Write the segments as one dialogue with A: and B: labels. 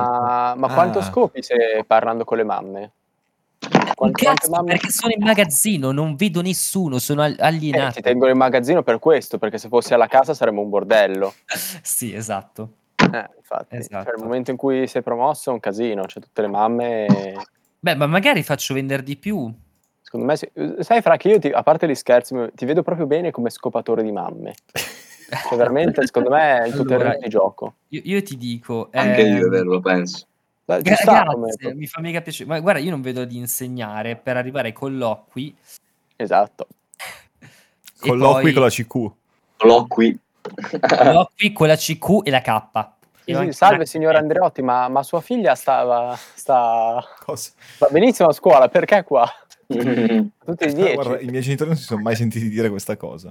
A: Ma ma quanto
B: Ah.
A: scopri se parlando con le mamme?
C: Un
A: Quan quante
C: cazzo,
A: mamme
C: perché sono in magazzino, non vedo nessuno, sono al-
A: Eh, ti
C: alienato.
A: tengono in magazzino per questo, perché se fossi alla casa saremmo un bordello.
C: Sì, esatto.
A: Eh, infatti,
C: Esatto.
A: cioè, il momento in cui sei promosso è un casino, cioè tutte le mamme
C: Beh, ma magari faccio vendere di più.
A: Secondo me sì. sai Fra che io ti- a parte gli scherzi, mi- ti vedo proprio bene come scopatore di mamme. Cioè veramente secondo me è il tuo
C: Allora,
A: terreno di gioco.
C: Io, io ti dico...
B: Eh,
D: Anche
C: ehm,
D: io è vero, lo penso.
A: Dai, ci
C: Gra-
A: sta
C: grazie,
A: come-
C: mi fa mega piacere. Ma guarda, io non vedo di insegnare per arrivare ai colloqui.
A: Esatto.
C: e
B: Colloqui
C: poi-
B: con la CQ.
D: Colloqui.
C: colloqui con la CQ e la K.
A: Sì,
C: E
A: sì,
C: anche-
A: salve signor Andreotti, ma, ma sua figlia stava, sta,
B: Cosa?
A: va benissimo a scuola, perché qua? Tutti
D: Eh,
A: e dieci.
B: Guarda, i miei genitori non si sono mai sentiti dire questa cosa.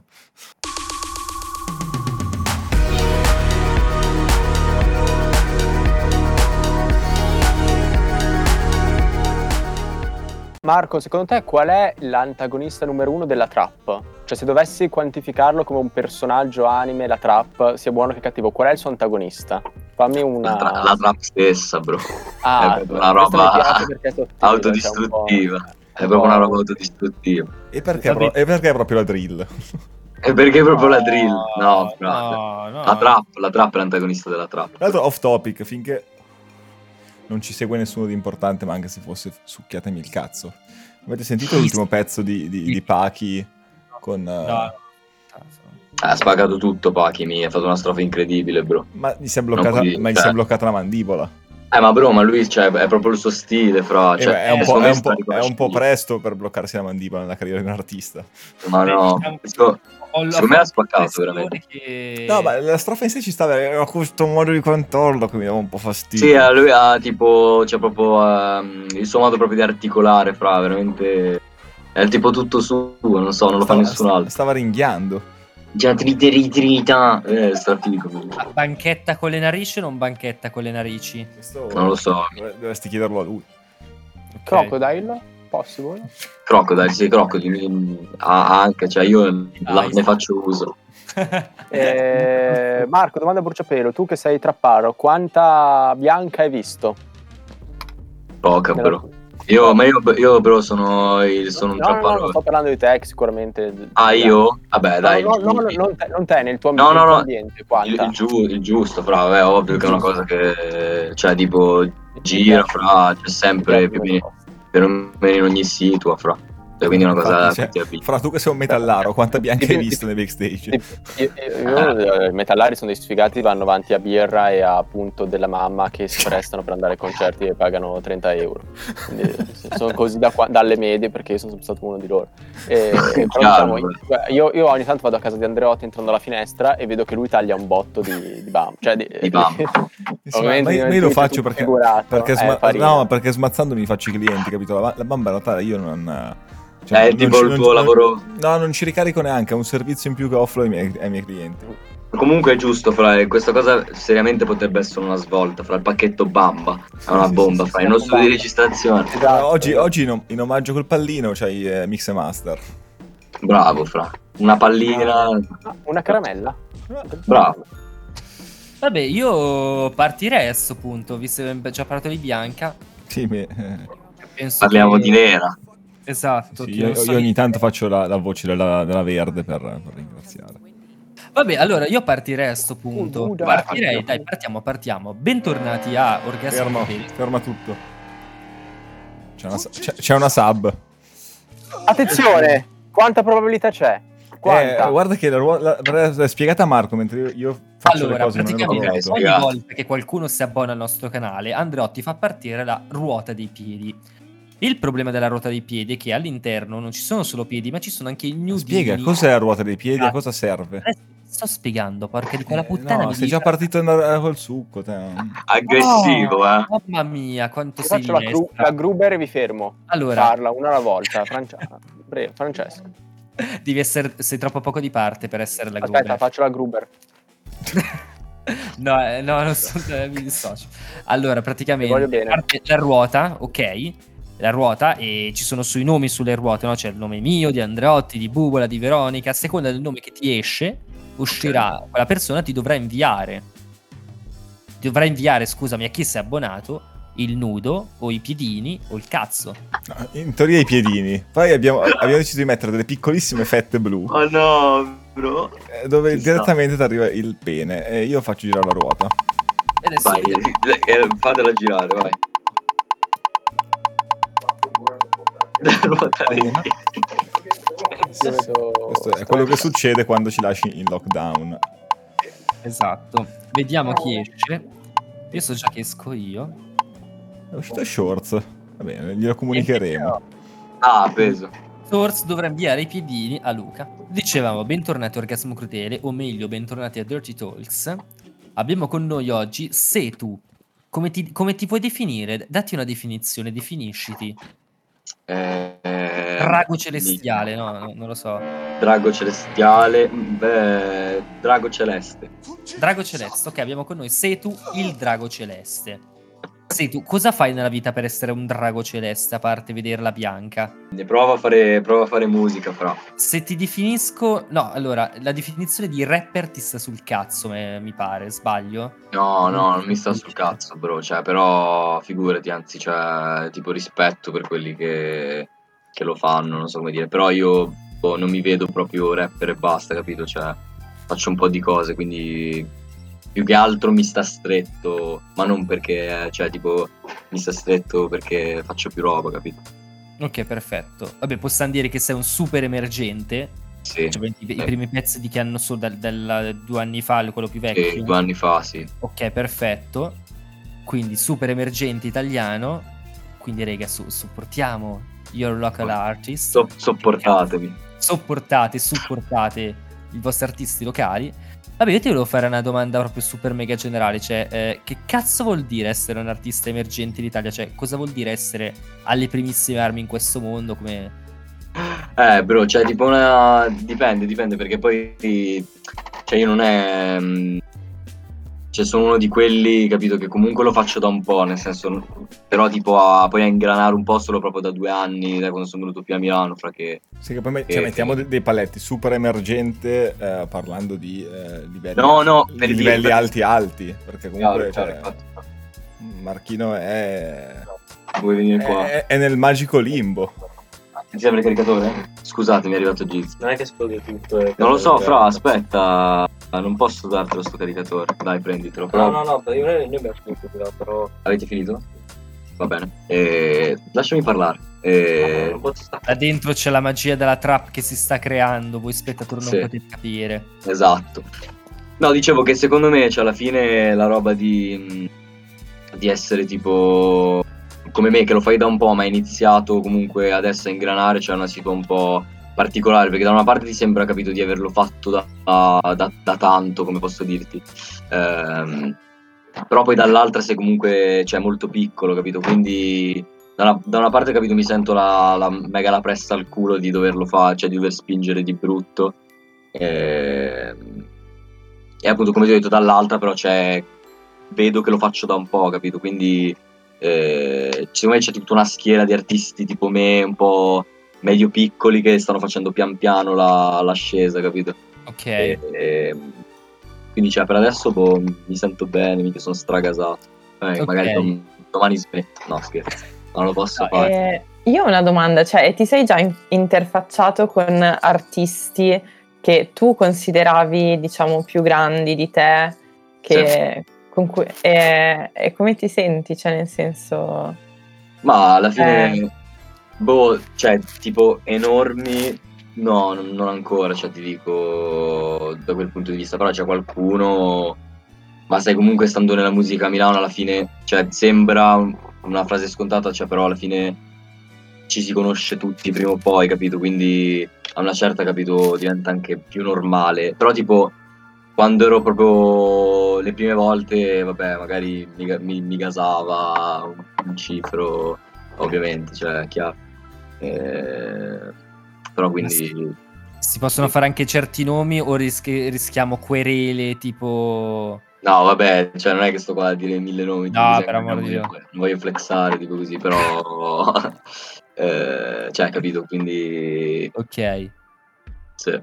A: Marco, secondo te qual è l'antagonista numero uno della trap? Cioè se dovessi quantificarlo come un personaggio anime, la trap, sia buono che cattivo, qual è il suo antagonista? Fammi una...
D: La, tra- la trap stessa, bro.
A: Ah,
D: è proprio una
A: questa
D: roba
A: mi piace perché è sottile, cioè, un po'-
D: autodistruttiva. È proprio una roba autodistruttiva.
B: E perché, pro- e perché proprio la drill?
D: E perché proprio la
A: No,
D: drill? No, fra.
C: No, no.
D: La trap, la trap è l'antagonista della trap.
B: Tra l'altro off topic, finché non ci segue nessuno di importante, ma anche se fosse succhiatemi il cazzo. Avete sentito l'ultimo pezzo di, di, di Pachi con... eh,
C: No.
D: Ha spagato tutto, Pachimi. Ha fatto una strofa incredibile, bro.
B: Ma gli si è bloccata,
D: Non puoi-
B: ma gli si è
D: cioè.
B: bloccata la mandibola.
D: Eh, ma bro, ma lui cioè, è proprio il suo stile, fra.
B: Eh,
D: Cioè,
B: beh, è, un po',
D: secondo
B: è
D: me
B: un
D: sta
B: po'- è un po'
D: riconoscendo-
B: presto per bloccarsi la mandibola nella carriera di un artista.
D: Ma no,
C: Diciamo-
D: secondo
C: Ho la
D: secondo me l'ha spaccato
C: sensazione
D: veramente.
C: che-
B: No, ma la strofa in sé ci stava, era questo modo di contorno che mi dava un po' fastidio.
D: Sì, eh, lui ha tipo, cioè proprio ehm, il suo modo proprio di articolare, fra, veramente... È tipo tutto suo, non so, non lo fa
B: Stava-
D: nessun altro.
B: Stava ringhiando.
D: Già, tritiritirita, eh, strafigo.
C: Ah, Banchetta con le narici o non banchetta con le narici?
B: Questo
D: Non lo so.
B: dov- dovresti chiederlo a lui.
C: Ok.
A: Crocodile? Possible?
D: Crocodile, sì, Crocodile. mi- Ah, anche, cioè io la- ne faccio uso.
A: Eh, Marco, domanda a bruciapelo. Tu che sei trapparo, quanta bianca hai visto?
D: Poca,
A: Nella-
D: però. Io, ma io, io però sono, il- sono un
A: no, no, no, non
D: trapparo. eh.
A: sto parlando di te, che sicuramente.
D: Ah, io? Vabbè,
A: No,
D: dai.
A: no, no, no, non, te, non te, nel tuo,
D: No,
A: nel
D: no,
A: tuo
D: no.
A: ambiente. Quanta?
D: Il, il giu- il giusto, fra, vabbè, ovvio che è una cosa che, cioè, tipo, gira, fra, c'è sempre più o meno, più o meno in ogni situa, fra. Cioè, quindi è una cosa
B: Infatti,
D: che
B: cioè, fra tu che sei un metallaro, quanta bianca hai visto nei backstage?
A: Io- io-
D: Ah.
A: io- I metallari sono dei sfigati, vanno avanti a birra e a punto della mamma che si prestano per andare ai concerti e pagano 30 euro. Quindi, se- sono così da qua- dalle medie perché io sono sempre stato uno di loro. E, e però,
D: Chiaro,
A: diciamo, io, io ogni tanto vado a casa di Andreotti entrando dalla finestra e vedo che lui taglia un botto di, di bam. Cioè, di,
D: Di bam.
B: Sì, ma- ma io, ma io lo faccio perché,
A: eh,
B: perché, sma- no, ma perché smazzando mi faccio i clienti, capito? La, la bamba in realtà io non... cioè,
D: è
B: non
D: Eh, tipo
B: ci-
D: il
B: non-
D: tuo
B: non-
D: lavoro.
B: No, non ci ricarico neanche, è un servizio in più che offro ai miei, ai miei clienti.
D: Comunque è giusto, fra, e questa cosa seriamente potrebbe essere una svolta, fra il pacchetto Bamba, è una
B: Sì,
D: bomba,
B: sì,
D: fra,
B: sì,
D: il
A: sì,
D: nostro di
A: Bamba.
D: registrazione.
B: Ma
A: Esatto. Ah,
B: oggi, oggi in, in omaggio col pallino c'hai eh, Mix e Master.
D: Bravo, fra. Una pallina,
A: Una caramella?
D: bravo.
C: Vabbè, io partirei a questo punto, visto che abbiamo già parlato di Bianca.
B: Sì, mi- eh,
C: Penso
D: Parliamo
C: che-
D: di nera.
C: Esatto.
B: sì,
C: che
B: io,
C: non so
B: io ogni
C: niente.
B: tanto faccio la, la voce della, della verde per, per ringraziare.
C: Vabbè, allora io partirei a sto punto.
A: Uh, Buddha.
C: Partirei, dai, partiamo, partiamo. Bentornati a Orgasmo
B: Fermo,
C: Cocktail.
B: ferma tutto. C'è una, c'è- c'è una sub.
A: Attenzione! Quanta probabilità c'è? Quanta?
B: Eh, guarda che la, ruo- la- l'ha spiegata a Marco mentre io, io faccio le
C: Allora,
B: cose non avevo
C: praticamente
B: capito.
D: Ok,
C: ogni
D: Spiegate.
C: volta che qualcuno si abbona al nostro canale, Andreotti fa partire la ruota dei piedi. Il problema della ruota dei piedi è che all'interno non ci sono solo piedi, ma ci sono anche i nudini.
B: Spiega cos'è la ruota dei piedi, a
C: Esatto.
B: cosa serve?
C: Adesso ti Sto spiegando, porca di quella
B: Eh,
C: puttana.
B: no,
C: mi
B: sei
C: devi
B: già
C: far-
B: partito andare col succo. Te.
D: Aggressivo,
B: Oh.
D: eh.
C: Ah, Mamma mia, quanto
A: Io
C: sei
A: faccio la,
C: in
A: gru- la Gruber e vi fermo.
C: Allora,
A: Parla una alla volta. Francia- Bre- Francesco.
C: devi essere, sei troppo poco di parte per essere la
A: Aspetta,
C: Gruber.
A: faccio la Gruber.
C: No, eh, no, non so, eh, mi dissocio. Allora,
A: Ti voglio
C: praticamente
A: bene.
C: parte la ruota, ok? La ruota e ci sono sui nomi sulle ruote, no? C'è il nome mio, di Andreotti, di Bubola, di Veronica. A seconda del nome che ti esce, uscirà quella persona, ti dovrà inviare dovrà inviare, scusami, a chi si è abbonato il nudo o i piedini o il cazzo.
B: No, In teoria i piedini. Poi abbiamo, abbiamo deciso di mettere delle piccolissime fette blu
D: Oh no, bro.
B: eh, dove
D: Ci sta.
B: direttamente ti arriva il pene e io faccio girare la ruota.
C: E adesso
D: Vai,
C: vediamo.
D: eh, eh, fatela girare, vai. Ruotare.
B: Una. Questo è quello che succede quando ci lasci in lockdown.
C: Esatto. Vediamo chi esce. Io so già che esco io.
B: È uscito Shorts. Va bene, glielo comunicheremo.
D: Ah, peso.
C: Source dovrà inviare i piedini a Luca. Dicevamo, bentornati a Orgasmo Crudele, o meglio, bentornati a Dirty Talks. Abbiamo con noi oggi Setu. Come ti, come ti puoi definire? Datti una definizione, definisciti.
D: Eh,
C: Drago
D: eh,
C: celestiale, no, no, non lo so.
D: Drago celestiale. mm, Beh, drago celeste.
C: Drago celeste, ok, abbiamo con noi Setu, il drago celeste. Setu, cosa fai nella vita per essere un drago celeste, a parte vederla bianca?
D: Ne prova a fare, prova a fare musica, fra.
C: Se ti definisco. No, allora, la definizione di rapper ti sta sul cazzo, me- mi pare, sbaglio.
D: No, no, non mi sta sul cazzo, bro. Cioè, però figurati, anzi, cioè, tipo rispetto per quelli che, che lo fanno, non so come dire. Però io boh, non mi vedo proprio rapper e basta, capito? Cioè, faccio un po' di cose, quindi più che altro mi sta stretto, ma non perché, cioè, tipo, mi sta stretto perché faccio più roba, capito?
C: Ok, perfetto. Vabbè, possiamo dire che sei un super emergente.
D: Sì,
C: Cioè, i, i
D: Eh.
C: primi pezzi di che hanno solo dal, dal- due anni fa, il- quello più vecchio.
D: sì, due anni fa, sì.
C: Ok, perfetto. Quindi super emergente italiano. Quindi, rega, su- supportiamo your local artist.
D: So- sopportatemi.
C: sopportate, supportate i vostri artisti locali. Vabbè, io ti volevo fare una domanda proprio super mega generale, cioè eh, che cazzo vuol dire essere un artista emergente in Italia? Cioè, cosa vuol dire essere alle primissime armi in questo mondo? Come...
D: Eh, bro, cioè, tipo una. Dipende, dipende, perché poi. ti- Cioè, io non è. mm, Cioè, sono uno di quelli, capito, che comunque lo faccio da un po', nel senso. non- Però, tipo, a... poi a ingranare un po' solo proprio da due anni, da quando sono venuto qui a Milano, fra che.
B: Sì, che poi me- cioè,
D: Eh,
B: mettiamo
D: sì.
B: de- dei paletti super emergente eh, parlando di eh, livelli,
D: No, no,
B: di
D: per dire-
B: livelli alti alti, perché
D: Chiaro,
B: comunque
D: chiaro,
B: cioè,
D: infatti,
B: Marchino è...
D: Vuoi venire qua?
B: è è nel magico limbo.
D: Ti serve il caricatore? Scusate, mi è arrivato Giz.
A: Non è che esplode tutto. eh, e-
D: Non lo so, Fra, aspetta. Non posso dartelo sto caricatore. Dai, prenditelo.
A: No,
D: però-
A: no, no, noi, noi abbiamo finito, però, però
D: Avete finito? Va bene. Eh, lasciami parlare. Eh,
A: non posso stare.
C: Là dentro c'è la magia della trap che si sta creando, voi spettatori non
D: Sì.
C: potete capire.
D: Esatto. No, dicevo che secondo me, cioè, alla fine la roba di, di essere tipo come me, che lo fai da un po', ma hai iniziato comunque adesso a ingranare, c'è una situazione un po' particolare, perché da una parte ti sembra, capito, di averlo fatto da, da- da tanto, come posso dirti. Ehm, però poi dall'altra sei comunque, cioè, molto piccolo, capito? Quindi da una, da una parte, capito, mi sento la, la mega la pressa al culo di doverlo fare, cioè di dover spingere di brutto. Ehm, E, appunto, come ti ho detto, dall'altra, però c'è. Vedo che lo faccio da un po', capito? Quindi eh, secondo me c'è tutta una schiera di artisti tipo me, un po' medio piccoli, che stanno facendo pian piano la- l'ascesa, capito?
C: Ok,
D: Ehm, quindi, cioè, per adesso boh, mi sento bene, mica sono stragasato. Eh,
C: Ok.
D: Magari dom- domani smetto. No, scherzo, non lo posso
C: No,
D: fare.
E: Eh, io ho una domanda, cioè ti sei già in- interfacciato con artisti che tu consideravi, diciamo, più grandi di te? Che, con cui- e, e come ti senti? Cioè, nel senso...
D: Ma alla fine,
E: Eh.
D: boh, cioè, tipo enormi, no, non, non ancora, cioè, ti dico da quel punto di vista, però c'è qualcuno, ma sai, comunque stando nella musica a Milano, alla fine, cioè, sembra un- una frase scontata, cioè, però alla fine ci si conosce tutti prima o poi, capito? Quindi a una certa, capito, diventa anche più normale, però tipo... Quando ero proprio le prime volte, vabbè, magari mi, ga- mi- mi gasava un- un cifro, ovviamente, cioè, è chiaro. Eh, però quindi...
C: si possono fare anche certi nomi o rischi- rischiamo querele tipo...
D: No, vabbè, cioè, non è che sto qua a dire mille nomi.
C: No,
D: tipo,
C: per
D: non
C: amor di
D: voglio-
C: Dio.
D: Non voglio flexare, dico così, però... eh, cioè, capito, quindi...
C: Ok.
D: Sì.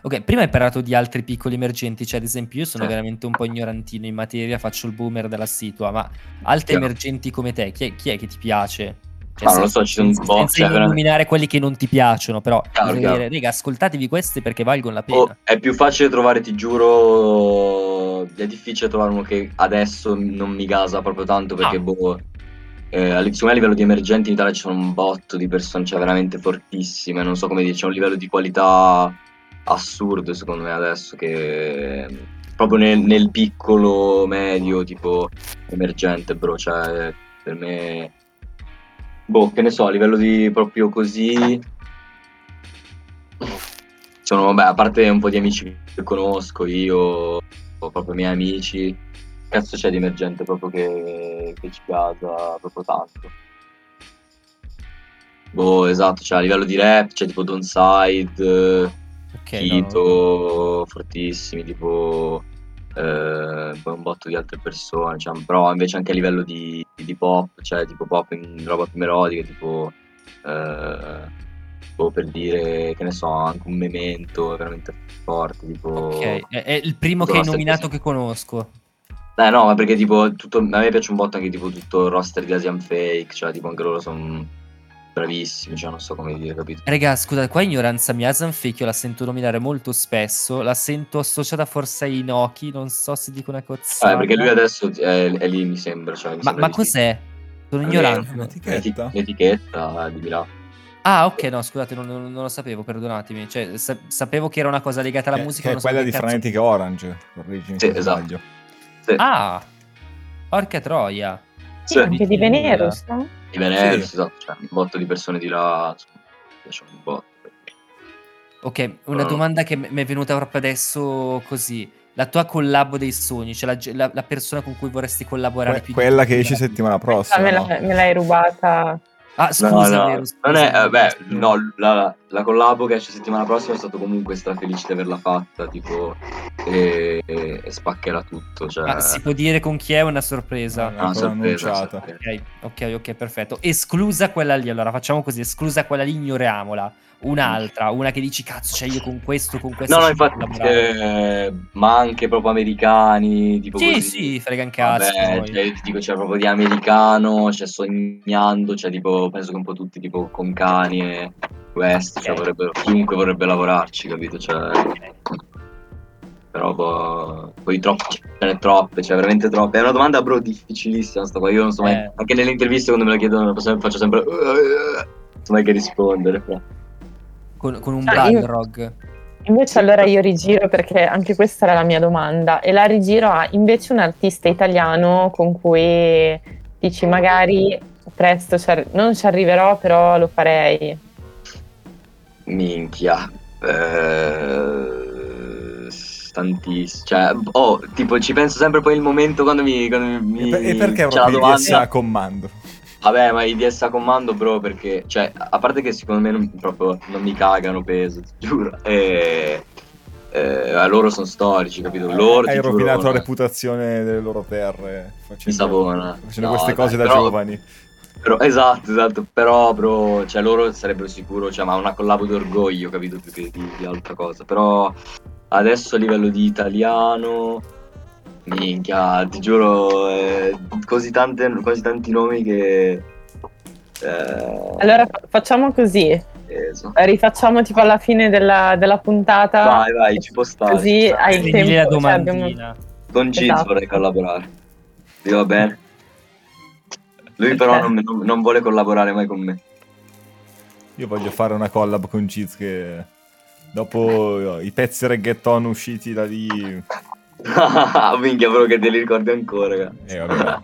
C: Ok, prima hai parlato di altri piccoli emergenti, cioè ad esempio io sono
D: Eh.
C: veramente un po' ignorantino in materia, faccio il boomer della situa, ma altri
D: Chiaro.
C: emergenti come te, chi è, chi è che ti piace? Cioè,
D: Ah, non lo so, ci sono un
C: senza-
D: po',
C: senza
D: cioè, veramente.
C: illuminare quelli che non ti piacciono, però
D: Chiaro,
C: bisogna
D: chiaro.
C: dire, "Raga, ascoltatevi queste perché valgono la pena.
D: Oh, è più facile trovare, ti giuro, è difficile trovare uno che adesso non mi gasa proprio tanto perché,
C: Ah.
D: boh, eh, a- secondo me a livello di emergenti in Italia ci sono un botto di persone, cioè veramente fortissime, non so come dire, c'è un livello di qualità assurdo secondo me adesso che proprio nel, nel piccolo medio tipo emergente, bro, cioè per me... Boh, che ne so, a livello di proprio così... Sono, vabbè, a parte un po' di amici che conosco, io, ho proprio i miei amici. Cazzo c'è di emergente proprio che, che ci casa proprio tanto. Boh, esatto, cioè a livello di rap c'è tipo Downside,
C: ok, no, no.
D: Tito, fortissimi, tipo eh, poi un botto di altre persone, cioè, però invece anche a livello di, di pop, cioè tipo pop in roba più melodica, tipo, eh, tipo per dire, che ne so, anche un memento è veramente forte, tipo...
C: Ok, è, è il primo
D: Tutto
C: che hai
D: roster
C: nominato
D: così.
C: che conosco.
D: Eh no, ma perché tipo tutto, a me piace un botto anche tipo tutto il roster di Asian Fake, cioè tipo anche loro sono bravissimi, cioè non so come dire, capito?
C: Raga, scusa, qua ignoranza mia, Zanfecchio la sento nominare molto spesso, la sento associata forse a Inoki, non so se dico una cozzata.
D: Eh, perché lui adesso è, è lì mi sembra, cioè, mi
C: Ma,
D: sembra
C: ma
D: di sì.
C: cos'è? Sono
D: Almeno,
C: ignorante.
B: una
D: L'eti-
B: etichetta.
D: L'etichetta di Milano.
C: Ah, ok, no, scusate, non, non- non lo sapevo, perdonatemi. Cioè, sa- sapevo che era una cosa legata alla
B: Che-
C: musica.
B: che
C: non
B: è
C: so
B: Eh, quella
C: che
B: di
C: cazzo-
B: Frenetic Orange, correggimi
D: Sì,
B: se
D: esatto.
B: sbaglio.
D: Sì,
C: Ah, porca troia.
D: sì,
E: anche di
C: Quindi-
E: Venerus, no?
D: di Venere,
B: Sì.
D: esatto, cioè, un botto di persone di là, insomma, mi piacciono un botto.
C: Ok, una
D: Ah.
C: domanda che m- mi è venuta proprio adesso così. La tua collabo dei sogni, cioè la, ge- la- la persona con cui vorresti collaborare
B: Que-
C: più di
B: quella
C: tutti.
B: che esce settimana
E: Ah,
B: prossima.
E: me, la-
B: no?
E: me l'hai rubata.
C: Ah,
D: No,
C: scusa,
D: no,
C: vero,
D: non
C: scusa,
D: è, eh, beh,
C: scusa.
D: no, la, la collabo che esce settimana prossima è stato comunque strafelice di averla fatta, tipo, e, e- e spaccherà tutto, cioè...
C: Ma si può dire con chi è una sorpresa.
B: Ah,
D: Ah,
B: ancora
D: sorpresa,
B: annunciata.
D: sorpresa.
C: Ok, ok, ok, perfetto. Esclusa quella lì, allora facciamo così, esclusa quella lì, ignoriamola. Un'altra, una che dici cazzo, cioè io con questo, con questo
D: No, no,
C: ci devo
D: infatti,
C: collaborare".
D: eh, ma anche proprio americani, tipo
C: Sì,
D: così.
C: sì, frega un cazzo.
D: Vabbè,
C: poi.
D: cioè, ti dico, c'è proprio di americano, c'è sognando, c'è tipo, penso che un po' tutti tipo con cani e questi, cioè,
C: Ok.
D: vorrebbero- chiunque vorrebbe lavorarci, capito? Cioè, però boh, poi troppo, ce ne troppe, cioè veramente troppe. È una domanda, bro, difficilissima sta qua, io non so mai,
C: Eh.
D: anche nelle interviste quando me la chiedono faccio sempre, "Eh, eh, eh", non so mai che rispondere. però.
C: Con, con un
E: Ah, io-
C: Balrog.
E: Invece allora io rigiro perché anche questa era la mia domanda e la rigiro a invece un artista italiano con cui dici magari presto ci arri- non ci arriverò però lo farei.
D: Minchia. Eh, tantissimo. Cioè, oh, tipo, ci penso sempre poi il momento quando mi. Quando mi
B: E, per- e perché
D: c'è la
B: proprio
D: domanda.
B: DSA a comando?
D: Vabbè, ma i DS a comando, bro, perché. Cioè, a parte che secondo me non, proprio non mi cagano peso, ti giuro. E. eh, a loro sono storici, capito? Loro
B: Eh, Hai
D: ti giuro,
B: rovinato la
D: no,
B: reputazione delle loro terre facendo,
D: di Savona.
B: facendo
D: No,
B: queste
D: dai,
B: cose da
D: però-
B: giovani.
D: però- esatto, esatto. Però, bro, cioè, loro sarebbero sicuro, cioè, ma una collabo d'orgoglio, capito? Più che di, di altra cosa. Però adesso a livello di italiano. Minchia, ti giuro, eh, così, tante, così tanti nomi che. eh,
E: Allora fa- facciamo così,
D: eh, so-
E: rifacciamo tipo alla fine della, della puntata.
D: Vai, vai, ci può stare.
E: Così hai il
C: Prendili la
E: tempo. cioè,
C: domandina.
E: abbiamo-
D: Con Giz
E: Esatto.
D: vorrei collaborare. Sì, va bene. Lui però non, non- non vuole collaborare mai con me.
B: Io voglio fare una collab con Cheats che dopo eh, i pezzi reggaeton usciti da lì...
D: Minchia, però che te li ricordi ancora, raga.
B: Eh, vabbè.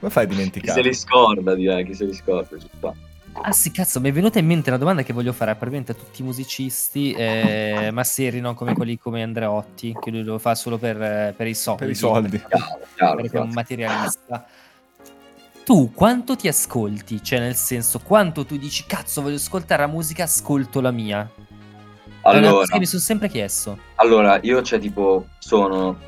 B: Come fai a
D: Chi se
B: dimenticare?
D: li scorda, direi, chi se li scorda, ci sta.
C: Ah sì, cazzo, mi è venuta in mente una domanda che voglio fare probabilmente a tutti i musicisti, eh, ma seri, no? Come quelli come Andreotti, che lui lo fa solo per, eh, per i soldi.
B: Per i soldi.
D: Chiaro, chiaro,
C: perché è
D: chiaro.
C: un materialista. Tu quanto ti ascolti? Cioè, nel senso, quanto tu dici, cazzo, voglio ascoltare la musica, ascolto la mia. È una cosa
D: Allora,
C: che mi sono sempre chiesto.
D: allora, io c'è tipo, sono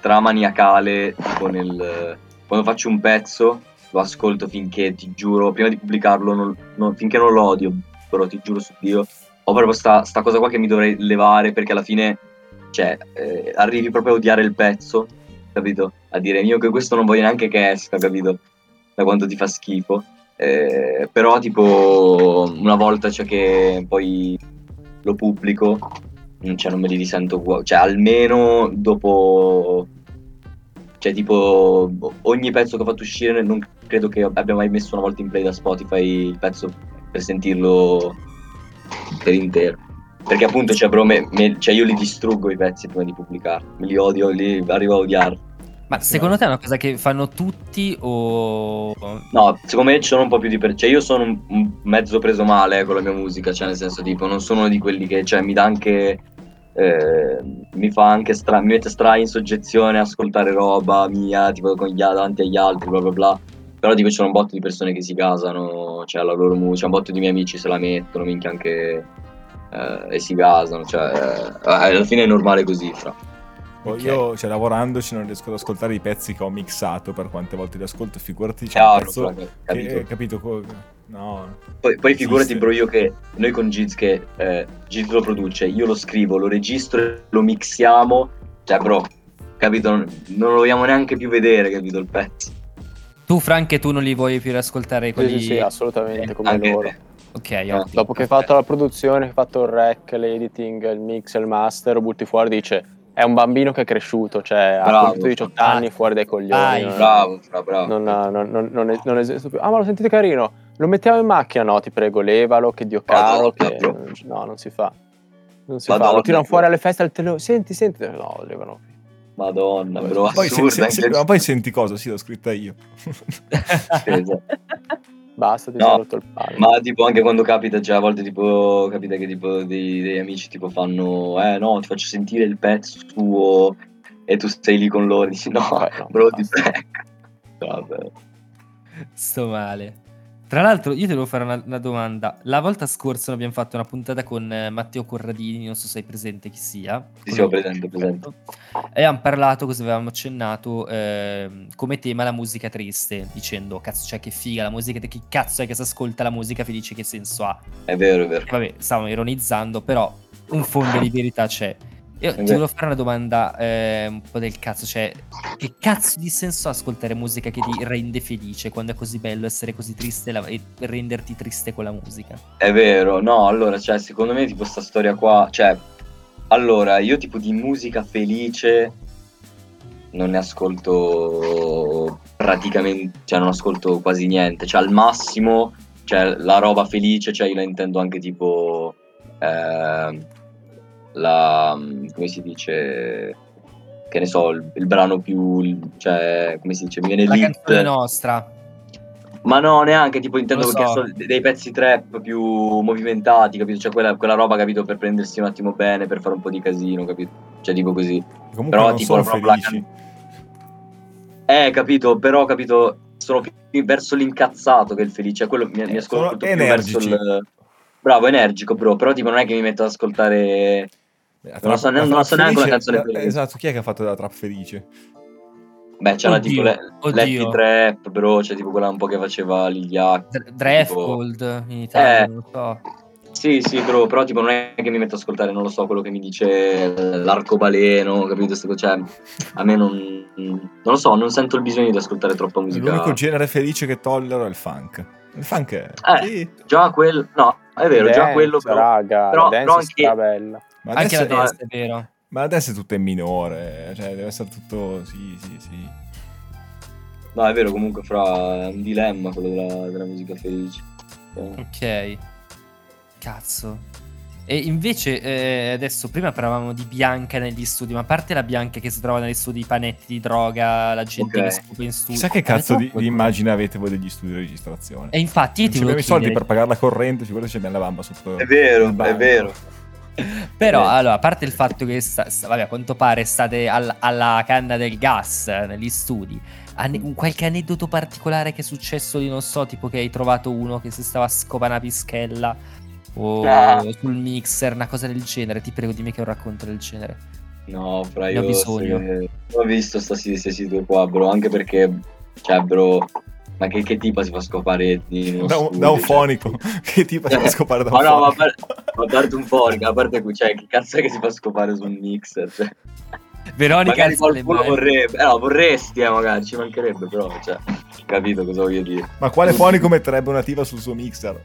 D: tramaniacale, tipo nel... Quando faccio un pezzo, lo ascolto finché, ti giuro, prima di pubblicarlo, non- non- finché non lo odio, però ti giuro su Dio, ho proprio sta, sta cosa qua che mi dovrei levare perché alla fine, cioè, eh, arrivi proprio a odiare il pezzo, capito? A dire io che questo non voglio neanche che esca, capito? Da quanto ti fa schifo. Eh, però tipo una volta cioè, che poi lo pubblico, mm, cioè non me li risento uguali, cioè almeno dopo... Cioè, tipo, ogni pezzo che ho fatto uscire, non credo che abbia mai messo una volta in play da Spotify il pezzo per sentirlo per intero. Perché appunto, cioè, bro, me- me- cioè, io li distruggo i pezzi prima di pubblicarli. Me li odio, li arrivo a odiarli.
C: Ma secondo te è una cosa che fanno tutti o...
D: No, secondo me ci sono un po' più di... Per- cioè, io sono un, un mezzo preso male eh, con la mia musica, cioè, nel senso, tipo, non sono uno di quelli che, cioè, mi dà anche... eh, mi fa anche stra... mi mette stra in soggezione a ascoltare roba mia, tipo, con gli- davanti agli altri, bla bla bla. Però, tipo, ci sono un botto di persone che si casano, cioè, la loro musica, un botto di miei amici se la mettono, minchia, anche... eh, e si gasano, cioè... eh, alla fine è normale così, fra.
B: Cioè, Poi
C: Ok.
B: Io, cioè, lavorandoci, non riesco ad ascoltare i pezzi che ho mixato per quante volte li ascolto. Figurati, c'è un
D: Chiaro,
B: pezzo
D: fra,
B: che,
D: capito?
B: eh, capito? co- No,
D: Poi, poi figurati,
B: Esiste.
D: bro, io che noi con Giz che eh, Giz lo produce, io lo scrivo, lo registro, lo mixiamo. Cioè, bro, capito? Non, non lo vogliamo neanche più vedere, capito? Il pezzo.
C: Tu, Frank, e tu non li vuoi più riascoltare
A: Sì,
C: quelli...
A: sì, sì, assolutamente, come
D: Anche
A: loro.
D: te.
C: Ok,
D: Eh,
C: ottimo.
A: Dopo che hai fatto la produzione, che hai fatto il rec, l'editing, il mix, il master, lo butti fuori, dice è un bambino che è cresciuto, cioè ha
D: Bravo.
A: compiuto 18 anni fuori dai coglioni.
C: Vai.
A: non-
D: Bravo, fra, bravo.
A: Non, non- non- non es- non esiste più. Ah, ma lo sentite carino? Lo mettiamo in macchina? No, ti prego, levalo, che Dio caro.
D: Madonna,
A: che-
D: bro.
A: No, non si fa. Non si
D: Madonna,
A: fa. Lo tirano
D: bro.
A: fuori alle feste al telefono. Senti, senti. No, lo levano.
D: Madonna, bro,
B: poi, se-
D: assurdo.
B: se- se-
D: anche-
B: ma poi senti cosa? Sì, l'ho scritta io.
D: Esatto.
A: Basta, ti
D: No,
A: sei rotto il palo.
D: Ma tipo anche quando capita, cioè a volte tipo capita che tipo dei, dei amici tipo fanno Eh no, ti faccio sentire il pezzo suo e tu sei lì con loro e dici no,
A: Eh, no,
D: bro, ti
A: basta.
D: prego. Vabbè.
C: Sto male. Tra l'altro, io ti devo fare una, una domanda. La volta scorsa noi abbiamo fatto una puntata con eh, Matteo Corradini, non so se sei presente chi sia.
D: Sì, sì, ho presente, ho presente.
C: E hanno parlato, cosa avevamo accennato, ehm, come tema la musica triste, dicendo, cazzo, cioè che figa la musica, chi cazzo è che si ascolta la musica felice, che senso ha?
D: È vero, è vero.
C: Vabbè, stavamo ironizzando, però un fondo di verità c'è. Io ti
D: Eh beh.
C: volevo fare una domanda eh, un po' del cazzo, cioè che cazzo di senso ha ascoltare musica che ti rende felice quando è così bello essere così triste e la- e renderti triste con la musica?
D: È vero, no, allora, cioè, secondo me tipo sta storia qua, cioè, allora, io tipo di musica felice non ne ascolto praticamente, cioè non ascolto quasi niente, cioè al massimo, cioè la roba felice, cioè io la intendo anche tipo, ehm, la, come si dice, che ne so, il, il brano più, il- cioè, come si dice, mi viene
C: La
D: l'hit.
C: canzone nostra.
D: Ma no, neanche, tipo intendo
C: Lo so.
D: che sono de- dei pezzi trap più movimentati, capito? Cioè quella, quella roba, capito, per prendersi un attimo bene, per fare un po' di casino, capito? Cioè tipo così.
B: Comunque
D: Però
B: non
D: tipo
B: sono
D: proprio la
B: felici.
D: Eh, capito, però, capito, sono più verso l'incazzato che il felice, cioè quello mi, mi
B: Eh,
D: ascolto
B: sono
D: più verso
B: energici.
D: il... Bravo, energico, bro, però tipo non è che mi metto ad ascoltare...
B: La
D: Non lo so
B: Eh, trap-
D: ne-
B: la
D: non lo
B: trap
D: so neanche una
B: felice-
D: canzone
B: la-
D: felice.
B: Esatto, chi è che ha fatto della trap felice?
D: Beh, c'era
C: Oddio,
D: tipo le,
C: oddio.
D: Lefty Trap, bro, cioè tipo quella un po' che faceva l'Iliac.
C: Dr- Drefgold in Italia,
D: Eh.
C: non lo so.
D: Sì, sì, bro, però tipo non è che mi metto ad ascoltare, non lo so, quello che mi dice l'arcobaleno, capito? Sto- Cioè, a me non... non lo so, non sento il bisogno di ascoltare troppa musica.
B: L'unico genere felice che tollero è il funk. Il funk è...
D: Eh, Già quello... No, è vero, già
A: Dance,
D: quello... Però...
A: raga,
D: però-
A: la
D: però
A: dance
D: anche-
A: è bella.
B: ma,
C: Anche
B: adesso,
C: la dance, è vero.
B: ma adesso è tutto in minore, cioè deve essere tutto... Sì, sì, sì.
D: No, è vero, comunque fra è un dilemma quello della, della musica felice. Eh,
C: Ok. Cazzo. E invece eh, adesso prima parlavamo di Bianca negli studi, ma a parte la Bianca che si trova negli studi i panetti di droga, la gente
D: Ok.
C: che scopa in studio.
B: Chissà che cazzo di, di
C: immagini
B: immagine avete voi degli studi di registrazione.
C: E infatti io ti
B: Non ci abbiamo
C: volevo
B: i soldi
C: chiedere-
B: per pagare la corrente, figurati se abbiamo la bamba sotto
D: È vero,
B: il banco.
D: è vero.
C: Però,
D: Eh.
C: allora, a parte il fatto che, sta- sta- vabbè, a quanto pare state al- alla canna del gas eh, negli studi, Anne- un qualche aneddoto particolare che è successo di, non so, tipo che hai trovato uno che si stava scopando una pischella o
D: Ah.
C: sul mixer, una cosa del genere. Ti prego, dimmi che è un racconto del genere.
D: No, fra
C: Ne ho
D: io
C: bisogno.
D: se- ho visto sta si- queste situazioni qua, bro, anche perché, cioè, bro, Ma che, che tipa si fa scopare in uno
B: Da un,
D: studio,
B: da un
D: cioè? Eh,
B: fonico. che tipo si fa scopare da un
D: Ma no, ma a
B: fonico?
D: par- ma a parte un fonico, a parte qui, cioè, che cazzo è che si fa scopare su un mixer? Cioè,
C: Veronica
D: magari
C: alza le
D: qualcuno
C: mani.
D: vorrebbe, eh, no, vorresti, eh, magari ci mancherebbe, però, cioè, capito cosa voglio dire.
B: Ma quale fonico metterebbe una tipa sul suo mixer?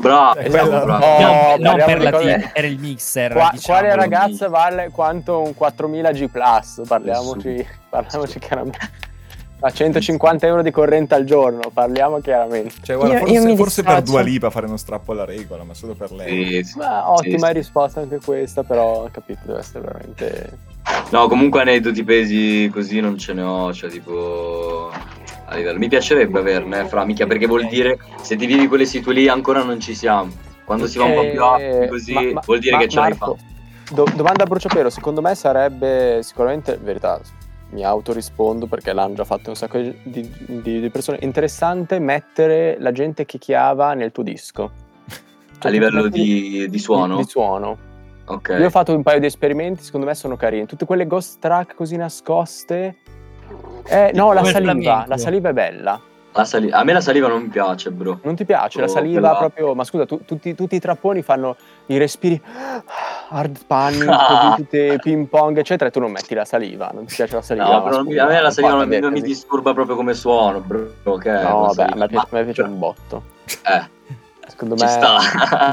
D: Bravo,
B: Eh,
D: bravo,
B: quella-
D: bravo.
C: No,
A: no, Oh,
C: non
A: parliamo
C: per
A: di
C: la
A: cose-
C: team, era il mixer.
A: Qua-
C: diciamo.
A: quale ragazza vale quanto un 4000 G Plus? Parliamoci, parliamoci chiaramente. A 150 euro di corrente al giorno, parliamo chiaramente.
B: Cioè, guarda,
E: Io- io
B: forse,
E: mi
B: forse per
E: dissocio.
B: Dua Lipa fare uno strappo alla regola, ma solo per lei.
D: Sì, sì,
A: Ma ottima
D: sì, sì.
A: risposta anche questa, però ho capito, deve essere veramente...
D: No, comunque aneddoti pesi così non ce ne ho, cioè tipo a livello. Mi piacerebbe averne, eh, fra mica, perché vuol dire se ti vivi quelle situ lì ancora non ci siamo. Quando si va un po' più
A: Eh,
D: avanti così
A: ma- ma-
D: vuol dire
A: ma-
D: che ce l'hai
A: Marco,
D: fatta.
A: do- domanda a Bruciapelo, secondo me sarebbe sicuramente, verità, mi autorispondo perché l'hanno già fatto un sacco di, di- di persone, interessante mettere la gente che chiava nel tuo disco.
D: A
A: Cioè,
D: livello
A: tutti-
D: di, di suono?
A: Di, di suono.
D: ok.
A: Io ho fatto un paio di esperimenti, secondo me sono carini. Tutte quelle ghost track così nascoste. Eh, no, la
C: Come il
A: saliva.
C: flamenco.
A: La saliva è bella.
D: La sali- a me la saliva non piace, bro.
A: Non ti piace? La
D: Oh,
A: saliva
D: quella-
A: proprio. Ma scusa, tu- tutti, tutti i trapponi fanno i respiri ah, hard panning,
D: Ah.
A: così tutte ping pong, eccetera. E tu non metti la saliva. Non ti piace la saliva.
D: No, però non mi- a me la saliva non, mi- non mi
A: dispiace.
D: disturba proprio come suono, bro. Ok.
A: eh, No,
D: la
A: vabbè,
D: saliva.
A: a me piace, a me piace
D: Ma-
A: un botto.
D: Eh,
A: Secondo
D: ci
A: me.
D: sta.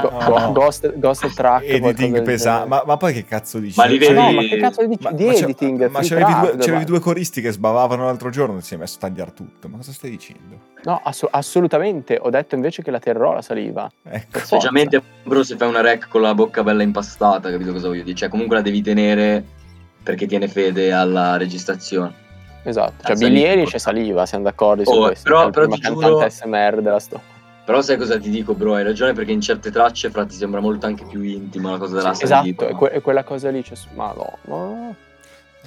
A: go- go-
B: No.
A: ghost, ghost track. qualcosa
B: Editing
A: del
B: pesante.
A: genere. Eh,
B: Ma, ma poi che cazzo dici?
D: Ma li
B: Cioè,
D: vedi-
A: No, ma che cazzo dici
B: Ma-
A: di
B: ma c'è-
A: editing?
B: Ma
A: free
B: c'avevi
A: trap,
B: due, c'avevi
A: davanti.
B: due coristi che sbavavano l'altro giorno insieme, adesso tagliare tutto. Ma cosa stai dicendo?
A: No, assu- assolutamente. Ho detto invece che la terrò la saliva.
B: Ecco.
A: Sì,
D: Specialmente, bro, se fai una rec con la bocca bella impastata, capito cosa voglio dire? Cioè, comunque la devi tenere perché tiene fede alla registrazione.
A: Esatto.
D: La
A: Cioè, Billy
D: saliva.
A: Eilish e saliva, siamo d'accordo su
D: Oh,
A: questo.
D: però-
A: È la
D: però
A: prima
D: ti giuro-
A: cantante SMR della storia.
D: Però sai cosa ti dico, bro? Hai ragione perché in certe tracce, fra, ti sembra molto anche più intima la cosa della
A: Esatto,
D: saliva.
A: è, que- è quella cosa lì. Cioè, su- ma no, no.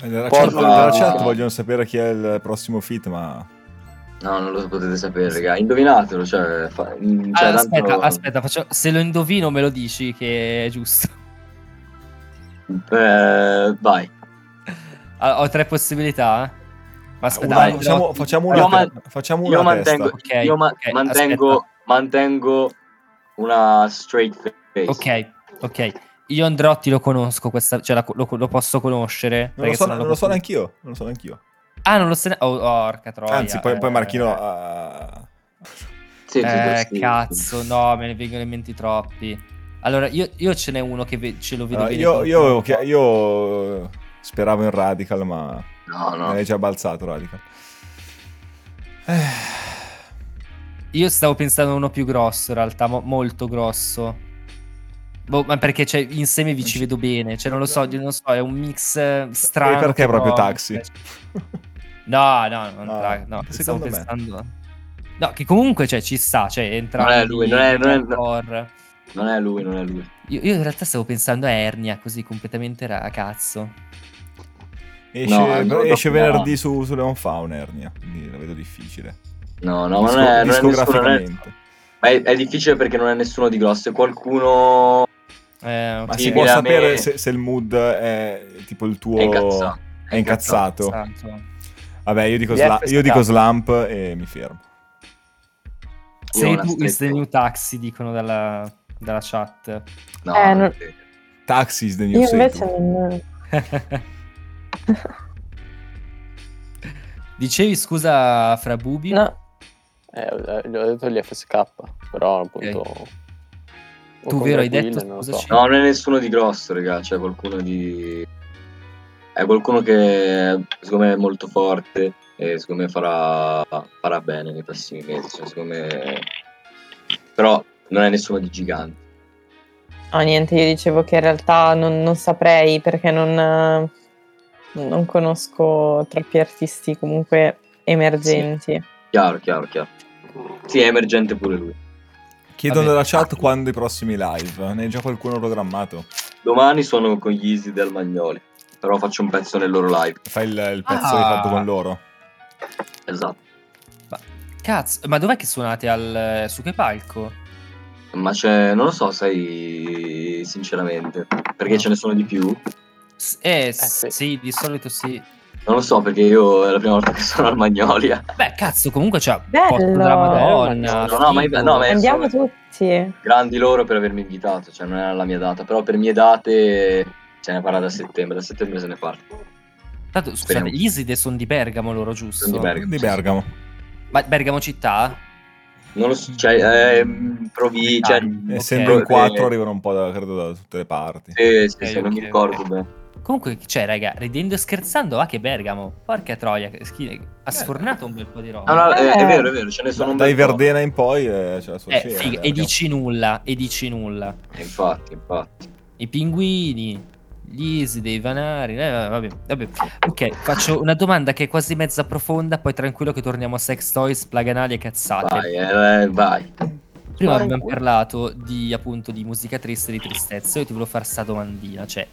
B: Nella chat,
A: Porca-
B: nella chat vogliono sapere chi è il prossimo fit, ma
D: No, non lo potete sapere, raga. Indovinatelo, cioè... fa- in- cioè,
C: Ah,
D: tanto-
C: aspetta, aspetta, faccio- se lo indovino me lo dici che è giusto.
D: Eh, vai.
C: Ah, ho tre possibilità. eh. Ma aspetta,
B: Una-
C: dai,
B: facciamo,
C: no.
B: facciamo
D: Io
B: una,
D: man-
B: te- facciamo
D: io
B: una testa.
D: mantengo,
C: Ok,
D: io ma-
C: ok,
D: mantengo, mantengo una straight face.
C: Ok, ok. Io Androtti lo conosco, questa, cioè la- lo, lo posso conoscere.
B: Non lo
C: perché
B: so,
C: se no
B: non lo so
C: posso-
B: neanch'io. Non lo so neanch'io.
C: Ah, non lo so. ne- Oh, orca troia.
B: Anzi, poi,
C: eh.
B: poi Marchino.
D: eh.
B: ah,
D: Sì, sì,
C: Eh,
D: sì, sì.
C: cazzo, no, me ne vengono in mente troppi. Allora, io, io ce n'è uno che ve- ce lo vedo
B: ah,
C: bene.
B: io,
C: con-
B: io avevo chi- io speravo in Radical, ma
D: No,
B: mi
D: no.
B: hai già balzato Radical. Eh,
C: Io stavo pensando a uno più grosso, in realtà, mo- molto grosso. Boh, ma perché cioè, insieme vi ci vedo bene. Cioè, non lo so, non lo so, è un mix eh, strano. Eh,
B: E perché
C: però-
B: proprio taxi?
C: No, no, non
B: No,
C: tra- no,
B: secondo
C: stavo
B: me.
C: pensando. No, che comunque cioè, ci sta, cioè entra
D: Non è lui, non è- non è-
C: hardcore.
D: Non è lui, non è lui.
C: Io, io in realtà stavo pensando a Ernia, così completamente ra- a cazzo.
B: Esce,
D: No, è brutto,
B: esce
D: no.
B: venerdì su, su Leon Faun Ernia, quindi la vedo difficile.
D: No, no, ma
B: Disco-
D: non è, non è nessuno, non è-
B: discograficamente.
D: ma è, è difficile perché non è nessuno di grosso, è qualcuno
C: Eh,
B: Ma
C: ok.
D: Sì,
B: si può
D: mira,
B: sapere
D: me-
B: se, se il mood è tipo il tuo...
D: è incazzato.
B: è incazzato.
C: Esatto.
B: Vabbè, io dico,
A: Gli
B: sla-
A: F
B: io dico
A: scappa.
B: slump e mi fermo.
C: Sei
D: una
C: tu is the
D: stretto.
C: new taxi, dicono dalla, dalla chat.
D: No,
E: Eh, non-
B: Taxi is the new
E: Io
B: Satan.
E: invece non...
C: Dicevi scusa fra Bubi?
E: No,
A: Eh, eh, gli ho detto gli FSK, però appunto... o
C: Tu,
A: con
C: vero, hai
A: Dracul,
C: detto,
A: non lo
C: scusaci?
D: no, non è nessuno di grosso, raga, c'è qualcuno di... È qualcuno che secondo me è molto forte e secondo me farà, farà bene nei prossimi mesi, cioè, secondo me... Però non è nessuno di gigante.
E: no, niente, io dicevo che in realtà non, non saprei perché non, eh, non conosco troppi artisti comunque emergenti.
D: Chiaro, chiaro, chiaro. Sì, è emergente pure lui.
B: Chiedo
C: Vabbè.
B: nella chat quando i prossimi live. Ne è già qualcuno programmato.
D: Domani sono con gli Easy del Magnoli, però faccio un pezzo nel loro live.
B: Fai il, il pezzo
C: Ah.
B: che hai fatto con loro.
D: Esatto.
C: Cazzo, ma dov'è che suonate al... su che palco?
D: Ma c'è, non lo so, sai, sinceramente, perché
C: No.
D: ce ne sono di più.
C: S- eh,
A: sì.
C: sì, di solito sì.
D: Non lo so perché io è la prima volta che sono al eh. Magnolia.
C: Beh, cazzo, comunque c'è
E: Bello!
C: porta della Madonna.
D: No, no, ma io- no, ma io-
E: Andiamo tutti.
D: Grandi loro per avermi invitato, cioè non era la mia data, però per mie date se ne parla da settembre, da settembre se ne parla.
C: Tanto, scusate,
D: speriamo.
C: gli Iside sono di Bergamo loro, giusto?
D: Sono di Bergamo.
B: Di Bergamo.
C: Ma Bergamo città?
D: Non lo so, cioè, ehm, provincia.
C: Ah,
B: E
C: Ok.
B: Essendo in
D: Eh,
B: quattro arrivano un po' da, credo, da tutte le parti.
D: Sì, sì, sì,
C: Ok,
D: non
C: ok,
D: mi ricordo
C: ok.
D: bene.
C: Comunque, cioè, raga, ridendo e scherzando, va che Bergamo. Porca troia, che schi- ha sfornato un bel po' di roba.
D: No, no, eh,
E: Eh.
D: è vero, è vero, ce ne sono un
B: Dai
D: bel po'.
B: Verdena in poi eh, c'è la sua
C: eh,
B: scena,
C: figa,
B: Bergamo.
C: e dici nulla, e dici nulla.
D: Eh, Infatti, infatti.
C: I pinguini, gli Iside, i vanari, eh, vabbè, vabbè. Ok, faccio una domanda che è quasi mezza profonda, poi tranquillo che torniamo a sex toys, plaganali e cazzate.
D: Vai, eh, eh, vai.
C: Prima
D: Vai.
C: abbiamo parlato di appunto di musica triste e di tristezza. Io ti volevo fare sta domandina, cioè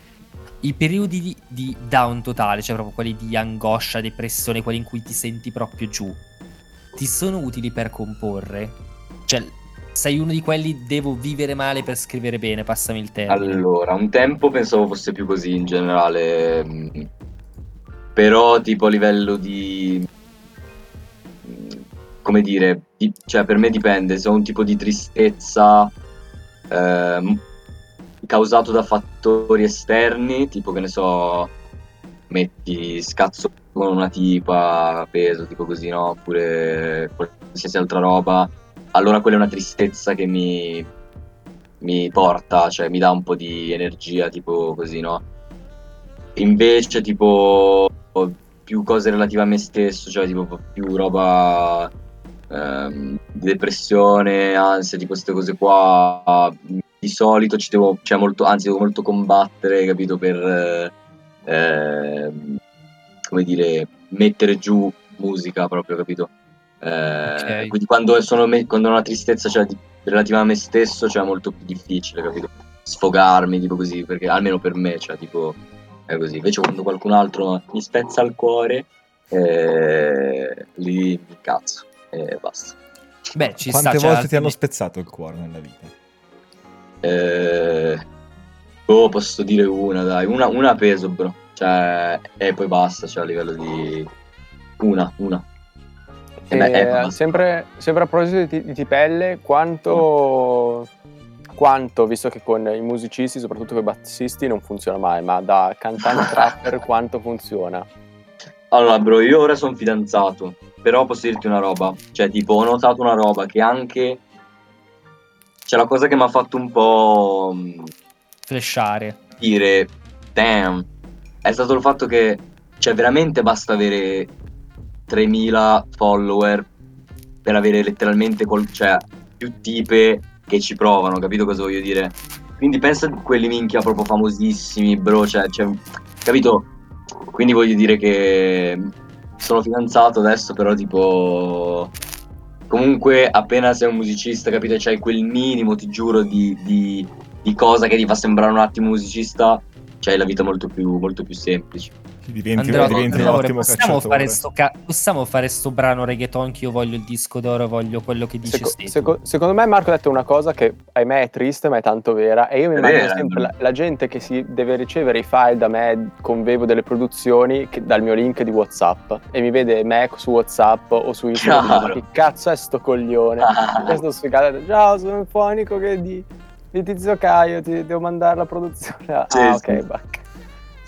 C: i periodi di, di down totale, cioè proprio quelli di angoscia, depressione, quelli in cui ti senti proprio giù, ti sono utili per comporre? Cioè, sei uno di quelli devo vivere male per scrivere bene, passami il termine.
D: Allora, un tempo pensavo fosse più così in generale, mm, però tipo a livello di... mm, come dire, di- cioè per me dipende, se ho un tipo di tristezza ehm, causato da fattori esterni, tipo che ne so, metti scazzo con una tipa, peso, tipo così, no? Oppure qualsiasi altra roba, allora quella è una tristezza che mi, mi porta, cioè mi dà un po' di energia, tipo così, no? Invece, tipo, più cose relative a me stesso, cioè tipo più roba ehm, di depressione, ansia, di queste cose qua, di solito ci devo, cioè molto, anzi devo molto combattere, capito, per, eh, ehm, come dire, mettere giù musica proprio, capito? Eh,
C: Ok.
D: Quindi quando sono, me- quando ho una tristezza, cioè di- relativa a me stesso, cioè è molto più difficile, capito? Sfogarmi, tipo così, perché almeno per me, cioè tipo è così. Invece quando qualcun altro mi spezza il cuore, eh, lì mi cazzo e basta.
C: Beh, ci sta.
B: Quante
C: cioè,
B: volte ti hanno
C: alla
B: spezzato il cuore nella vita?
D: Eh, boh, posso dire una, dai, una, una peso, bro. Cioè, e poi basta, cioè a livello di... Una, una. E beh,
A: Eh,
D: eh, basta.
A: sempre, sempre a proposito di, di Tipelle, quanto, quanto, visto che con i musicisti, soprattutto con i bassisti, non funziona mai, ma da cantante trapper quanto funziona?
D: Allora, bro, io ora sono fidanzato, però posso dirti una roba. Cioè, tipo, ho notato una roba che anche... C'è la cosa che mi ha fatto un po'... mh,
C: Flashare.
D: dire damn è stato il fatto che cioè veramente basta avere 3000 follower per avere letteralmente col- cioè, più tipe che ci provano capito cosa voglio dire quindi pensa a quelli minchia proprio famosissimi bro cioè, cioè, capito quindi voglio dire che sono fidanzato adesso però tipo comunque appena sei un musicista capito c'hai quel minimo ti giuro di- di di cosa che ti fa sembrare un attimo musicista, c'hai Cioè, la vita molto più, molto più semplice.
B: Ti diventi,
C: Andrea,
B: diventi
C: per
B: un
C: favore,
B: ottimo
C: possiamo
B: cacciatore.
C: fare, sto ca- possiamo fare sto brano reggaeton che io voglio il disco d'oro, voglio quello che dici
A: Seco-
C: Stefano.
A: seco- secondo me Marco ha detto una cosa che ahimè è triste ma è tanto vera e io mi
D: È
A: immagino
D: vera,
A: sempre
D: è
A: la, la gente che si deve ricevere i file da me convevo delle produzioni che- dal mio link di Whatsapp e mi vede me su Whatsapp o su Instagram e dice,
D: Chiaro.
A: ma che cazzo è sto coglione
D: Ah.
A: questo sfigato ciao sono il fonico che di, di Tizio Caio ti devo mandare la produzione ah
D: Sì,
A: ok
D: sì.
A: bacca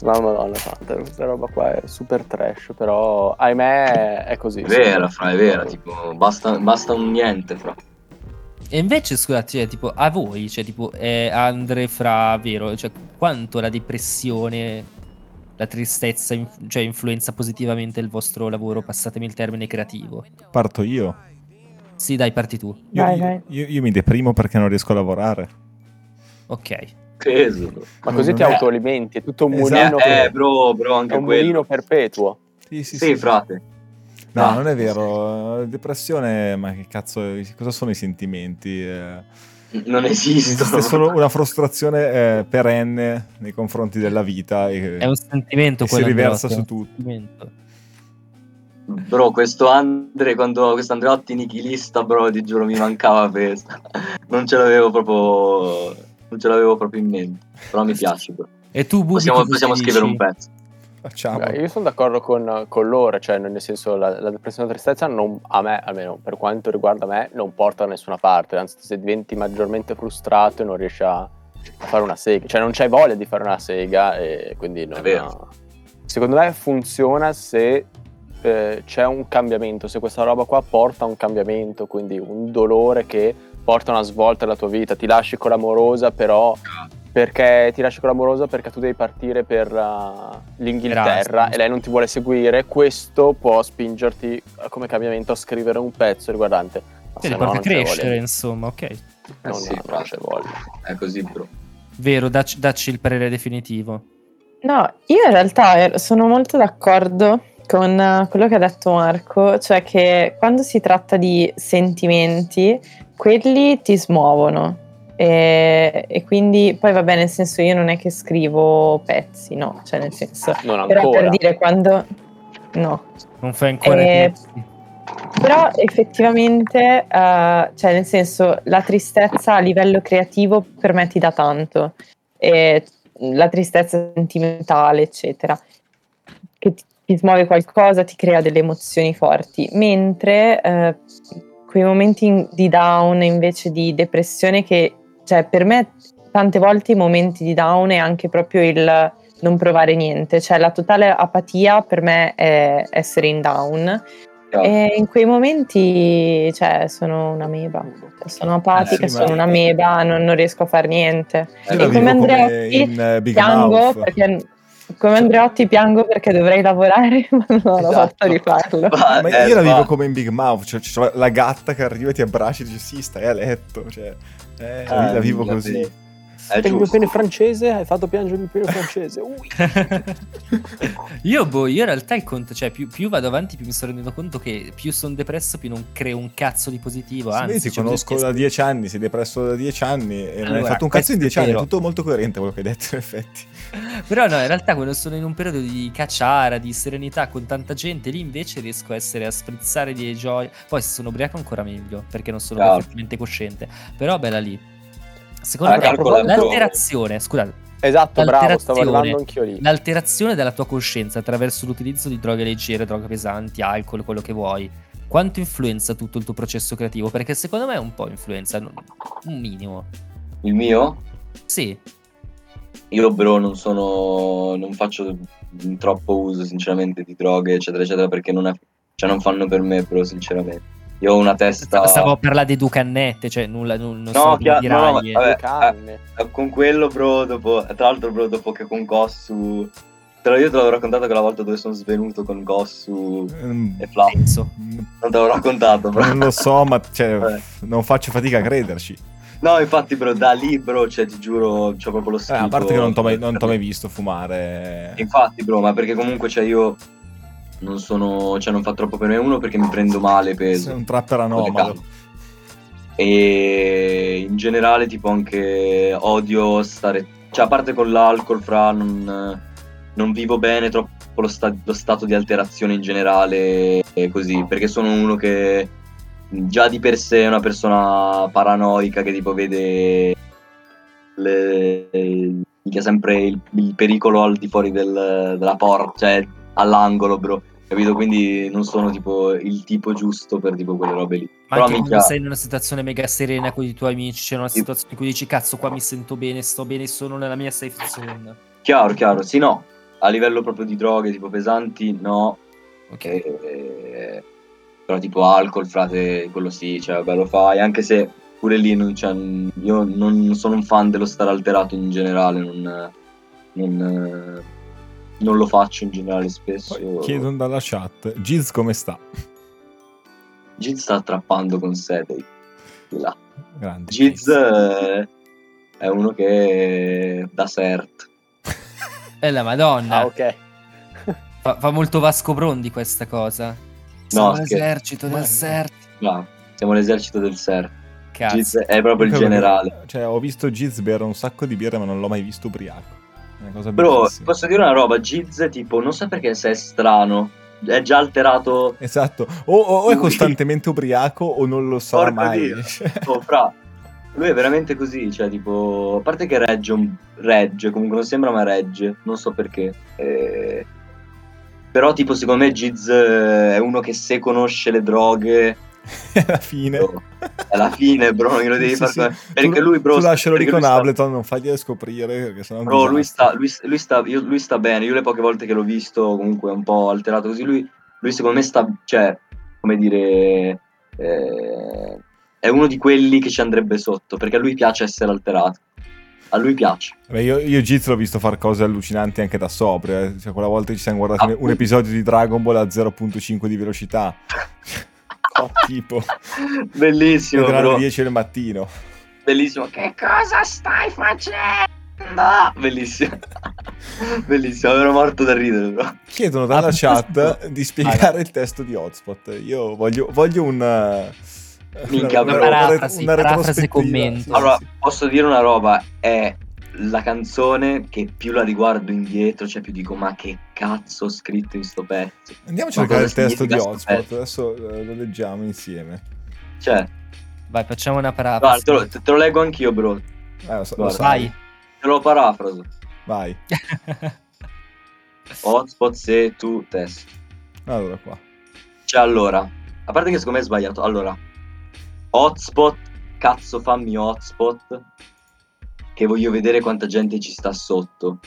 A: Mamma madonna santa, questa roba qua è super trash, però ahimè è così.
D: È vera, fra, è vera, tipo, basta, basta un niente, fra.
C: E invece, scusate, cioè, tipo, a voi, cioè, tipo, eh, Andre fra Vero, cioè, quanto la depressione, la tristezza, in- cioè, influenza positivamente il vostro lavoro, passatemi il termine creativo.
B: Parto io.
C: Sì, dai, parti tu.
B: Io,
E: Vai,
B: io-
E: vai.
B: io- io mi deprimo perché non riesco a lavorare.
C: Ok.
D: Peso, bro.
A: Ma così ti
B: Eh.
A: autoalimenti, è tutto un mulino
B: Esatto.
A: che-
D: Eh, eh, bro, bro,
A: è
D: anche
A: un
D: quello.
A: mulino perpetuo.
B: Sì,
D: Sì, frate.
B: No,
D: Ah,
B: non è vero. Depressione, ma che cazzo, cosa sono i sentimenti? Eh,
D: Non esistono.
B: Esiste solo una frustrazione eh, perenne nei confronti della vita e,
C: È un sentimento
B: e si
C: quello.
B: riversa
C: Andreotti,
B: su
C: è un
B: tutto.
C: sentimento.
D: Bro, questo Andre, quando questo Andreotti nichilista, bro, ti giuro mi mancava questa. Non ce l'avevo proprio... Non ce l'avevo proprio in mente. Però mi piace, bro.
C: E tu, Bubi,
D: Possiamo,
C: cosa
D: possiamo
C: dici?
D: scrivere un pezzo.
B: Facciamo.
A: Guarda, Cioè, Io sono d'accordo con, con loro, cioè nel senso la, la depressione e la tristezza non, a me, almeno per quanto riguarda me, non porta da nessuna parte, anzi se diventi maggiormente frustrato e non riesci a, a fare una sega, cioè non c'hai voglia di fare una sega e quindi non...
D: È vero.
A: Secondo me funziona se eh, c'è un cambiamento, se questa roba qua porta a un cambiamento, quindi un dolore che porta una svolta alla tua vita, ti lasci con l'amorosa però perché ti lascio con l'amorosa perché tu devi partire per uh, l'Inghilterra
C: Erasmus.
A: e lei non ti vuole seguire, questo può spingerti eh, come cambiamento a scrivere un pezzo riguardante. Ma
C: Te
A: se
C: li
A: no,
C: porta a
A: non ce la voglio.
C: crescere, insomma, ok.
D: Eh
A: No,
D: sì,
A: no,
D: fra-
A: non ce la voglio.
D: È così, bro.
C: Vero, dacci, dacci il parere definitivo.
E: No, io in realtà er- sono molto d'accordo con eh, quello che ha detto Marco, cioè che quando si tratta di sentimenti, quelli ti smuovono. E, e quindi poi va bene, nel senso io non è che scrivo pezzi, no, cioè nel senso...
A: Non
E: Però
A: Ah, ancora.
E: per dire quando... No,
C: Non fai ancora
E: Eh,
C: i pezzi.
E: però effettivamente, eh, cioè nel senso, la tristezza a livello creativo per me ti dà tanto, E la tristezza sentimentale, eccetera, che ti, ti smuove qualcosa, ti crea delle emozioni forti, mentre eh, quei momenti in- di down invece di depressione che, cioè per me tante volte i momenti di down è anche proprio il non provare niente, cioè la totale apatia per me è essere in down.
D: Ciao.
E: E in quei momenti, cioè, sono una meba. Sono apatica,
B: sì, ma-
E: sono una meba, non, non riesco a fare niente.
D: Eh,
B: Io la
E: e
B: vivo
E: come Andrea
B: come
E: Otti,
B: in eh, Big
E: piango
B: Mouth.
E: perché, come Andreotti, piango perché dovrei lavorare, ma non ho
A: Esatto.
E: fatto di farlo.
D: Va-
B: Ma
D: eh,
B: io la
D: va.
B: vivo come in Big Mouth, cioè c'è la gatta che arriva e ti abbraccia e dice sì, stai a letto, cioè, eh, io la vivo
D: la
B: così.
D: vedo. È
A: Tengo il
D: Eh, giusto.
A: pene francese, hai fatto piangere il pene francese. Ui.
C: io, boh, io in realtà il conto, cioè, più, più vado avanti, più mi sto rendendo conto che più sono depresso, più non creo un cazzo di positivo.
B: Sì,
C: anzi,
B: vedi, ti
C: cioè,
B: conosco
C: bisogna-
B: da dieci anni, sei depresso da dieci anni e non hai
C: Allora,
B: fatto un
C: questo
B: cazzo in
C: è
B: dieci anni, è
C: vero.
B: tutto molto coerente quello che hai detto in effetti.
C: Però no, in realtà quando sono in un periodo di cacciara, di serenità con tanta gente, lì invece riesco a essere a sprizzare di gioia. Poi se sono ubriaco ancora meglio, perché non sono
D: Chiaro.
C: perfettamente cosciente. Però bella lì. Secondo
A: Ah,
C: me
A: calcolato.
C: l'alterazione, scusate,
A: Esatto, bravo, stavo
C: L'alterazione.
A: arrivando anch'io lì.
C: l'alterazione della tua coscienza attraverso l'utilizzo di droghe leggere, droghe pesanti, alcol, quello che vuoi. Quanto influenza tutto il tuo processo creativo? Perché secondo me un po' influenza, non- un minimo.
D: Il mio?
C: Sì,
D: Io, bro, non sono. Non faccio troppo uso, sinceramente, di droghe, eccetera, eccetera, perché non, è, cioè, non fanno per me, bro, sinceramente. Io ho una testa.
C: stavo per la deducannette, cioè nulla, non, non
D: No,
C: sono
D: chiaro, no, no,
C: diraie.
D: ma- vabbè,
A: Calme.
C: eh,
D: Eh, con quello, bro, dopo, tra l'altro, bro, dopo che con Gossu. Te l'ho, io te l'avevo raccontato quella volta dove sono svenuto con Gossu
B: Mm,
D: e Fla.
C: Penso.
B: mm,
D: Non te l'ho raccontato, bro.
B: Non lo so, ma cioè,
D: Vabbè.
B: non faccio fatica a crederci.
D: No, infatti, bro, da lì, bro, cioè, ti giuro, c'ho proprio lo
B: Eh,
D: schifo.
B: a parte che non t'ho mai, non
D: boh.
B: t'ho mai visto fumare. eh,
D: Infatti, bro, ma perché comunque, cioè, io non sono. Cioè, non fa troppo per me uno perché mi prendo male
B: Sei
D: peso.
B: un trapper
D: Con
B: anomalo.
D: E in generale, tipo, anche odio stare. Cioè, a parte con l'alcol, fra non, non vivo bene troppo lo, sta- lo stato di alterazione in generale. E così, perché sono uno che già di per sé è una persona paranoica che tipo vede le- minchia, sempre il, il pericolo al di fuori del- della porta, cioè all'angolo, bro. Capito? Quindi non sono tipo il tipo giusto per tipo quelle robe lì.
C: Ma anche
D: Però,
C: quando
D: minchia-
C: sei in una situazione mega serena con i tuoi amici, c'è una situazione in cui dici cazzo qua mi sento bene, sto bene, sono nella mia safe zone.
D: Chiaro, chiaro, sì, no. A livello proprio di droghe tipo pesanti, no.
C: Ok.
D: Eh, però tipo alcol, frate, quello sì, cioè, vabbè, lo fai, anche se pure lì non, cioè, io non sono un fan dello stare alterato in generale, non, non, eh, non lo faccio in generale spesso.
B: Poi chiedono dalla chat, Giz come sta?
D: Giz sta trappando con sé dei... di là.
B: Grande.
D: Giz eh, è uno che da cert.
C: E Eh, la madonna,
A: Ah, ok.
C: fa, fa molto Vasco Brondi questa cosa. Sono
D: scherzo. Eh.
C: l'esercito
B: Ma-
C: del CERT.
D: Bravo, siamo l'esercito del cert.
C: Cazzo.
D: Giz è proprio il
B: Comunque,
D: generale.
B: Cioè, ho visto Giz bere un sacco di birra, ma non l'ho mai visto ubriaco. È una cosa
D: Bro,
B: bellissima.
D: posso dire una roba, Giz, tipo, non so perché se è strano, è già alterato,
B: Esatto, o, o- o è costantemente ubriaco o non lo sarà
D: Porco
B: mai.
D: Dio. tipo, Oh, fra, lui è veramente così, cioè, tipo, a parte che regge, un- regge, comunque non sembra ma regge, non so perché, eh, Però, tipo, secondo me Giz eh, è uno che se conosce le droghe,
B: alla fine.
D: bro, alla fine, bro, non glielo devi
B: Sì,
D: far
B: sì.
D: fare.
B: Tu-
D: Perché lui, bro,
B: tu lascialo lì
D: perché
B: con
D: lui sta-
B: Ableton, non farglielo scoprire, perché sennò... è un
D: Bro, lui sta,
B: disastro.
D: lui, lui sta, io- lui sta bene. Io le poche volte che l'ho visto, comunque un po' alterato così, lui, lui secondo me sta, cioè, come dire, eh, è uno di quelli che ci andrebbe sotto, perché a lui piace essere alterato. A lui piace.
B: Beh, io, io Giz l'ho visto fare cose allucinanti anche da sopra. eh. Cioè, quella volta che ci siamo guardati un- un
D: Appunto.
B: episodio di Dragon Ball a 0.5 di velocità. Oh, tipo,
D: Bellissimo,
B: era alle
D: bro.
B: 10 del mattino.
D: Bellissimo. Che cosa stai facendo? Bellissimo. Bellissimo, ero morto da ridere, bro.
B: Chiedono dalla
C: Ah,
B: chat di
C: Ah,
B: spiegare il testo di Hotspot. Io voglio, voglio un. eh,
D: Minchia, bro.
C: Parafrasi, parafrasi
B: retrospettiva.
C: commenti.
B: Sì,
D: Allora,
B: sì.
D: posso dire una roba, è la canzone che più la riguardo indietro, cioè più dico ma che cazzo ho scritto in sto pezzo.
B: Andiamo a
D: Ma
B: cercare il
D: cosa
B: testo di
D: significa sto
B: Hotspot. Adesso eh, lo leggiamo insieme.
D: Cioè,
B: Ah,
C: Vai, facciamo una parata.
D: guarda, te, lo, te- te lo leggo anch'io, bro. Te
B: Eh, lo so- lo
D: Guarda.
B: sai.
C: Vai.
D: lo parafraso.
B: Vai.
D: Hotspot se tu testo.
B: Allora, qua.
D: Cioè, allora, a parte che secondo me è sbagliato. Allora, hotspot, cazzo fammi hotspot, che voglio vedere quanta gente ci sta sotto.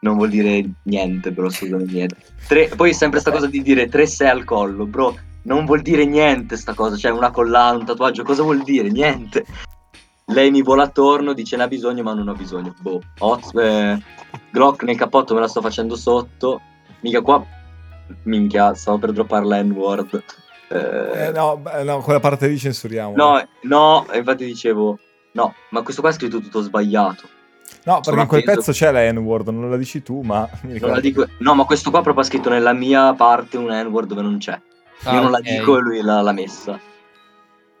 D: Non vuol dire niente, bro, scusami, niente. Tre- poi sempre sta cosa di dire tre sei al collo, bro, non vuol dire niente sta cosa, cioè una collana, un tatuaggio, cosa vuol dire? Niente. Lei mi vola attorno, dice ne ha bisogno, ma non ho bisogno. Boh, Hots- eh, Glock nel cappotto me la sto facendo sotto. Mica qua, minchia, stavo per droppare la N-word. Eh,
B: Eh, no, beh, no, quella parte lì censuriamo.
D: No, no, infatti dicevo, no, ma questo qua è scritto tutto sbagliato.
B: No, perché
D: sono
B: in quel
D: appeso.
B: pezzo c'è la N-word, non la dici tu, ma mi
D: Non
B: ricordo.
D: la dico- no, ma questo qua proprio ha scritto nella mia parte un N-word dove non c'è.
C: Ah,
D: Io non la dico e lui l'ha, l'ha messa.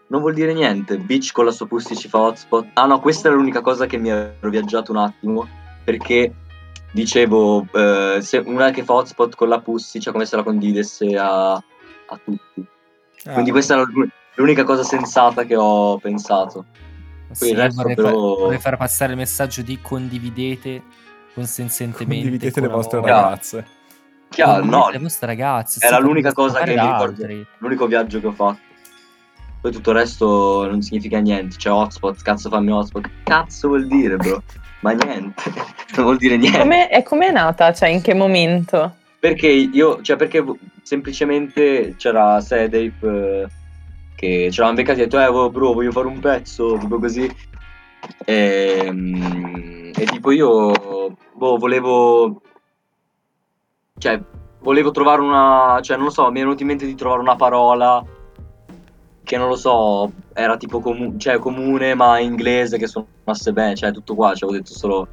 D: Non vuol dire niente. Bitch con la sua pussy ci fa hotspot. Ah no, questa era l'unica cosa che mi ero viaggiato un attimo. Perché dicevo, eh, se una che fa hotspot con la pussy, cioè come se la condividesse a, a tutti.
B: Ah,
D: Quindi questa era l'un- l'unica cosa sensata che ho pensato.
C: Sì,
D: il resto
C: vorrei,
D: però-
C: far, vorrei far passare il messaggio di condividete consensentemente.
B: Condividete
C: con
B: le
C: amore.
B: vostre
D: amore.
B: ragazze.
D: Chiaro, no,
C: Condividete Le vostre ragazze.
D: Era
C: sì,
D: l'unica
C: potete
D: cosa che
C: fare
D: mi
C: da
D: ricordo.
C: altri.
D: l'unico viaggio che ho fatto. Poi tutto il resto non significa niente. Cioè, hotspot, cazzo fammi hotspot. Cazzo vuol dire, bro? Ma niente, non vuol dire niente.
E: Come, e com'è nata? Cioè, in che momento?
D: Perché io, cioè, perché vo- semplicemente c'era Sedape eh, che ci avevamo beccati e ha detto, eh, oh, bro, voglio fare un pezzo, tipo così. E, mm, e tipo io, boh, volevo, cioè, volevo trovare una, cioè, non lo so, mi è venuto in mente di trovare una parola che non lo so, era tipo comu- cioè, comune ma in inglese che suonasse bene, cioè, tutto qua, cioè, ho detto solo,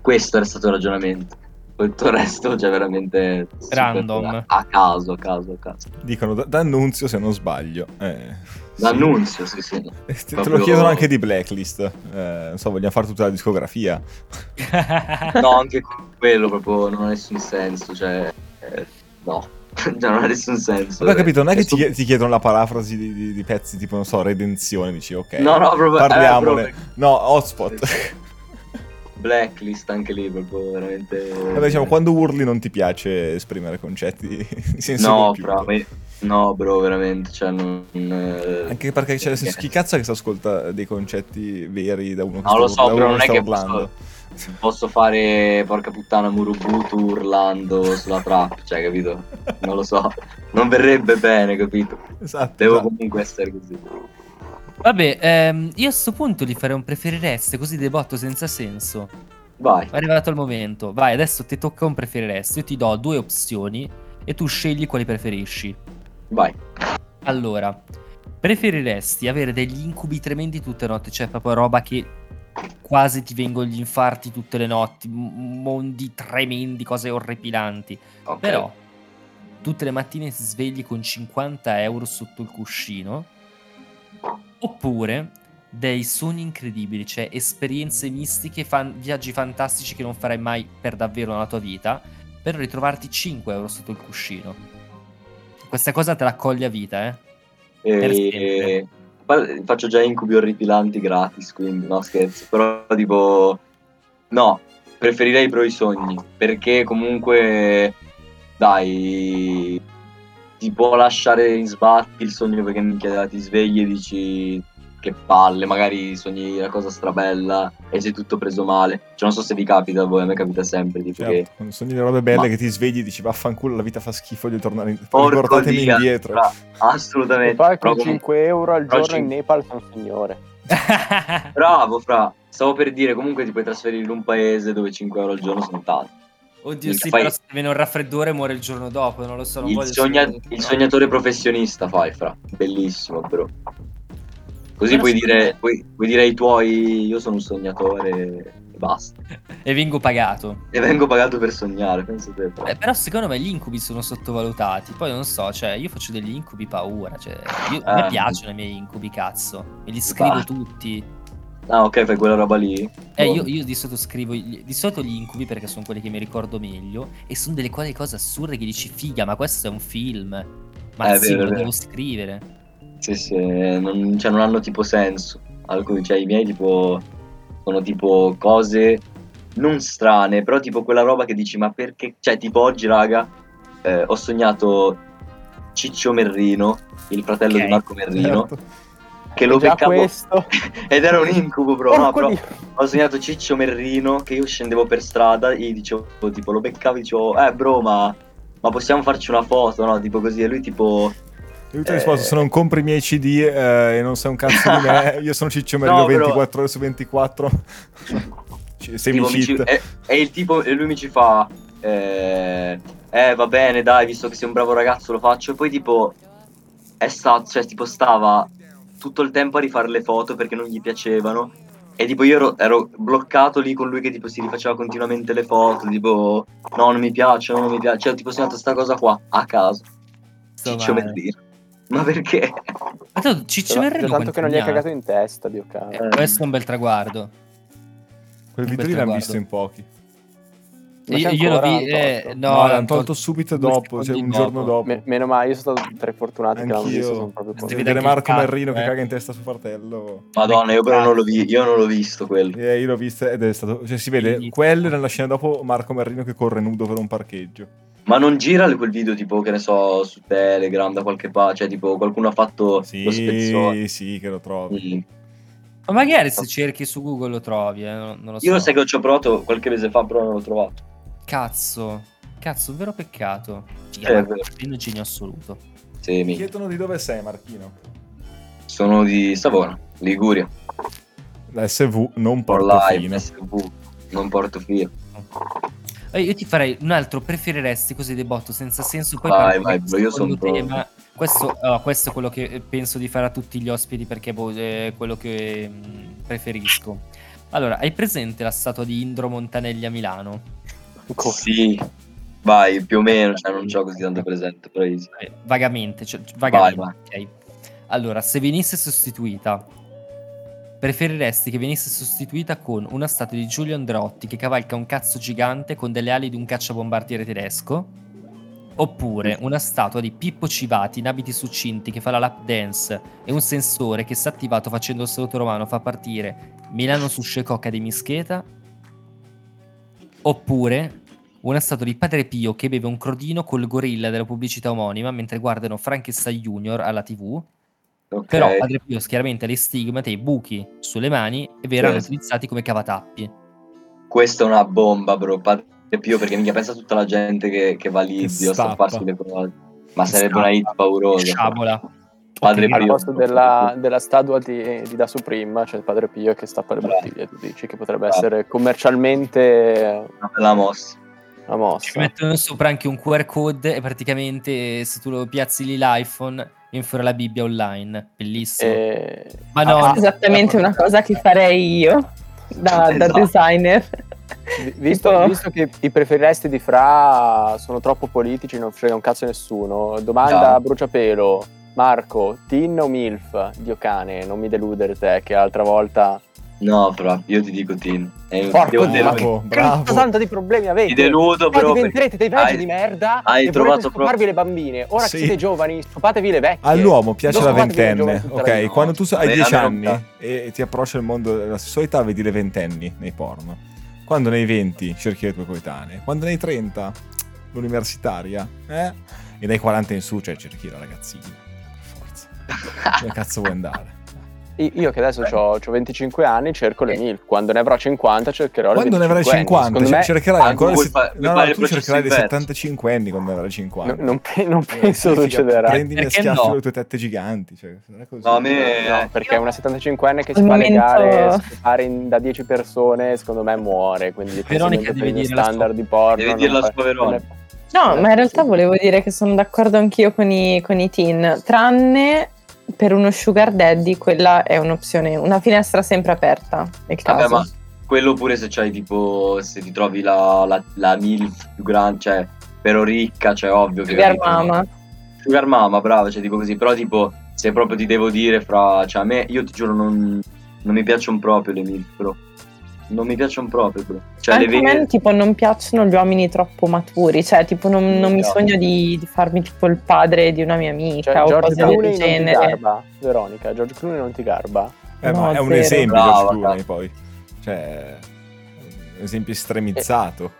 D: questo era stato il ragionamento. Poi Tutto il resto, cioè, veramente super-
C: Random.
D: A caso, a caso, a caso.
B: Dicono da- d'annunzio se non sbaglio. Eh, sì.
D: L'annunzio, sì, sì.
B: Eh, Te, te lo
D: Proprio-
B: chiedono anche di Blacklist. Eh, non so, vogliamo fare tutta la discografia.
D: No, anche quello proprio non ha nessun senso, cioè... eh, no, Cioè, non ha nessun senso.
B: Vabbè, ho capito, non è che ti,
D: Questo-
B: chie- ti chiedono la parafrasi di, di- di pezzi tipo, non so, Redenzione, dici, ok.
D: No, no, proprio... eh,
B: Parliamone.
D: proprio
B: No, hotspot.
D: Blacklist anche lì, proprio veramente...
B: Vabbè, diciamo, quando urli non ti piace esprimere concetti in senso
D: No,
B: compiuto.
D: bravo. No, bro, veramente, cioè, non... eh,
B: Anche perché c'è nel senso, chi cazzo è che si ascolta dei concetti veri da uno che
D: No, lo
B: sta,
D: so,
B: da
D: però
B: uno
D: non è
B: sta
D: che
B: urlando?
D: Posso fare, porca puttana, Murubutu urlando sulla trap, cioè, capito? Non lo so. Non verrebbe bene, capito?
B: Esatto.
D: Devo
B: esatto.
D: comunque essere così.
C: Vabbè, ehm, io a sto punto li farei un preferireste così di botto senza senso.
D: Vai.
C: È arrivato il momento. Vai, adesso ti tocca un preferireste. Io ti do due opzioni e tu scegli quali preferisci.
D: Vai.
C: Allora, preferiresti avere degli incubi tremendi tutte le notti, cioè proprio roba che quasi ti vengono gli infarti tutte le notti, m- mondi tremendi, cose orripilanti.
D: ok.
C: Però tutte le mattine ti svegli con 50 euro sotto il cuscino. Oppure dei sogni incredibili, cioè esperienze mistiche, fan- viaggi fantastici che non farai mai per davvero nella tua vita, per ritrovarti 5 euro sotto il cuscino. Questa cosa te la cogli a vita, eh.
D: Eh,
C: per sempre.
D: fa- faccio già incubi orripilanti gratis, quindi no scherzo. Però tipo... No, preferirei però i sogni, perché comunque... dai, ti può lasciare in sbatti il sogno perché minchia, ti svegli e dici che palle, magari sogni una cosa strabella e sei tutto preso male. Cioè, non so se vi capita a voi, a me capita sempre, tipo
B: Certo,
D: che...
B: quando sogni le robe belle
D: Ma-
B: che ti svegli e dici vaffanculo la vita fa schifo, voglio tornare in...
D: Porco
B: riportatemi
D: Dio,
B: indietro.
D: bra- assolutamente.
A: Poi
D: Però
A: con
D: comunque-
A: 5 euro al
D: però
A: giorno in
D: cinque-
A: Nepal sono signore.
D: Bravo, fra. Stavo per dire, comunque ti puoi trasferire in un paese dove 5 euro al giorno sono tanti.
C: Oddio,
D: Il
C: sì,
D: fai-
C: però se viene un raffreddore muore il giorno dopo, non lo so, non
D: Il,
C: voglio
D: sogna-
C: sapere.
D: il sognatore professionista fai, fra. Bellissimo, bro. Così
C: Però
D: puoi
C: secondo
D: dire,
C: me-
D: puoi, puoi dire ai tuoi, io sono un sognatore e basta.
C: E vengo pagato.
D: E vengo pagato per sognare, penso te. fra.
C: Eh, però secondo me gli incubi sono sottovalutati. Poi non so, cioè, io faccio degli incubi paura. Cioè, io- a me
D: Ah.
C: piacciono i miei incubi, cazzo. Me li scrivo
D: Bah. Boh.
C: tutti.
D: Ah, ok, fai quella roba lì.
C: Eh, io, io di solito scrivo. gli- Di solito gli incubi perché sono quelli che mi ricordo meglio. E sono delle quali- cose assurde che dici, figa, ma questo è un film. Ma
D: Eh,
C: sì,
D: vero,
C: me lo
D: vero.
C: devo scrivere.
D: Sì, sì, non, cioè, non hanno tipo senso. Alcuni, cioè, i miei tipo sono tipo cose non strane, però tipo quella roba che dici, ma perché? Cioè, tipo oggi, raga, eh, ho sognato Ciccio Merrino, il fratello
C: Ok.
D: di Marco Merrino,
B: Certo.
D: che
A: Esatto.
D: lo
A: E già
D: beccavo
A: questo.
D: ed era un incubo, bro. No,
A: Porco
D: però
A: Dio.
D: ho sognato Ciccio Merrino che io scendevo per strada e gli dicevo, tipo, lo beccavo e dicevo, eh, bro, ma, ma possiamo farci una foto, no? Tipo così, e lui tipo...
B: E lui ti ha
D: Eh.
B: risposto, se non compri i miei CD eh, e non sei un cazzo di me, io sono Ciccio Merino
D: No, però-
B: 24 ore su Cioè, 24. Ci- Sei mi
D: Tipo, mi ci- eh,
B: cheat.
D: e, e il tipo, e lui mi ci fa, eh, eh, va bene, dai, visto che sei un bravo ragazzo, lo faccio. E poi, tipo, è stato, cioè, tipo, stava tutto il tempo a rifare le foto perché non gli piacevano. E tipo, io ero, ero bloccato lì con lui che, tipo, si rifaceva continuamente le foto. Tipo, no, non mi piacciono, non mi piacciono. Cioè, tipo, ho segnato sta cosa qua, a caso.
C: Sto
D: Ciccio
C: male.
D: Merlino. Ma perché?
C: Ma tu, Ciccio
A: Già- già
C: Merrino
A: Esatto, Cioè, tanto
C: quanti
A: che non gli hai
C: anni ha?
A: cagato in testa, Dio caro.
C: Eh, questo è un bel traguardo.
B: Quel
C: un
B: video
C: bel
B: lì
C: traguardo.
B: l'hanno visto in pochi.
A: Ma
C: Io,
A: c'è
C: io lo
A: ancora
C: vi.
A: l'hanno
C: eh,
A: tolto?
C: no,
B: No, l'hanno
C: l'hanno
B: tolto subito
C: due
B: dopo, cioè
C: secondi
B: un giorno dopo.
A: Me- meno male, io sono stato tre fortunato che l'hanno visto. Sono
B: Anch'io.
A: proprio
B: Se
A: pochi.
C: Devi
B: Vedere
C: dare
B: Marco
C: il cazzo,
B: Merrino che
C: eh.
B: caga in testa a suo fratello.
D: Madonna, io però non l'ho, vi- io non l'ho visto quello.
B: Eh, io l'ho vista ed è stato. Cioè, si vede
C: Bellissimo.
B: quello e nella scena dopo Marco Merrino che corre nudo per un parcheggio.
D: Ma non gira quel video tipo che ne so su Telegram da qualche parte, cioè tipo qualcuno ha fatto lo spezzone.
B: Sì, sì, che lo trovi.
D: Mm.
C: Ma magari se cerchi su Google lo trovi, eh, non non lo so.
D: Io lo sai che ci ho provato qualche mese fa, però non l'ho trovato.
C: Cazzo, cazzo, un vero peccato. Figa,
D: Eh,
C: ma
D: è vero.
C: è un genio assoluto.
D: Sì, mi-
B: Chiedono di dove sei, Marchino.
D: Sono di Savona, Liguria,
B: La SV non
D: online,
B: Portofino.
D: SV, non Portofino.
C: Eh, io ti farei un altro, preferiresti così dei botto senza senso. Poi
D: Vai,
C: partiamo
D: vai,
C: dal
D: bro, io son
C: secondo
D: pronto.
C: tema. Questo, allora, questo è quello che eh, penso di fare a tutti gli ospiti perché boh, è quello che mm, preferisco. Allora, hai presente la statua di Indro Montanelli a Milano?
A: Ancora.
D: Sì, vai, più o meno, cioè non c'ho così tanto presente, però easy.
C: Eh, vagamente, cioè, vagamente,
D: Vai,
C: ok. Allora, se venisse sostituita, preferiresti che venisse sostituita con una statua di Giulio Andreotti che cavalca un cazzo gigante con delle ali di un cacciabombardiere tedesco? Oppure
D: Mm.
C: una statua di Pippo Civati in abiti succinti che fa la lap dance e un sensore che, se attivato facendo il saluto romano, fa partire Milano su Scecocca di Mischeta? Oppure una statua di Padre Pio che beve un crodino col gorilla della pubblicità omonima mentre guardano Frankenstein Junior alla TV.
D: Ok,
C: Però Padre Pio chiaramente ha le stigmate e i buchi sulle mani e verranno
D: Sì.
C: utilizzati come cavatappi.
D: questa è una bomba, bro. Padre Pio, perché mica pensa a tutta la gente che, che va lì,
B: Che
D: zio, a stapparsi
B: stappa.
D: le cose. Ma sarebbe una hit paurosa.
C: Sciabola.
D: Padre
A: Al
D: Pio.
A: posto della, della statua di, di Da Supreme, cioè il padre Pio che stappa le
D: Bravo.
A: bottiglie, tu dici che potrebbe
D: Bravo.
A: essere commercialmente
D: Una bella mossa.
A: una
C: Ci
A: mossa.
C: mettono sopra anche un QR code e praticamente se tu lo piazzi lì l'iPhone viene fuori la Bibbia online. Bellissimo.
A: E-
C: Ma no,
A: Ah,
C: no.
E: Esattamente una cosa che farei io da, da
D: Esatto.
E: designer.
A: vi- Visto,
E: Tipo-
A: visto che i preferiresti di Fra sono troppo politici, non frega un cazzo a nessuno. Domanda
D: Bravo.
A: a bruciapelo. Marco, Tin o Milf? Dio cane, non mi deludere te che l'altra volta...
D: No, fra, io ti dico Tin. Eh,
A: Porco
D: devo
A: Dio.
D: dire-
B: Bravo,
A: Cristo
B: bravo.
A: santo di problemi avete!
D: ti
A: Poi
D: deludo, bro. perché-
A: Eh, diventerete dei vecchi
D: hai-
A: di merda
D: hai
A: e
D: trovato
A: volete scoparvi
D: proprio-
A: le bambine. Ora
B: Sì.
A: che siete giovani, scopatevi le vecchie.
B: All'uomo piace
A: Non
B: la
A: scopatevi le giovani
B: ventenne,
A: tutta la
B: ok?
A: vita.
B: Quando tu hai
D: Beh,
B: 10
D: almeno-
B: anni e ti approccia al mondo della sessualità, vedi le ventenni nei porno. Quando ne hai 20, cerchi le tue coetanee. Quando ne hai 30, l'universitaria, eh? E dai 40 in su, cioè cerchi la ragazzina, per forza. Dove cazzo vuoi andare?
A: I- Io che adesso ho 25 anni cerco le MILF, quando ne avrò 50 cercherò
B: Quando ne
A: le 25
B: avrai 50,
A: secondo
B: ce-
A: me
B: cercherai
D: ah,
B: ancora...
D: vuoi
B: se-
D: fa- vuoi
B: no, no,
D: fare il
B: tu cercherai dei
D: processo inverso.
B: 75 anni quando ne avrai 50.
A: no- non, pe- non
B: Eh,
A: penso
B: figa,
A: succederà.
B: Prendimi a
C: Perché
B: schiaffi
C: no?
B: con le tue tette giganti. Cioè, non è così.
D: No, a me-
A: No, perché una 75enne che si
E: Al
A: fa
E: momento-
A: legare spare in- da 10 persone, secondo me muore. Quindi di
C: Veronica
A: conseguenza
C: deve
A: bisogna
C: dire la sua-
A: standard di porno.
D: deve dire
A: non
D: la
A: fa-
D: sua Veronica.
A: non è-
E: No, ma in realtà volevo dire che sono d'accordo anch'io con i, con i teen, tranne per uno sugar daddy, quella è un'opzione, una finestra sempre aperta nel caso.
D: Vabbè, ma quello pure se c'hai tipo. Se ti trovi la, la, la MILF più grande, cioè però ricca, cioè ovvio che.
E: Sugar mama.
D: Sugar mama, brava, cioè tipo così. Però tipo, se proprio ti devo dire, fra. Cioè, a me, io ti giuro, non, non mi piacciono proprio le MILF, però. Non mi piacciono proprio, però. Cioè,
E: Anche
D: le
E: a me
D: vere.
E: tipo non piacciono gli uomini troppo maturi, cioè tipo
D: Mm,
E: non, non mi
A: No.
E: sogno di, di farmi tipo il padre di una mia amica
A: Cioè,
E: o
A: George
E: cose
A: Clooney
E: del
A: non ti
E: genere.
A: garba, Veronica. George Clooney non ti garba.
B: Eh, ma
E: No,
B: è un
E: zero.
B: esempio,
D: Brava,
B: George
D: brava.
B: Clooney, poi. Cioè, un esempio
D: Eh,
B: estremizzato.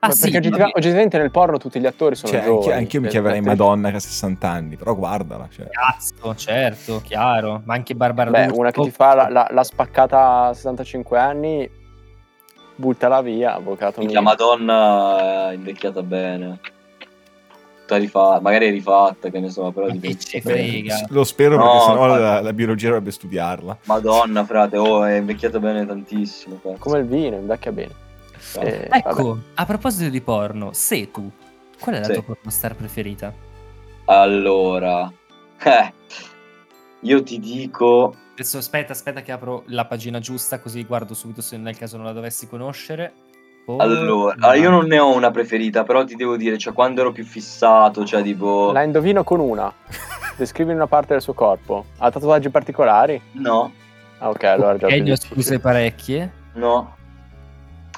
C: Ah,
A: Ma
C: sì,
A: Cioè, perché
C: vabbè.
A: oggettiva- oggettivamente nel porno tutti gli attori sono
B: Cioè,
A: giovani.
B: anche, anch'io mi
A: Eh,
B: chiamerei
A: attrici-
B: Madonna che ha 60 anni, però guardala. Cioè.
C: Cazzo, certo, chiaro. Ma anche Barbara
A: Beh,
C: D'Urso.
A: una che ti fa la, la- la spaccata a 65 anni, buttala via, avvocato
D: La
A: mio.
D: Madonna eh, invecchiata bene. Tutta rifatta, magari rifatta, che ne so, però
C: Ma
D: eh, tipo.
C: che ci
B: Beh,
C: frega.
B: s- lo spero
D: No,
B: perché sennò
D: infatti.
B: la, la biologia dovrebbe studiarla.
D: Madonna, frate, oh, è invecchiata bene tantissimo. cazzo.
A: Come il vino, invecchia bene. Eh, vabbè.
C: Ecco, a proposito di porno, se tu, qual è la
D: Sì.
C: tua porno star preferita?
D: Allora, eh, io ti dico,
C: Adesso aspetta, aspetta che apro la pagina giusta così guardo subito se nel caso non la dovessi conoscere. Porno-
D: allora, allora, io non ne ho una preferita, però ti devo dire, cioè, quando ero più fissato, cioè, tipo,
A: La indovino con una. Descrivi una parte del suo corpo. Ha tatuaggi particolari?
D: no,
A: Ah, ok, allora già.
C: Ok,
A: più
C: ne ho
A: difficile.
C: escluse parecchie.
D: no,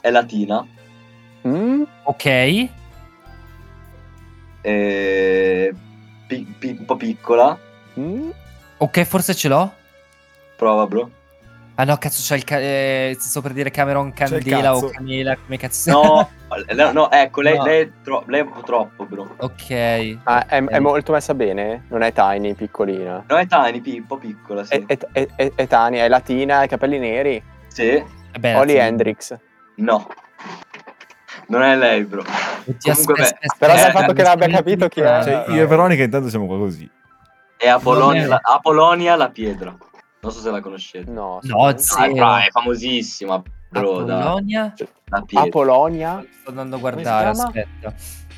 D: è latina,
A: Mm?
C: Ok.
D: è eh, pi- pi- un po' piccola,
A: Mm?
C: Ok, forse ce l'ho.
D: prova, bro.
C: Ah no, cazzo, c'è il ca- eh, sto per dire Cameron
B: il
C: Candela o
B: cazzo.
C: Canela, come cazzo.
D: No, no, no, ecco, lei,
C: No.
D: lei è tro- lei è un po' troppo, bro.
C: Ok.
A: Ah, è, è molto messa bene? Non è tiny, piccolina.
D: No, è tiny, pi- un po' piccola, sì.
C: Eh,
A: È, è, è, è- è tiny, è latina, ha i capelli neri.
D: Eh, Sì,
C: Vabbè,
A: Holly
C: Eh, sì.
A: Hendrix.
D: no. Non è lei, bro.
C: Oddio, aspetta,
D: Comunque, beh,
C: aspetta,
A: Però sai il
C: aspetta,
A: fatto che l'abbia
C: aspetta.
A: capito chi è?
B: Cioè,
A: Ah,
B: io e
A: no.
B: Veronica intanto siamo qua così.
D: È Apolonia,
C: è-
D: la, Apolonia la pietra. Non so se la conoscete.
A: No.
C: No,
A: sì.
D: Ah, è,
C: Sì.
D: fra- è famosissima, bro. Da,
C: Apollonia?
D: la pietra.
A: A Polonia.
C: Sto andando a
A: si
C: guardare,
A: chiama?
C: aspetta.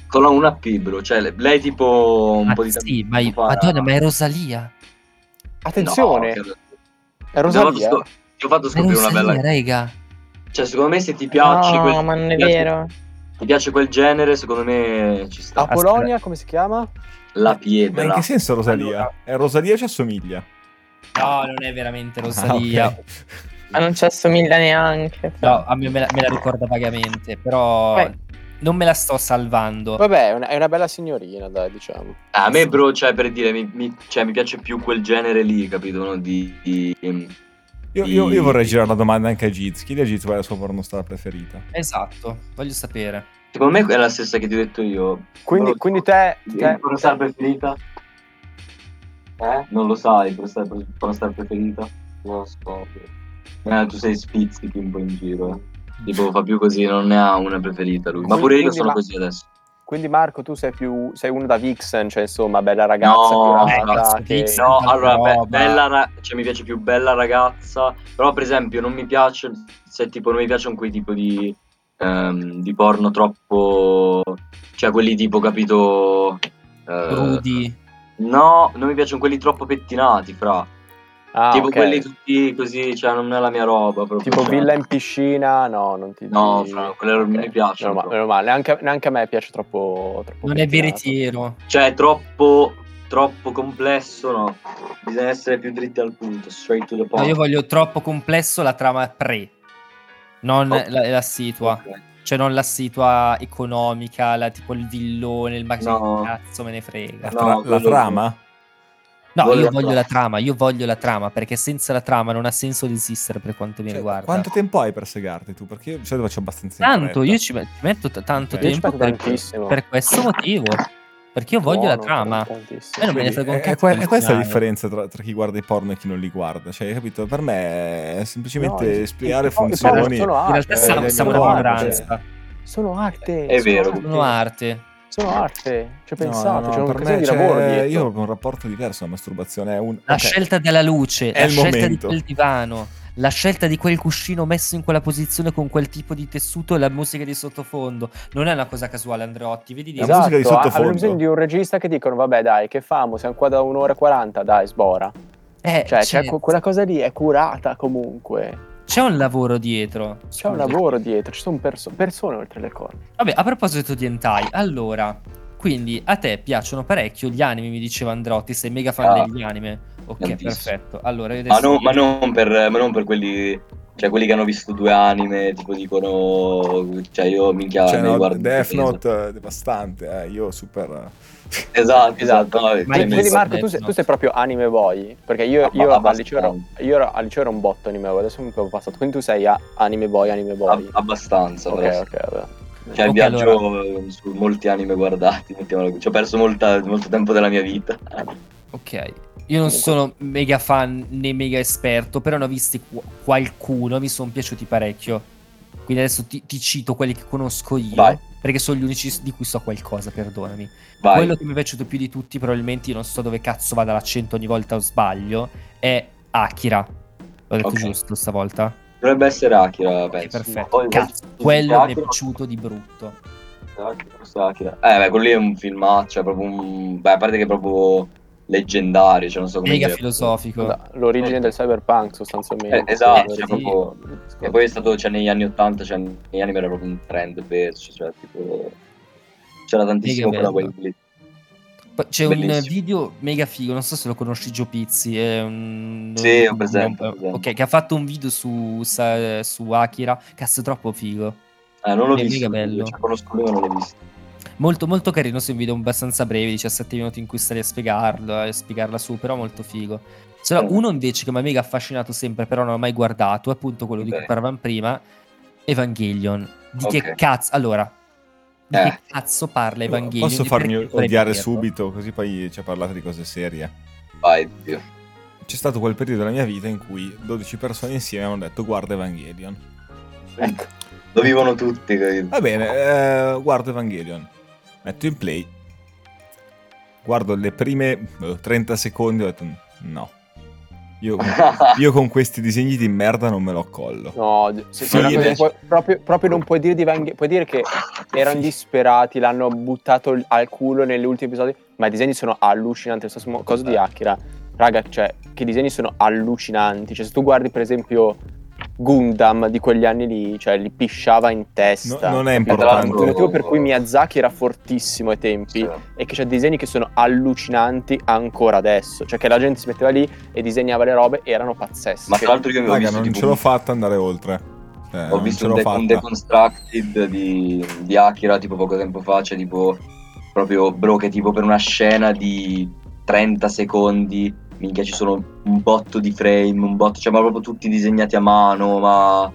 D: Con la una P, bro. Cioè, le- lei tipo un
C: Ah,
D: po' di
C: sì,
D: tempo
C: ma io-
D: fa-
C: Madonna, ma è Rosalia.
A: Attenzione,
D: No, che-
A: è
D: ti ho fatto
A: Rosalia.
D: scop- Ti ho fatto
C: È
D: scoprire una
C: Rosalia,
D: bella.
C: raga.
D: Cioè, secondo me, se ti piace,
E: no,
D: quel...
E: ma non
D: ti
E: è
D: piace-
E: vero.
D: ti piace quel genere, secondo me ci sta.
A: A Polonia, come si chiama?
D: La
B: Ma in
D: pietra.
B: che senso Rosalia?
C: Allora.
B: È Rosalia ci assomiglia?
C: No, non è veramente
B: Ah,
C: Rosalia.
B: ok.
E: Ma non ci assomiglia neanche. però.
C: No, a me, me la, me la ricorda vagamente, però
E: Beh.
C: non me la sto salvando.
A: Vabbè, è una, è una bella signorina, dai, diciamo.
D: A me, bro, cioè, per dire, mi, mi- cioè, mi piace più quel genere lì, capito? no? Di, di-
B: Io, io- io vorrei girare una domanda anche a Giz. Chi di Giz qual è la sua pornostar preferita?
C: Esatto, voglio sapere.
D: Secondo me è la stessa che ti ho detto io.
A: Quindi,
D: Bro,
A: quindi te,
D: Il
A: te-
D: pornostar preferita? Eh? Non lo sai, il pornostar, pornostar preferita? Non lo so. Eh, tu sei spizzichi un po' in giro. eh. Tipo, fa più così, non ne ha una preferita lui. Ma
A: Quindi-
D: pure io
A: quindi
D: sono
A: ma-
D: così adesso.
A: quindi Marco, tu sei più sei uno da Vixen, cioè insomma, bella ragazza,
D: No,
A: curata,
C: eh,
A: che-
C: Vixen.
D: No,
C: Tanta
D: allora, be-
C: roba.
D: bella ra- cioè, mi piace più bella ragazza, però per esempio non mi piace, se tipo non mi piacciono quei tipo di, ehm, di porno troppo, cioè quelli tipo, capito... eh,
C: Rudy.
D: No, non mi piacciono quelli troppo pettinati, fra.
A: Ah,
D: tipo
A: ok.
D: quelli tutti così, cioè non è la mia roba proprio.
A: Tipo
D: cioè.
A: villa in piscina, no, non ti
D: No,
A: ti-
D: fra, quelle non
A: ok,
D: mi piacciono,
A: Mm. Meno, ma-
D: però.
A: meno male, neanche, neanche a me piace troppo. troppo
C: Non è
A: pettinato.
C: veritiero.
D: Cioè è troppo, troppo complesso, no. Bisogna essere più dritti al punto, straight to the
C: No,
D: point.
C: io voglio troppo complesso la trama pre, non
D: Ok.
C: la, la situa.
D: Ok.
C: Cioè non la situa economica, la, tipo il villone, il magazzino,
D: No.
C: cazzo me ne frega.
B: La,
D: No,
B: tra- la
D: quello-
B: trama?
C: No,
D: Voglio
C: io
D: la
C: voglio
D: trama.
C: la trama, io voglio la trama, perché senza la trama non ha senso di esistere per quanto mi
B: Cioè,
C: riguarda.
B: Quanto tempo hai per segarti tu? Perché io di solito faccio abbastanza in
C: Tanto,
B: fretta.
C: io ci met- ci metto t- tanto
B: Ok.
A: Io ci
C: tempo
A: metto
C: per,
A: tantissimo.
C: per questo motivo. Perché io voglio la
A: Buono,
C: trama.
A: tantissimo.
C: Eh, non me ne
B: Quindi
C: frega un
B: è,
C: cazzo
B: è que-
C: del
B: è questa la
C: finale.
B: differenza tra, tra chi guarda i porno e chi non li guarda. Cioè, hai capito? Per me è semplicemente
A: No, i-
B: spiegare
A: i- i porno
B: funzioni.
A: sono
C: In realtà
A: arte,
C: siamo,
B: eh,
C: siamo una
B: no,
C: minoranza,
A: Sono arte.
D: È
A: sono
D: vero.
A: arte,
C: sono arte.
A: Sono arte. Ci ho
B: No,
A: pensato,
B: no, no,
A: c'è un
B: per
A: casino
B: me
A: di
B: c'è-
A: lavoro dietro.
B: Io ho proprio un rapporto diverso alla masturbazione. È un...
C: La
B: ok,
C: scelta della luce,
B: È
C: la
B: il
C: scelta
B: momento.
C: di quel divano, la scelta di quel cuscino messo in quella posizione con quel tipo di tessuto e la musica di sottofondo. Non è una cosa casuale, Andreotti, vedi di
B: La musica di
A: ha-
B: sottofondo.
A: hanno Esatto, ah, bisogno di un regista che dicono vabbè dai che famo siamo qua da un'ora e quaranta dai sbora
C: Eh,
A: cioè
C: c'è,
A: c'è que- quella cosa lì è curata comunque
C: c'è un lavoro dietro.
A: c'è un
C: Scusa.
A: lavoro dietro ci sono perso- persone oltre le corna
C: Vabbè, a proposito di hentai, allora, quindi a te piacciono parecchio gli anime, mi diceva Androtti, sei mega fan
D: Ah,
C: degli anime. Ok,
D: tantissimo.
C: perfetto. Allora, io
D: Ma,
C: adesso...
D: no- ma non per, ma non per quelli, cioè quelli che hanno visto due anime, tipo dicono, cioè io minchia
B: Cioè,
D: mi
B: no,
D: guardo.
B: Death Note eh, devastante. eh, io super...
D: Esatto, esatto. no, cioè,
C: Ma è
D: mi-
A: quindi
C: penso-
A: Marco tu sei, tu sei proprio anime boy perché io,
D: Ah,
A: io
D: ma-
A: al liceo ero,
D: abbastanza.
A: io ero- al liceo ero un botto anime boy adesso mi sono passato quindi tu sei a- anime boy anime boy
D: ab- abbastanza,
A: ok
D: però.
A: ok vabbè.
D: Cioè,
C: Ok,
D: viaggio eh, su molti anime guardati, mettiamola così. Ci ho perso molta- molto tempo della mia vita.
C: Ok. Io non sono mega fan né mega esperto, però ne ho visti qu- qualcuno, mi sono piaciuti parecchio. Quindi adesso ti, ti cito quelli che conosco io,
D: Vai.
C: perché sono gli unici s- di cui so qualcosa, perdonami.
D: Vai.
C: Quello che mi è piaciuto più di tutti, probabilmente io non so dove cazzo vada l'accento ogni volta o sbaglio, è Akira. L'ho detto
D: Ok.
C: giusto stavolta?
D: Dovrebbe essere Akira,
C: Ok,
D: penso.
C: perfetto.
D: Poi-
C: Cazzo,
D: poi-
C: quello mi è
D: Akira-
C: piaciuto di brutto.
D: Akira. Eh, beh, quello lì è un filmaccio, è proprio un... Beh, a parte che è proprio leggendario, cioè non so come
C: Mega
D: dire.
C: filosofico.
A: Scusa, l'origine del cyberpunk sostanzialmente
D: Eh, esatto,
A: Sì.
D: cioè, proprio- E poi è stato, cioè, negli anni 80, cioè, negli anime era proprio un trend perso, cioè, tipo... C'era tantissimo
C: Mega
D: quella
C: bello.
D: wave lì.
C: Poi C'è un
D: Bellissimo.
C: video mega figo, non so se lo conosci Gio Pizzi. È un...
D: Sì, ho
C: un-
D: presente, ho presente.
C: Ok, che ha fatto un video su, sa- su Akira. Cazzo, troppo figo.
D: Eh, non l'ho
C: È mega
D: visto,
C: bello.
D: cioè, conosco lui ma non l'ho visto.
C: Molto, molto carino. Se un video abbastanza breve, 17 minuti in cui stai a spiegarlo, e spiegarla su, però molto figo. Se no,
D: Mm.
C: uno invece che mi ha mega affascinato sempre, però non ho mai guardato, è appunto quello di
D: Ok.
C: cui parlavamo prima, Evangelion. Di che
D: Ok.
C: cazzo? Allora, di
D: Eh.
C: che cazzo parla Evangelion?
B: Posso
C: e
B: farmi
C: perché dovrei
B: odiare
C: vederlo?
B: subito, così poi ci parlate di cose serie.
D: Vai, Dio.
B: C'è stato quel periodo della mia vita in cui 12 persone insieme hanno detto guarda Evangelion.
A: Ecco.
D: Lo vivono tutti. capito?
B: Va bene, eh, guardo Evangelion. Metto in play. Guardo le prime eh, 30 secondi e ho detto no. Io, io con questi disegni di merda non me lo accollo.
A: No, se- se
B: Fine.
A: una cosa che puoi- proprio, proprio non puoi dire di Van Ghe- puoi dire che
D: Ah,
A: erano disperati, l'hanno buttato l- al culo negli ultimi episodi, ma i disegni sono allucinanti, lo stesso mo- cosa
D: Eh.
A: di Akira. Raga, cioè, che i disegni sono allucinanti, cioè se tu guardi per esempio Gundam di quegli anni lì, cioè li pisciava in
B: No-
A: testa.
B: non è
A: Capito? Il
B: importante.
A: motivo per cui Miyazaki era fortissimo ai tempi
D: Sì.
A: e che c'è disegni che sono allucinanti ancora adesso. Cioè che la gente si metteva lì e disegnava le robe erano pazzesche.
D: Ma tra l'altro io avevo
B: Raga,
D: visto,
B: non
D: tipo,
B: ce l'ho fatta andare oltre. Eh,
D: ho
B: non
D: visto
B: ce
D: un,
B: l'ho
D: de- un
B: fatta.
D: Deconstructed di, di Akira tipo poco tempo fa, cioè tipo proprio bro che tipo per una scena di 30 secondi, minchia ci sono un botto di frame, un botto, cioè ma proprio tutti disegnati a mano, ma...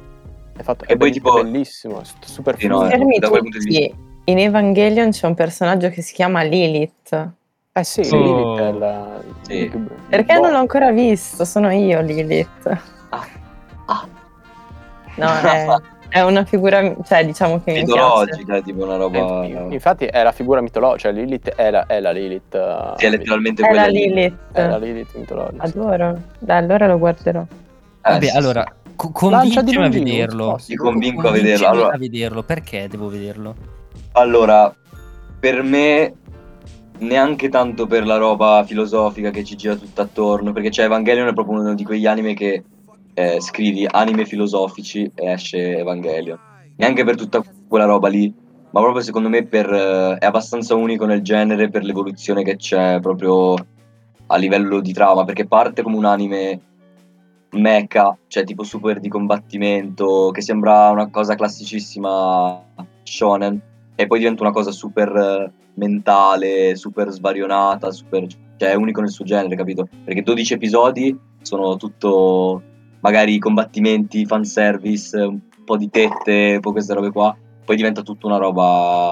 A: È fatto,
D: E
A: è
D: poi
A: be-
D: tipo-
A: bellissimo, è super
D: Sì, no,
A: fluido.
D: eh.
E: Fermi
D: da quel punto di
E: tutti. In Evangelion c'è un personaggio che si chiama Lilith.
A: Eh sì,
C: Sì.
A: Lilith è la-
D: Sì.
A: il- il
E: Perché
A: boh.
E: non l'ho ancora visto? Sono io Lilith.
D: Ah, ah.
E: No, è, è una figura, cioè diciamo che mi piace.
D: Mitologica, tipo una roba...
A: Eh, in- Infatti è la figura mitologica, cioè Lilith è la, è la Lilith. eh,
D: Sì, è letteralmente
E: È
D: quella
E: la
D: lì.
E: Lilith.
A: è la Lilith mitologica. sì.
E: Eh. Adoro. Dai, allora lo guarderò.
D: Eh,
C: Vabbè,
D: sì, sì.
C: allora, co-
A: Lancia di
C: convincimi a
A: Longino,
C: vederlo.
A: posso?
D: Ti convinco a
C: Convincimi
D: vederlo. Allora,
C: a vederlo, perché devo vederlo?
D: Allora, per me neanche tanto per la roba filosofica che ci gira tutto attorno, perché cioè Evangelion è proprio uno di quegli anime che eh, scrivi anime filosofici e esce Evangelion. Neanche per tutta quella roba lì, ma proprio secondo me per, eh, è abbastanza unico nel genere per l'evoluzione che c'è proprio a livello di trama, perché parte come un anime mecha, cioè tipo super di combattimento, che sembra una cosa classicissima shonen, e poi diventa una cosa super eh, mentale, super sbarionata, super cioè è unico nel suo genere, capito? Perché 12 episodi sono tutto magari combattimenti, fanservice, un po' di tette, un po' queste robe qua, poi diventa tutta una roba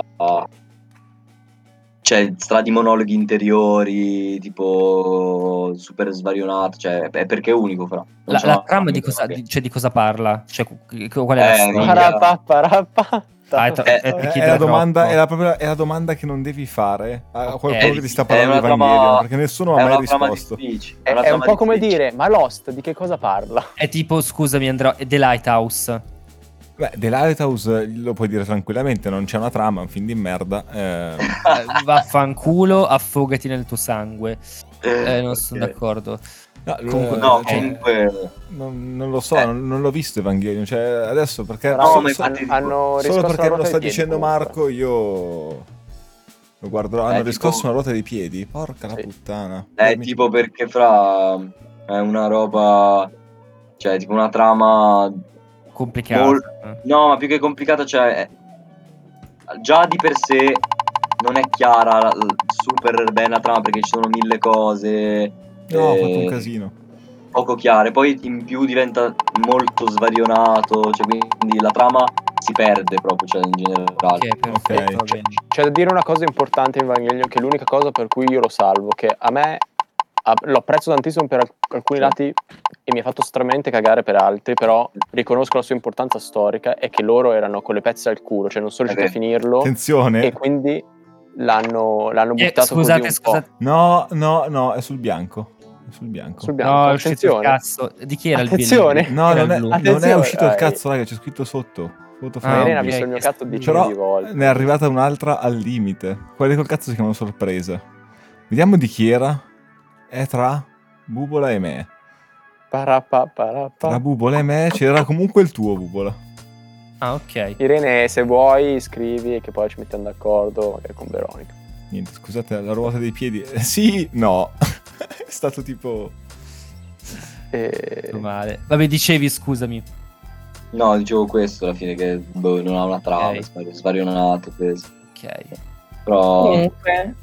D: cioè stradi monologhi interiori, tipo super svarionato, cioè è perché è unico fra. Non
C: La,
D: c'è
C: la
D: una-
C: trama di
D: una-
C: cosa,
D: che-
C: di- cioè, di cosa parla? Cioè, cu- cu- qual è la
D: Eh,
C: storia?
D: non-
E: Parappa, parappa.
C: Ah, è to-
D: Eh,
C: è
B: Eh,
C: perché
B: è, la
C: troppo.
B: domanda, è, la propria- è la domanda che non devi fare a qualcuno
C: Eh,
B: che ti sta
D: è
B: parlando di
D: una trama-
B: Evangelion, perché nessuno
D: è
B: ha mai
D: una trama
B: risposto.
D: difficile,
A: È,
D: una
A: è un
D: trama
A: po' come
D: difficile.
A: dire, ma Lost di che cosa parla?
C: È tipo, scusami Andrea, è The Lighthouse.
B: Beh, The Lighthouse eh, lo puoi dire tranquillamente, non c'è una trama, è un film di merda. eh,
C: Eh, Vaffanculo, affogati nel tuo sangue. Eh, non sono
D: Ok.
C: d'accordo.
B: no,
C: Comunque-
B: eh,
D: No,
B: cioè,
D: comunque
B: non, non lo so,
D: Eh.
B: non, non l'ho visto Evangelion, cioè, adesso perché...
D: No,
B: so-
D: ma
B: so-
D: infatti-
A: hanno
B: solo
A: riscosso
B: perché
A: la
B: me lo
A: ruota
B: sta
A: dei piedi,
B: dicendo
A: comunque. Eh,
B: Marco, io... Lo guarderò, hanno
D: tipo-
B: riscosso una ruota dei piedi, porca la
A: Sì. Eh,
B: puttana.
D: è
C: eh,
B: Poi mi-
D: tipo perché fra è una roba cioè tipo una trama
C: Complicato. Eh,
D: Mol- No, ma più che complicata, cioè, è- già di per sé non è chiara la- la- super bene la trama perché ci sono mille cose.
B: No, ho fatto
D: eh,
B: un casino.
D: Poco chiare, poi in più diventa molto svarionato, cioè quindi la trama si perde proprio, cioè in generale.
C: Ok, perfetto,
B: Ok.
C: va bene.
A: C'è da dire una cosa importante in Evangelion, che è l'unica cosa per cui io lo salvo, che a me a- lo apprezzo tantissimo per alc- alcuni lati e mi ha fatto stranamente cagare per altri, però riconosco la sua importanza storica e che loro erano con le pezze al culo, cioè non sono riusciti a finirlo
B: Attenzione.
A: e quindi l'hanno, l'hanno
C: Eh,
A: buttato
C: scusate,
A: così un
C: scusate.
B: No, no, no, è sul bianco. È sul bianco.
A: po' sul bianco.
C: No, è uscito il
A: attenzione.
C: cazzo. Di chi era
A: Attenzione.
C: il bianco?
B: No,
C: Era
B: non è, Ah,
C: il blu.
B: non è
A: Attenzione,
B: uscito il
A: dai.
B: cazzo, raga, c'è scritto sotto. Foto
C: Ah,
A: Ma
B: fra
A: Irene ha
C: ok.
B: ambiti.
A: visto il mio cazzo decine
B: Però
A: di volte.
B: ne è arrivata un'altra al limite. Quelle col cazzo si chiamano sorprese. Vediamo di chi era. È tra Bubola e me.
A: Parappa, parappa.
B: Tra Bubola e me c'era comunque il tuo Bubola.
C: Ah, ok.
A: Irene, se vuoi, scrivi e che poi ci mettiamo d'accordo, magari con Veronica.
B: Niente, scusate, la ruota dei piedi. Eh, Sì, no. è stato tipo...
A: E...
C: Male. Vabbè, dicevi, scusami.
D: No, dicevo questo alla fine, che boh, non ha una trama,
C: Ok.
D: è svar- svarionato, questo.
C: Ok.
D: Però...
E: Mm. Comunque,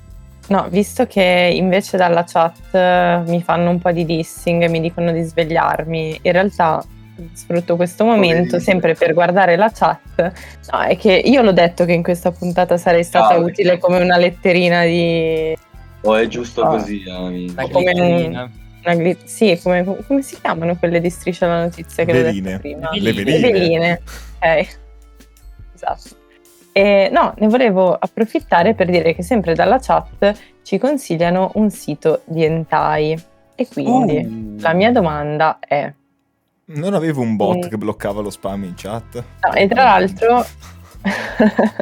E: no, visto che invece dalla chat eh, mi fanno un po' di dissing e mi dicono di svegliarmi, in realtà sfrutto questo momento
D: Poverino.
E: sempre per guardare la chat. No, è che io l'ho detto che in questa puntata sarei stata
D: Ciao,
E: utile
D: perché-
E: come una letterina di...
D: oh, è giusto
E: Ah.
D: così, amici.
C: La
E: come un-
C: glitterina.
E: Una gli- sì, come, come si chiamano quelle di striscia la notizia che l'ho
B: Veline.
E: detto prima?
C: Veline.
B: Le
E: Le
B: veline.
E: veline. Ok. Esatto. E, no, ne volevo approfittare per dire che sempre dalla chat ci consigliano un sito di hentai. E quindi
B: Oh.
E: la mia domanda è...
B: Non avevo un bot
E: Mm.
B: che bloccava lo spam in chat.
E: No, e tra l'altro...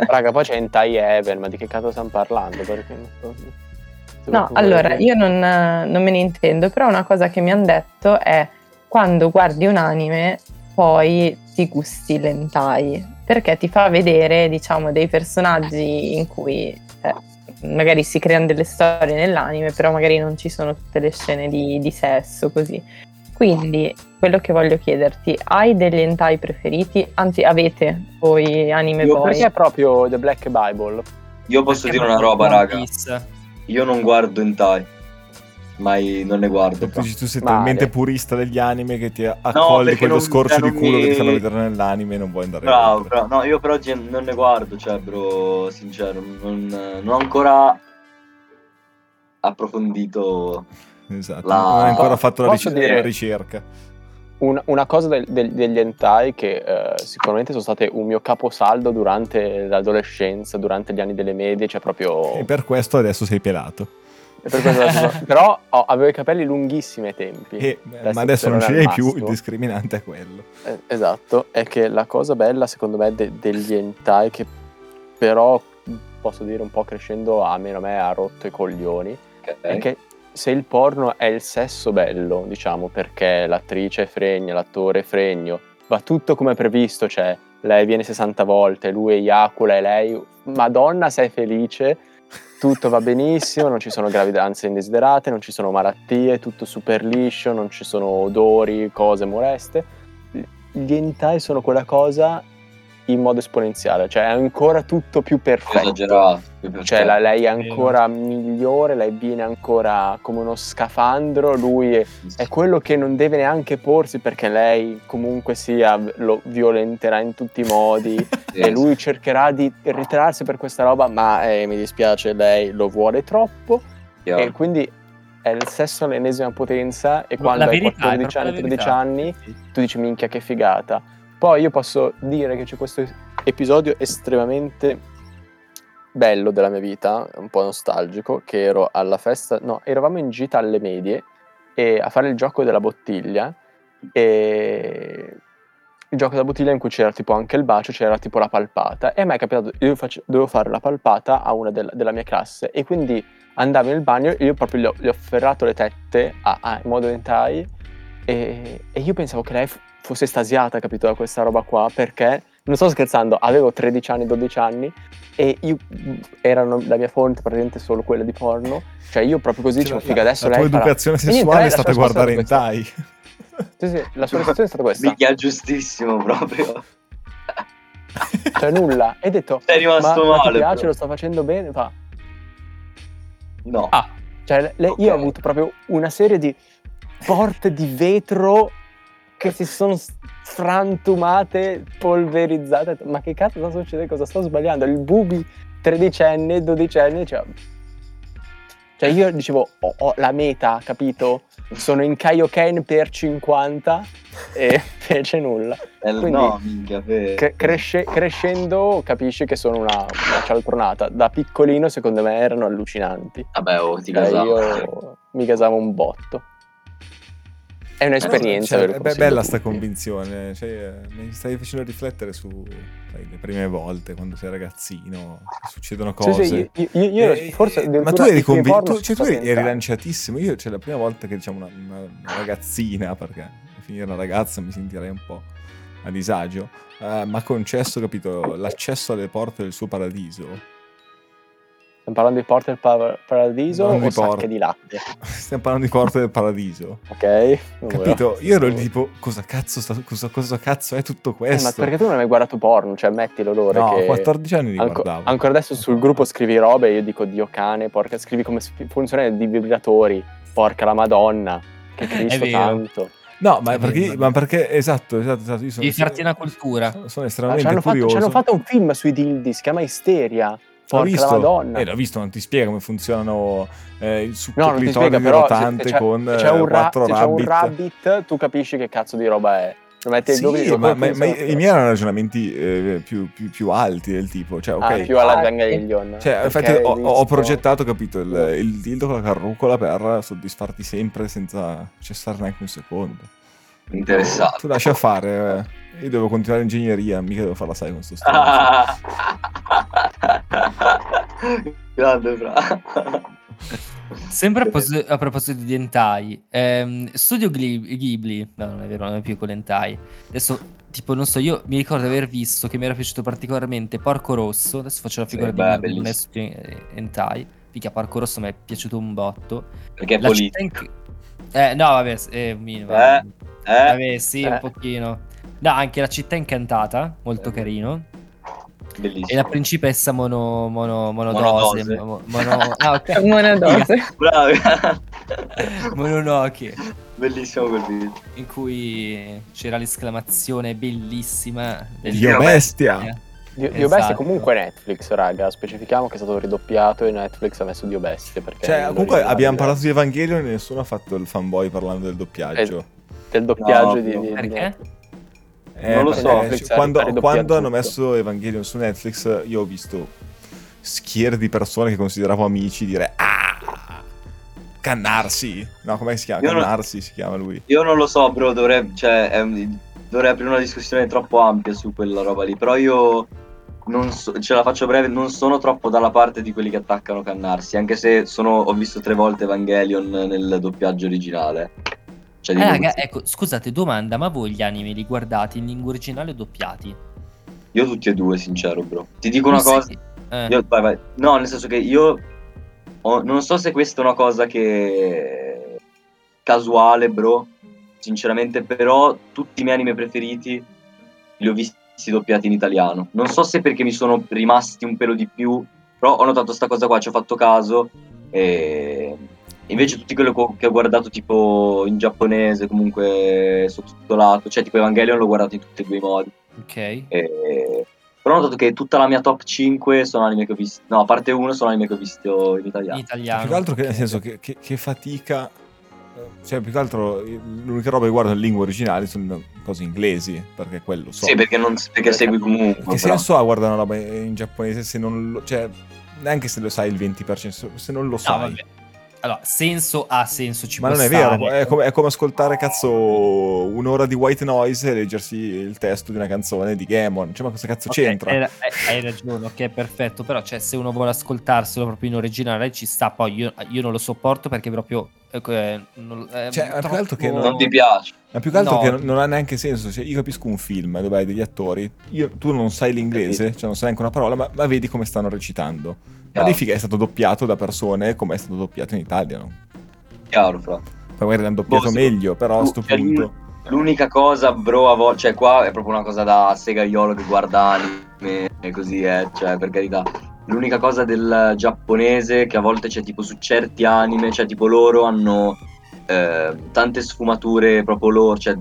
A: Raga, poi c'è Entai Ever, ma di che cazzo stiamo parlando? Perché non so-
E: No, allora, io non, non me ne intendo, però una cosa che mi hanno detto è quando guardi un anime poi ti gusti l'entai, perché ti fa vedere, diciamo, dei personaggi in cui eh, magari si creano delle storie nell'anime, però magari non ci sono tutte le scene di, di sesso, così. Quindi, quello che voglio chiederti, hai degli entai preferiti? Anzi, avete voi anime
D: Io
E: voi?
A: Perché è proprio The Black Bible?
D: Io posso
C: Perché
D: dire una roba,
C: One
D: raga.
C: Piece.
D: Io non guardo hentai. Mai non ne guardo.
B: Tu, dici, tu sei
A: Male.
B: talmente purista degli anime che ti accolli
D: perché
B: quello
D: non-
B: scorcio
D: cioè,
B: di
D: non
B: culo
D: mi-
B: che ti fanno vedere nell'anime e non vuoi andare
D: Bravo,
B: oltre.
D: bravo. No, io per oggi non ne guardo, cioè, bro, sincero, non, non ho ancora approfondito.
B: Esatto,
D: La-
B: non hai ancora fatto la,
A: Posso
B: ricer-
A: dire-
B: la ricerca.
A: Una, una cosa del- del- degli hentai che eh, sicuramente sono state un mio caposaldo durante l'adolescenza, durante gli anni delle medie, cioè proprio...
B: E per questo adesso sei pelato.
A: e per questo- però ho- avevo i capelli lunghissimi ai tempi.
B: E- eh,
A: Adesso
B: ma adesso non
A: però
B: ce
A: era
B: l'hai
A: il
B: più, il
A: maschio.
B: discriminante è quello.
A: Eh, Esatto, è che la cosa bella secondo me de- degli hentai che però posso dire un po' crescendo a meno a me ha rotto i coglioni è che se il porno è il sesso bello, diciamo, perché l'attrice è fregna, l'attore è fregno, va tutto come previsto, cioè lei viene 60 volte, lui eiacula e lei, madonna sei felice, tutto va benissimo, non ci sono gravidanze indesiderate, non ci sono malattie, tutto super liscio, non ci sono odori, cose moleste. Gli hentai sono quella cosa in modo esponenziale, cioè è ancora tutto più perfetto.
D: esagerato.
A: Cioè, la- lei è
C: Eh,
A: ancora migliore, lei viene ancora come uno scafandro, lui è, è quello che non deve neanche porsi perché lei comunque sia lo violenterà in tutti i modi
D: Sì,
A: e lui cercherà di ritirarsi per questa roba, ma eh, mi dispiace, lei lo vuole troppo
D: chiaro.
A: e quindi è il sesso all'ennesima potenza e
C: No,
A: quando
C: la
A: hai
C: verità, è
A: 14 anni,
C: proprio la
A: 13
C: verità.
A: anni, tu dici minchia che figata. Poi io posso dire che c'è questo episodio estremamente bello della mia vita, un po' nostalgico, che ero alla festa, no, eravamo in gita alle medie e a fare il gioco della bottiglia e il gioco della bottiglia in cui c'era tipo anche il bacio, c'era tipo la palpata e a me è capitato, io face- dovevo fare la palpata a una della- della mia classe e quindi andavo nel bagno e io proprio gli ho, gli ho afferrato le tette a, a- in modo hentai e, e io pensavo che lei f- fosse estasiata, capito, da questa roba qua, perché, non sto scherzando, avevo 13 anni, 12 anni e io, erano la mia fonte praticamente solo quella di porno, cioè io proprio così dicevo,
B: Cioè,
A: figa, adesso
B: la
A: lei
B: tua
A: farà-"
B: educazione
A: Quindi
B: sessuale
A: lei
B: è
A: la sua
B: stata guardare in
A: risposta
B: Tai.
A: Sì, sì, la
D: Cioè,
A: sua reazione è stata questa,
D: Minchia, giustissimo proprio.
A: cioè nulla, e ho detto,
D: Sei rimasto
A: ma, ma ti
D: male,
A: piace,
D: però."
A: lo sto facendo bene, fa,
D: No.
C: Ah,
A: Cioè, le- le- io ho
D: Ok.
A: avuto proprio una serie di porte di vetro che si sono s- frantumate, polverizzate. Ma che cazzo sta succedendo? Cosa sto sbagliando? Il bubi tredicenne, dodicenne, cioè... Cioè io dicevo, ho, ho la meta, capito? Sono in Kaioken per 50 e fece nulla.
D: Eh,
A: quindi-
D: no, minchia, fe-
A: Cre- cresce- crescendo capisci che sono una, una cialtronata. Da piccolino secondo me erano allucinanti.
D: Vabbè, oh, ti
A: Dai,
D: casavo.
A: Cioè, io mi casavo un botto. È un'esperienza. ve
B: Cioè,
A: lo
B: è be-
A: consiglio
B: bella
A: a tutti.
B: sta convinzione. Cioè, eh, mi stai facendo riflettere su sai, le prime volte quando sei ragazzino. che Succedono
A: Sì,
B: cose.
A: sì, io, io- io ero-
B: Eh,
A: forse
B: eh, ma
A: addirittura
B: tu eri
A: i film porno
B: convinto, tu,
A: sono
B: cioè, tu
A: stati
B: eri, eri
A: entrati.
B: lanciatissimo. Io, cioè, la prima volta che diciamo una, una- una ragazzina, perché finire una ragazza mi sentirei un po' a disagio, eh, mi ha concesso, capito, l'accesso alle porte del suo paradiso.
A: Stiamo parlando di Porter Par- Paradiso
B: Non
A: o
B: di porno.
A: sacche di latte,
B: Stiamo parlando di porte del paradiso.
A: ok? Non
B: Capito?
A: volevo-
B: Io ero lì tipo, cosa cazzo, sta- cosa, cosa cazzo è tutto
A: oh. Eh, ma
B: questo?
A: perché tu non hai mai guardato porno? Cioè, mettilo loro.
B: No,
A: che...
B: a 14 anni li
A: Anco-
B: guardavo.
A: ancora adesso sul gruppo scrivi robe e io dico Dio cane, porca, scrivi come s- funziona i vibratori, porca la madonna, che Cristo
C: vero.
A: tanto.
B: No, ma
C: Sì,
B: perché,
C: vabbè.
B: ma perché esatto, esatto, esatto, io sono,
C: Devi farti una
B: sono,
C: cultura.
B: sono
A: Ma
B: estremamente
A: Ah, ci hanno, fatto,
B: curioso.
A: ci hanno fatto un film sui dildi, si chiama Isteria,
B: L'ho
A: porca la madonna.
B: Eh, l'ho visto, non ti spiega come funzionano eh, il succo
A: No, non ti spiega,
B: clitoride
A: però se-
B: rotante
A: se c'è,
B: con
A: se c'è
B: eh,
A: un ra-
B: quattro
A: se c'è un
B: rabbit.
A: rabbit, tu capisci che cazzo di roba è. Lo metti
B: Sì,
A: in dubbio,
B: ma,
A: poi
B: ma- ma
A: funziona.
B: i i miei erano ragionamenti eh, più, più- più alti del tipo, cioè, ok,
A: Ah, più alla
E: Ah,
A: Evangelion.
B: Cioè, infatti,
A: perché
B: ho, ho
A: dici,
B: progettato, capito, il, il dildo con la carrucola per soddisfarti sempre senza cessare neanche un secondo.
D: Interessato.
B: Tu lascia fare. eh. Io devo continuare l'ingegneria, mica devo farla, sai, con sto stronzo.
D: Ah. Grande, fra.
C: Sempre a, pos- a proposito di hentai, ehm, studio Gli- Ghibli, no non è vero, non è più con l'hentai, adesso tipo non so, io mi ricordo di aver visto che mi era piaciuto particolarmente Porco Rosso, adesso faccio la figura
D: Sì,
C: di
D: beh,
C: merda,
D: bellissimo.
C: non è studio eh, hentai, mica Porco Rosso mi è piaciuto un botto.
D: Perché è
C: La città
D: politico.
C: in cui- Eh no vabbè, s- eh, mi-
D: Eh, Eh, Eh.
C: vabbè sì
A: eh.
C: un pochino. No, anche la città incantata, molto carino. E
D: bellissimo.
C: la principessa mono, mono, monodose.
D: Monodose.
C: mo- mono- ah, ok.
E: Monodose.
D: Bravi.
C: Mononoke.
D: bellissimo quel video.
C: in cui c'era l'esclamazione bellissima del
B: Dio bestia!
A: Dio, Dio
C: Esatto.
A: Bestia è comunque Netflix, raga. Specifichiamo che è stato ridoppiato e Netflix ha messo Dio Bestia. Perché
B: Cioè, comunque
A: l'originale
B: abbiamo
A: è-
B: parlato di Evangelion e nessuno ha fatto il fanboy parlando del doppiaggio.
A: del doppiaggio
D: No,
A: di, di-
C: Perché?
B: Eh,
D: Non lo
B: perché
D: so.
A: Netflix
B: cioè,
A: ha
B: quando,
A: ridoppiato
B: quando hanno
A: tutto.
B: messo Evangelion su Netflix, io ho visto schiere di persone che consideravo amici dire ah, cannarsi. No, come si chiama?
D: Io non-
B: Cannarsi si chiama lui.
D: Io non lo so, bro, dovrei, cioè, è un- dovrei aprire una discussione troppo ampia su quella roba lì, però io non so- ce la faccio breve, non sono troppo dalla parte di quelli che attaccano Cannarsi, anche se sono, ho visto tre volte Evangelion nel doppiaggio originale. Cioè, di
C: Eh,
D: nuovo,
C: raga, ecco, scusate, domanda, ma voi gli anime li guardate in lingua originale o doppiati?
D: io tutti e due, sincero, bro. Ti dico una
C: Tu sai
D: cosa,
C: che- eh,
D: Io- vai, vai. No, nel senso che io ho- non so se questa è una cosa che casuale, bro. Sinceramente, però tutti i miei anime preferiti li ho visti pezzi doppiati in italiano. Non so se perché mi sono rimasti un pelo di più, però ho notato sta cosa qua, ci ho fatto caso. E invece tutti quelli co- che ho guardato tipo in giapponese, comunque sottotitolato, cioè tipo Evangelion l'ho guardato in tutti e due i modi.
C: Ok.
D: Esatto. E- Eh, Però ho notato che tutta la mia top 5 sono anime che ho visto, no, a parte uno sono anime che ho visto in
C: In
D: italiano.
C: italiano.
B: più che altro che, nel
C: ok.
B: senso che, che- che fatica cioè più che altro eh, l'unica roba che guardo in lingua originale sono cose inglesi perché quello so
D: Sì, perché, non, perché segui comunque.
B: che
D: però.
B: senso ha guardare una roba in giapponese se non lo cioè neanche se lo sai il 20% se non lo
C: No,
B: sai
C: vabbè. Allora, senso ha senso, ci
B: ma
C: può
B: non è
C: stare.
B: vero è come, è come ascoltare cazzo un'ora di white noise e leggersi il testo di una canzone di Gamon cioè ma cosa cazzo
C: Ok,
B: c'entra
C: hai, hai- hai ragione, ok, perfetto. Però, cioè, se uno vuole ascoltarselo proprio in originale, ci sta. Poi io, io non lo sopporto perché proprio. eh, non, eh,
B: Cioè, più che altro che
D: Non ti piace.
B: Ma più che altro
C: No.
B: che non, non ha neanche senso. Cioè, io capisco un film dove hai degli attori, io- tu non sai l'inglese, cioè non sai neanche una parola, ma, ma vedi come stanno recitando. Ma lì
D: Chiaro,
B: figa è stato doppiato da persone come è stato doppiato in Italia. No?
D: chiaro, fra.
B: Poi magari l'hanno doppiato
D: Boh, sì.
B: meglio, però a
D: Tu-
B: sto
D: cioè,
B: punto.
D: L'unica cosa, bro, a vo- cioè qua è proprio una cosa da segaiolo che guarda anime e così, eh, cioè per carità. L'unica cosa del giapponese che a volte c'è tipo su certi anime, cioè tipo loro hanno eh, tante sfumature proprio loro, cioè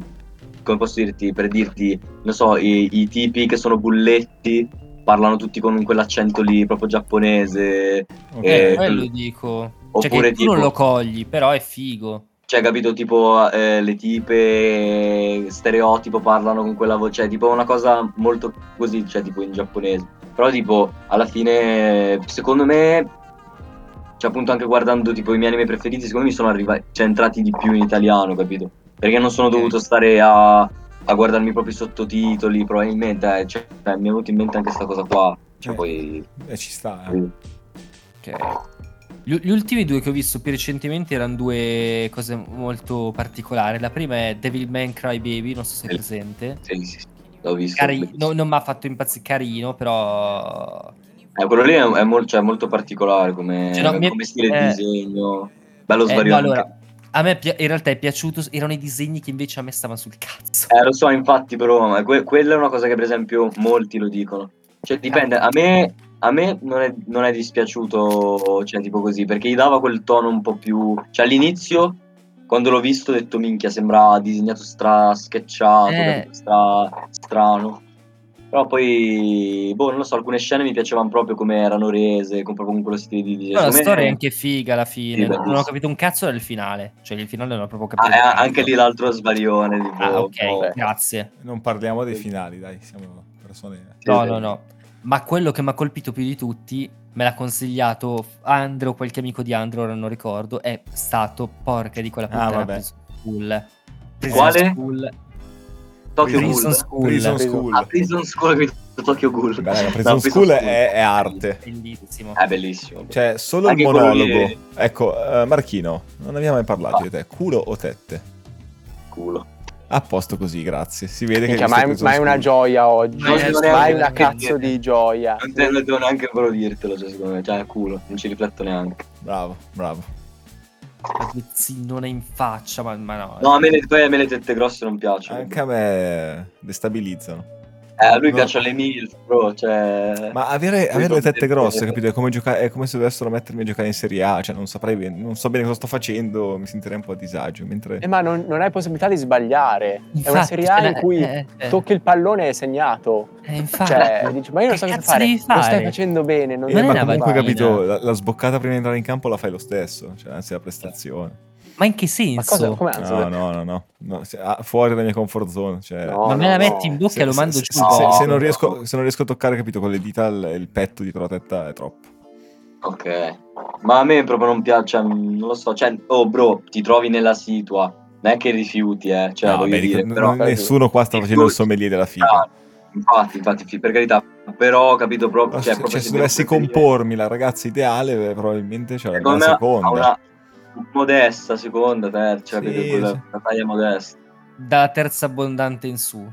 D: come posso dirti, per dirti, non so, i, i tipi che sono bulletti parlano tutti con quell'accento lì proprio giapponese,
B: ok.
C: Eh,
D: Eh,
C: quello dico. Cioè,
D: oppure
C: che tu non
D: tipo-
C: lo cogli, però è figo.
D: Cioè, capito, tipo eh, le tipe eh, stereotipo parlano con quella voce, cioè, tipo una cosa molto così, cioè tipo in giapponese. Però tipo, alla fine, secondo me, cioè appunto anche guardando tipo i miei anime preferiti, secondo me mi sono arrivati, cioè entrati di più in italiano, capito? Perché non sono dovuto stare a, a guardarmi proprio i sottotitoli, probabilmente, eh, cioè, eh, mi è venuto in mente anche questa cosa qua. Cioè
B: Eh.
D: poi...
B: Eh, ci sta. eh.
D: sì.
C: Ok. Cioè, Gli, gli ultimi due che ho visto più recentemente erano due cose molto particolari. La prima è Devil Man Cry Baby, non so se è
D: Sì.
C: presente.
D: Eh, Sì, sì, sì, l'ho visto.
C: Cari- no, non mi ha fatto impazzire, carino, però
D: Eh, quello lì è, è mol- cioè, molto particolare come,
C: Cioè, no, mi è-
D: come stile di
C: eh.
D: disegno, bello
C: Eh,
D: svariato.
C: no, allora, a me pi- in realtà è piaciuto, erano i disegni che invece a me stavano sul cazzo.
D: Eh, lo so, infatti, però, ma que- quella è una cosa che, per esempio, molti lo dicono.
C: Eh.
D: Cioè, dipende, a me, a me non, è, non è dispiaciuto, cioè, tipo così, perché gli dava quel tono un po' più... Cioè, all'inizio, quando l'ho visto, ho detto, minchia, sembra disegnato stra sketchato,
C: Eh.
D: capito? stra strano. Però poi, boh, non lo so, alcune scene mi piacevano proprio come erano rese, con proprio con quello stile di disegno.
C: Però la
D: Secondo me-
C: storia è anche figa alla fine.
D: Sì, beh,
C: non ho
D: giusto.
C: capito un cazzo dal finale. Cioè, il finale non ho proprio capito.
D: Ah, eh, anche lì l'altro svarione. Tipo,
C: Ah, ok,
D: boh.
C: grazie.
B: Non parliamo dei finali, dai, siamo persone.
C: No,
D: Sì,
C: no,
D: sì.
C: no. Ma quello che mi ha colpito più di tutti, me l'ha consigliato Andro, qualche amico di Andro, ora non ricordo, è stato porca di quella
B: Ah,
C: puttana
B: vabbè.
C: Prison School.
D: Quale?
C: School.
D: Tokyo
B: Prison
D: Ghoul.
C: School.
B: Prison
A: Prison-
B: School.
D: Ah, Prison School qui Tokyo Ghoul.
B: Beh, raga,
D: No,
B: Prison
D: Prison
B: School
D: School.
B: è, è arte.
C: Bellissimo.
D: È Ah, bellissimo.
B: Cioè, solo
D: Anche
B: il
D: quello lì
B: monologo.
D: è-
B: Ecco, eh, Marchino, non abbiamo mai parlato
D: Ah.
B: di te. Culo o tette?
D: Culo.
B: A posto così, grazie. Si vede
A: Minchia,
B: che hai
A: ma, è,
B: visto
A: ma è
B: Prison
A: una
B: School.
A: gioia oggi.
D: Non
C: eh,
D: devo
A: ma è
D: neanche-
A: una cazzo di gioia.
D: Non te lo devo neanche però dirtelo, cioè, secondo me. Cioè, culo. Non ci rifletto neanche.
B: Bravo, bravo.
C: non è in faccia, ma, ma no.
D: No, a me le, poi a me le tette grosse non piacciono.
B: Anche a me destabilizzano.
D: Eh, a lui
B: No.
D: piacciono le mille, bro. Cioè...
B: Ma avere,
D: Lui
B: avere
D: non
B: le tette
D: deve-
B: grosse, capito? È come, gioca- è come se dovessero mettermi a giocare in Serie A, cioè non saprei bene, non so bene cosa sto facendo, mi sentirei un po' a disagio. Mentre...
A: Eh, ma non, non hai possibilità di sbagliare. è una
C: Infatti,
A: Serie A
C: cioè,
A: in cui
C: eh, eh,
A: tocchi il pallone e è segnato.
C: eh, infatti.
A: Cioè, dici, ma io non so
C: Che
A: cosa
C: cazzo
A: fare.
C: devi
A: Lo
C: fare?
A: stai facendo bene. Non
B: Eh,
C: non è
B: ma
C: una
B: comunque,
C: vagina.
B: capito, la, la sboccata prima di entrare in campo la fai lo stesso, cioè anzi la prestazione.
C: Ma in che
A: Ma cosa?
C: senso?
A: Come anzi,
B: No, no, no, no, no, se- ah, fuori dalla mia comfort zone. Cioè,
A: No,
C: ma me
A: no,
C: la
A: no.
C: metti in bocca
B: se,
C: e lo
B: se-
C: mando
B: se-
C: giù.
D: no.
B: se- se non
D: no.
B: riesco, se non riesco a toccare, capito, con le dita il, il petto dietro la tetta è troppo.
D: Ok. Ma a me proprio non piace. cioè, non lo so. Cioè, oh, bro, ti trovi nella situa. Non è che rifiuti, eh. Cioè,
B: No,
D: voglio
B: vabbè,
D: dire,
B: dico,
D: però...
B: n- nessuno qua sta facendo il sommelier della figa.
D: Ah, infatti, infatti, fi- per carità. Però, capito, proprio... Cioè,
B: Cioè, se-
D: proprio
B: cioè, se
D: devo
B: dovessi
D: preferire-
B: compormi la ragazza ideale, eh, probabilmente c'è la
D: Secondo me
B: seconda.
D: ha una modesta seconda, terza,
B: Sì,
D: capito? Quella-
B: sì.
D: una taglia modesta.
C: Dalla terza abbondante in su.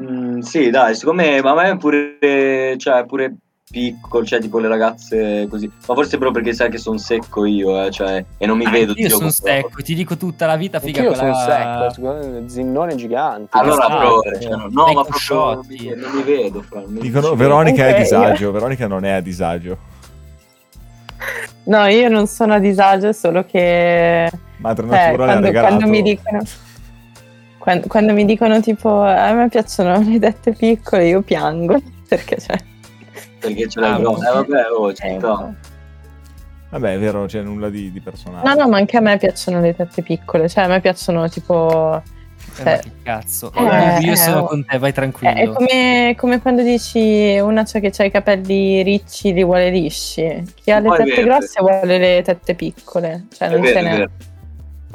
D: Mm, sì, dai, secondo me, ma a me pure, cioè, pure piccolo, cioè tipo le ragazze così. Ma forse proprio perché sai che sono secco io, eh, cioè, e
E: Ah,
D: non mi
C: Anche
D: vedo.
C: Ah, io
D: zio,
C: sono
D: con quella
C: secco, ti dico tutta la vita, figa,
A: Io sono
C: quella...
A: secco, sono zinnone gigante.
D: Allora,
C: Esatto.
D: bro, cioè, no, no, ma
C: Ecco
D: proprio non
C: Sciotti.
D: mi, vedo-
E: eh.
D: non mi vedo. Fra, non mi-
B: Dicono Veronica è a
E: Ok.
B: disagio, Veronica non è a disagio.
E: No, io non sono a disagio, solo che
B: Madre
E: cioè,
B: Natura le ha
E: quando,
B: regalato.
E: quando mi dicono... Quan- Quando, mi dicono tipo a me piacciono le dette piccole io piango perché cioè
D: Perché ce l'hai
C: Ah,
D: grossa. Eh, vabbè, oh, ci
E: eh,
D: sta.
B: Vabbè, è vero, non c'è nulla di, di personale.
E: no no ma anche a me piacciono le tette piccole cioè a me piacciono tipo
C: Eh, ma
E: Eh.
C: che cazzo.
E: Eh,
C: io
E: eh,
C: sono
E: oh.
C: con te, vai
E: è, è
C: tranquillo.
E: come, come quando dici una c'ha che ha i capelli ricci li vuole lisci chi ha le
D: Poi
E: tette
D: verde.
E: grosse vuole le tette piccole cioè
D: È
E: non
D: vero,
E: se
D: è
E: ne
D: vero.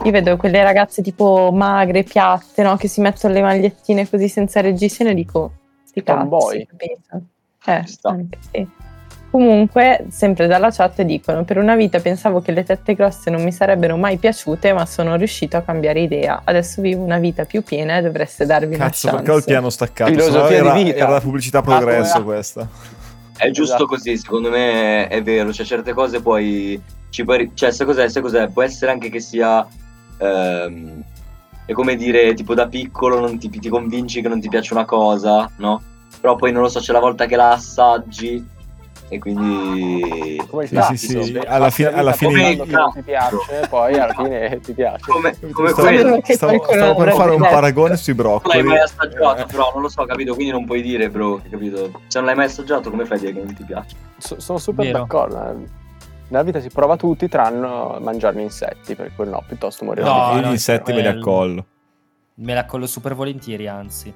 E: Io vedo quelle ragazze tipo magre, piatte, no? Che si mettono le magliettine così senza reggiseno e dico, sti
A: Tomboy.
E: cazzi, capito? Eh,
D: Ci sta.
E: anche sì. Comunque, sempre dalla chat dicono, per una vita pensavo che le tette grosse non mi sarebbero mai piaciute, ma sono riuscito a cambiare idea. Adesso vivo una vita più piena e dovreste darvi
B: Cazzo,
E: una
B: perché ho il
E: chance.
B: piano staccato?
A: Filosofia
B: Sennò era,
A: di vita.
B: era la pubblicità progresso
A: come-
B: questa.
D: È giusto
A: Esatto.
D: così, secondo me è vero. Cioè, certe cose poi. Ci pari- cioè, se cos'è, se cos'è, può essere anche che sia. ehm, è come dire, tipo da piccolo non ti, ti convinci che non ti piace una cosa, no? Però poi non lo so, c'è la volta che la assaggi e quindi.
A: Come il
B: Sì,
A: crack,
B: sì, sì,
A: insomma.
B: alla
A: Passi
B: fine-
A: la vita
B: alla fine-
A: pensando che non ti piace, poi alla
D: No.
A: fine ti piace.
D: Come, come
B: stavo,
D: quello.
E: Quello che
B: stavo-
E: qualcuno
B: stavo per
E: avrebbe
B: fare un
E: detto.
B: paragone sui
D: Non l'hai
B: broccoli.
D: mai assaggiato,
B: Eh,
D: però non lo so, capito? Quindi non puoi dire, bro, capito? Se non l'hai mai assaggiato, come fai a dire che non ti piace?
A: So- sono super
C: Vero.
A: d'accordo. Nella vita si prova tutti tranne mangiarne insetti, per quel no, piuttosto morire.
C: No,
A: di
B: io
A: fame.
B: Eh, gli
C: no,
B: insetti me li
C: quello.
B: accollo.
C: Me la collo super volentieri, anzi.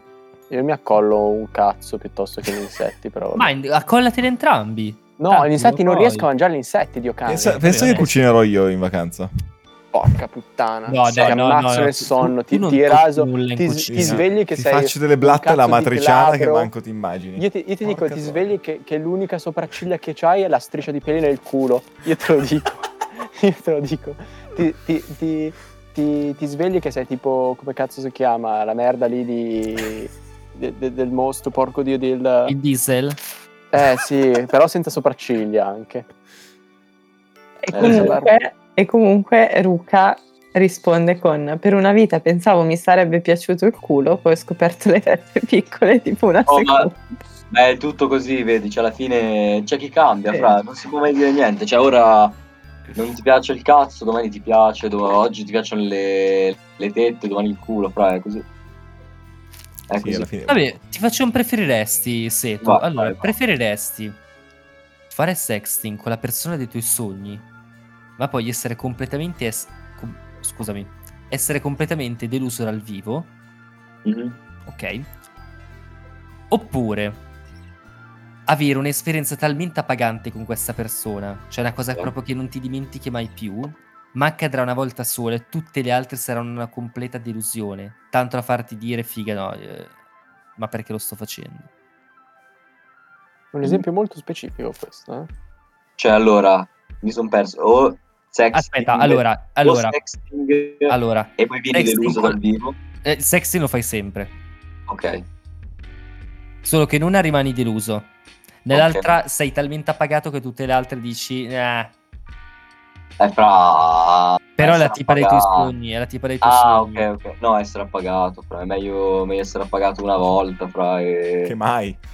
A: Io mi accollo un cazzo piuttosto che gli insetti, però.
C: Ma in- accollateli entrambi.
A: no,
C: tanto
A: gli insetti
C: lo
A: non
C: puoi.
A: riesco a mangiare gli insetti, Dio cane.
B: Pensa,
C: Eh,
B: pensa che
C: vero.
B: cucinerò io in vacanza.
A: Porca puttana.
C: No,
A: ti
C: no, no,
A: Ah, ammazzo
C: no, no,
A: nel
C: tu-
A: sonno,
C: tu
A: ti,
C: non
A: ti
C: tocchi
A: raso,
C: nulla in
A: ti,
C: cucina.
A: ti svegli che
B: Ti
A: sei.
B: faccio delle
A: un
B: blatte alla
A: cazzo di
B: matriciana che
A: glabro.
B: manco ti immagini.
A: Io ti, io ti dico,
B: Porca
A: ti
B: troia.
A: svegli che, che l'unica sopracciglia che c'hai è la striscia di peli nel culo. Io te lo dico. io te lo dico. Ti, ti- ti- ti- ti svegli che sei tipo, come cazzo si chiama? La merda lì di. de- de- del mostro, porco dio del.
C: Il diesel.
A: Eh sì, però senza sopracciglia anche.
E: E
D: Eh,
E: comunque, e comunque Ruka risponde con per una vita pensavo mi sarebbe piaciuto il culo, poi ho scoperto le tette piccole tipo una
D: Oh, ma-
E: seconda.
D: Ma è tutto così, vedi, cioè alla fine c'è chi cambia,
E: Sì.
D: fra, non si può mai dire niente, cioè ora non ti piace il cazzo, domani ti piace, do- oggi ti piacciono le, le tette, domani il culo, fra, è così. È
B: Sì, alla
D: così.
B: fine-
C: Vabbè, ti faccio un preferiresti, Seto.
D: Vai,
C: allora,
D: vai, vai.
C: preferiresti fare sexting con la persona dei tuoi sogni, ma poi essere completamente... es- com- scusami. Essere completamente deluso dal vivo,
D: Mhm.
C: ok? Oppure avere un'esperienza talmente appagante con questa persona, cioè una cosa
D: Sì.
C: proprio che non ti dimentichi mai più, ma accadrà una volta sola e tutte le altre saranno una completa delusione, tanto da farti dire figa no, eh, ma perché lo sto facendo?
A: Un esempio molto specifico questo. eh.
D: Cioè allora, mi sono perso, o sexting,
C: Aspetta, allora,
D: o
C: allora,
D: sexting,
C: allora,
D: e poi vieni
C: sexting
D: deluso
C: con-
D: dal vivo,
C: eh, il sexting lo fai sempre,
D: ok. Eh,
C: solo che in una rimani deluso, nell'altra sei talmente appagato che tutte le altre dici... "Ah".
D: È
C: Però
D: fra...
C: è la
D: essere
C: tipa dei tuoi
D: appagato.
C: sogni, è la tipa dei tuoi
D: Ah,
C: sogni.
D: ok, ok. No, essere appagato, fra. È meglio, meglio essere appagato una volta, fra. E...
B: Che mai?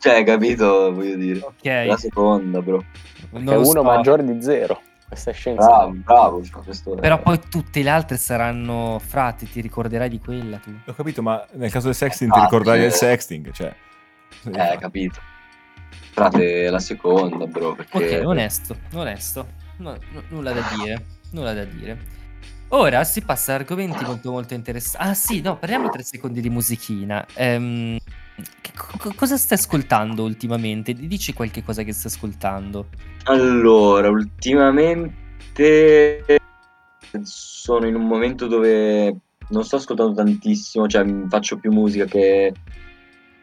D: Cioè, capito, voglio dire. La
C: Ok,
D: seconda, bro.
A: Che è
C: non lo
A: uno
C: so.
A: maggiore di zero. Questa è scienza.
B: Ah.
D: Bravo, bravo. fra, questo è-
C: Però poi tutte le altre saranno frate, ti ricorderai di quella tu.
B: Ho capito, ma nel caso del
A: Eh,
B: sexting ti
D: Ah,
B: ricordavi
D: sì.
B: del sexting, cioè...
D: Eh, capito. Frate, la seconda, bro,
C: Ok,
D: perché...
C: onesto, onesto. No- no- nulla da dire, nulla da dire. Ora si passa a argomenti molto molto interessanti. Ah sì, no, parliamo tre secondi di musichina. Ehm, che co- cosa stai ascoltando ultimamente? Dici qualche cosa che stai ascoltando.
D: Allora, ultimamente sono in un momento dove non sto ascoltando tantissimo, cioè m- faccio più musica che,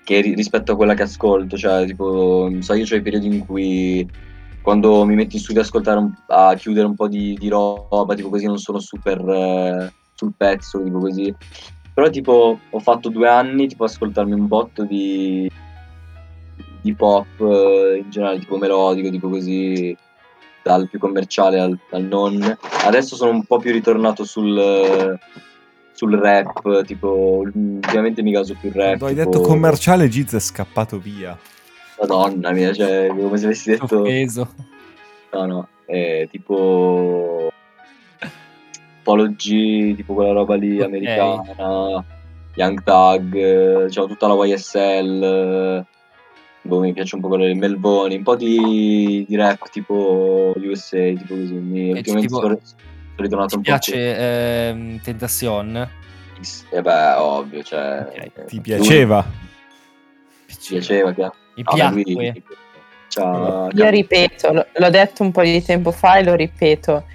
D: che ri- rispetto a quella che ascolto, cioè tipo, non so, io ho i periodi in cui quando mi metto in studio a ascoltare, un- a chiudere un po' di, di roba, tipo così non sono super eh, sul pezzo, tipo così. Però tipo ho fatto due anni tipo ascoltarmi un botto di hip hop eh, in generale, tipo melodico, tipo così, dal più commerciale al, al non. Adesso sono un po' più ritornato sul, eh, sul rap, tipo ultimamente mi caso più
A: eh,
D: rap.
B: Quando hai
D: tipo-
B: detto commerciale, Giz è scappato via.
D: Madonna mia, cioè come se avessi detto...
C: Offeso.
D: No, no, è tipo Polo G, tipo quella roba lì
C: Ok.
D: americana, Young Thug, eh, diciamo tutta la YSL, eh, boh, mi piace un po' quello di Melboni, un po' di, di rap tipo USA, tipo così, mi,
C: E
D: ultimamente
C: tipo-
D: sono, sono ritornato
C: Ti
D: un
C: piace
D: po'
C: ehm, Tentacion?
D: più E eh, beh, ovvio, cioè...
C: Ok.
B: Ti piaceva?
D: Ti piaceva, Cioè, chiaro.
C: Mi
D: No, beh, lui-
C: piacque.
D: c'ha-
E: Io ripeto, lo- l'ho detto un po' di tempo fa e lo ripeto.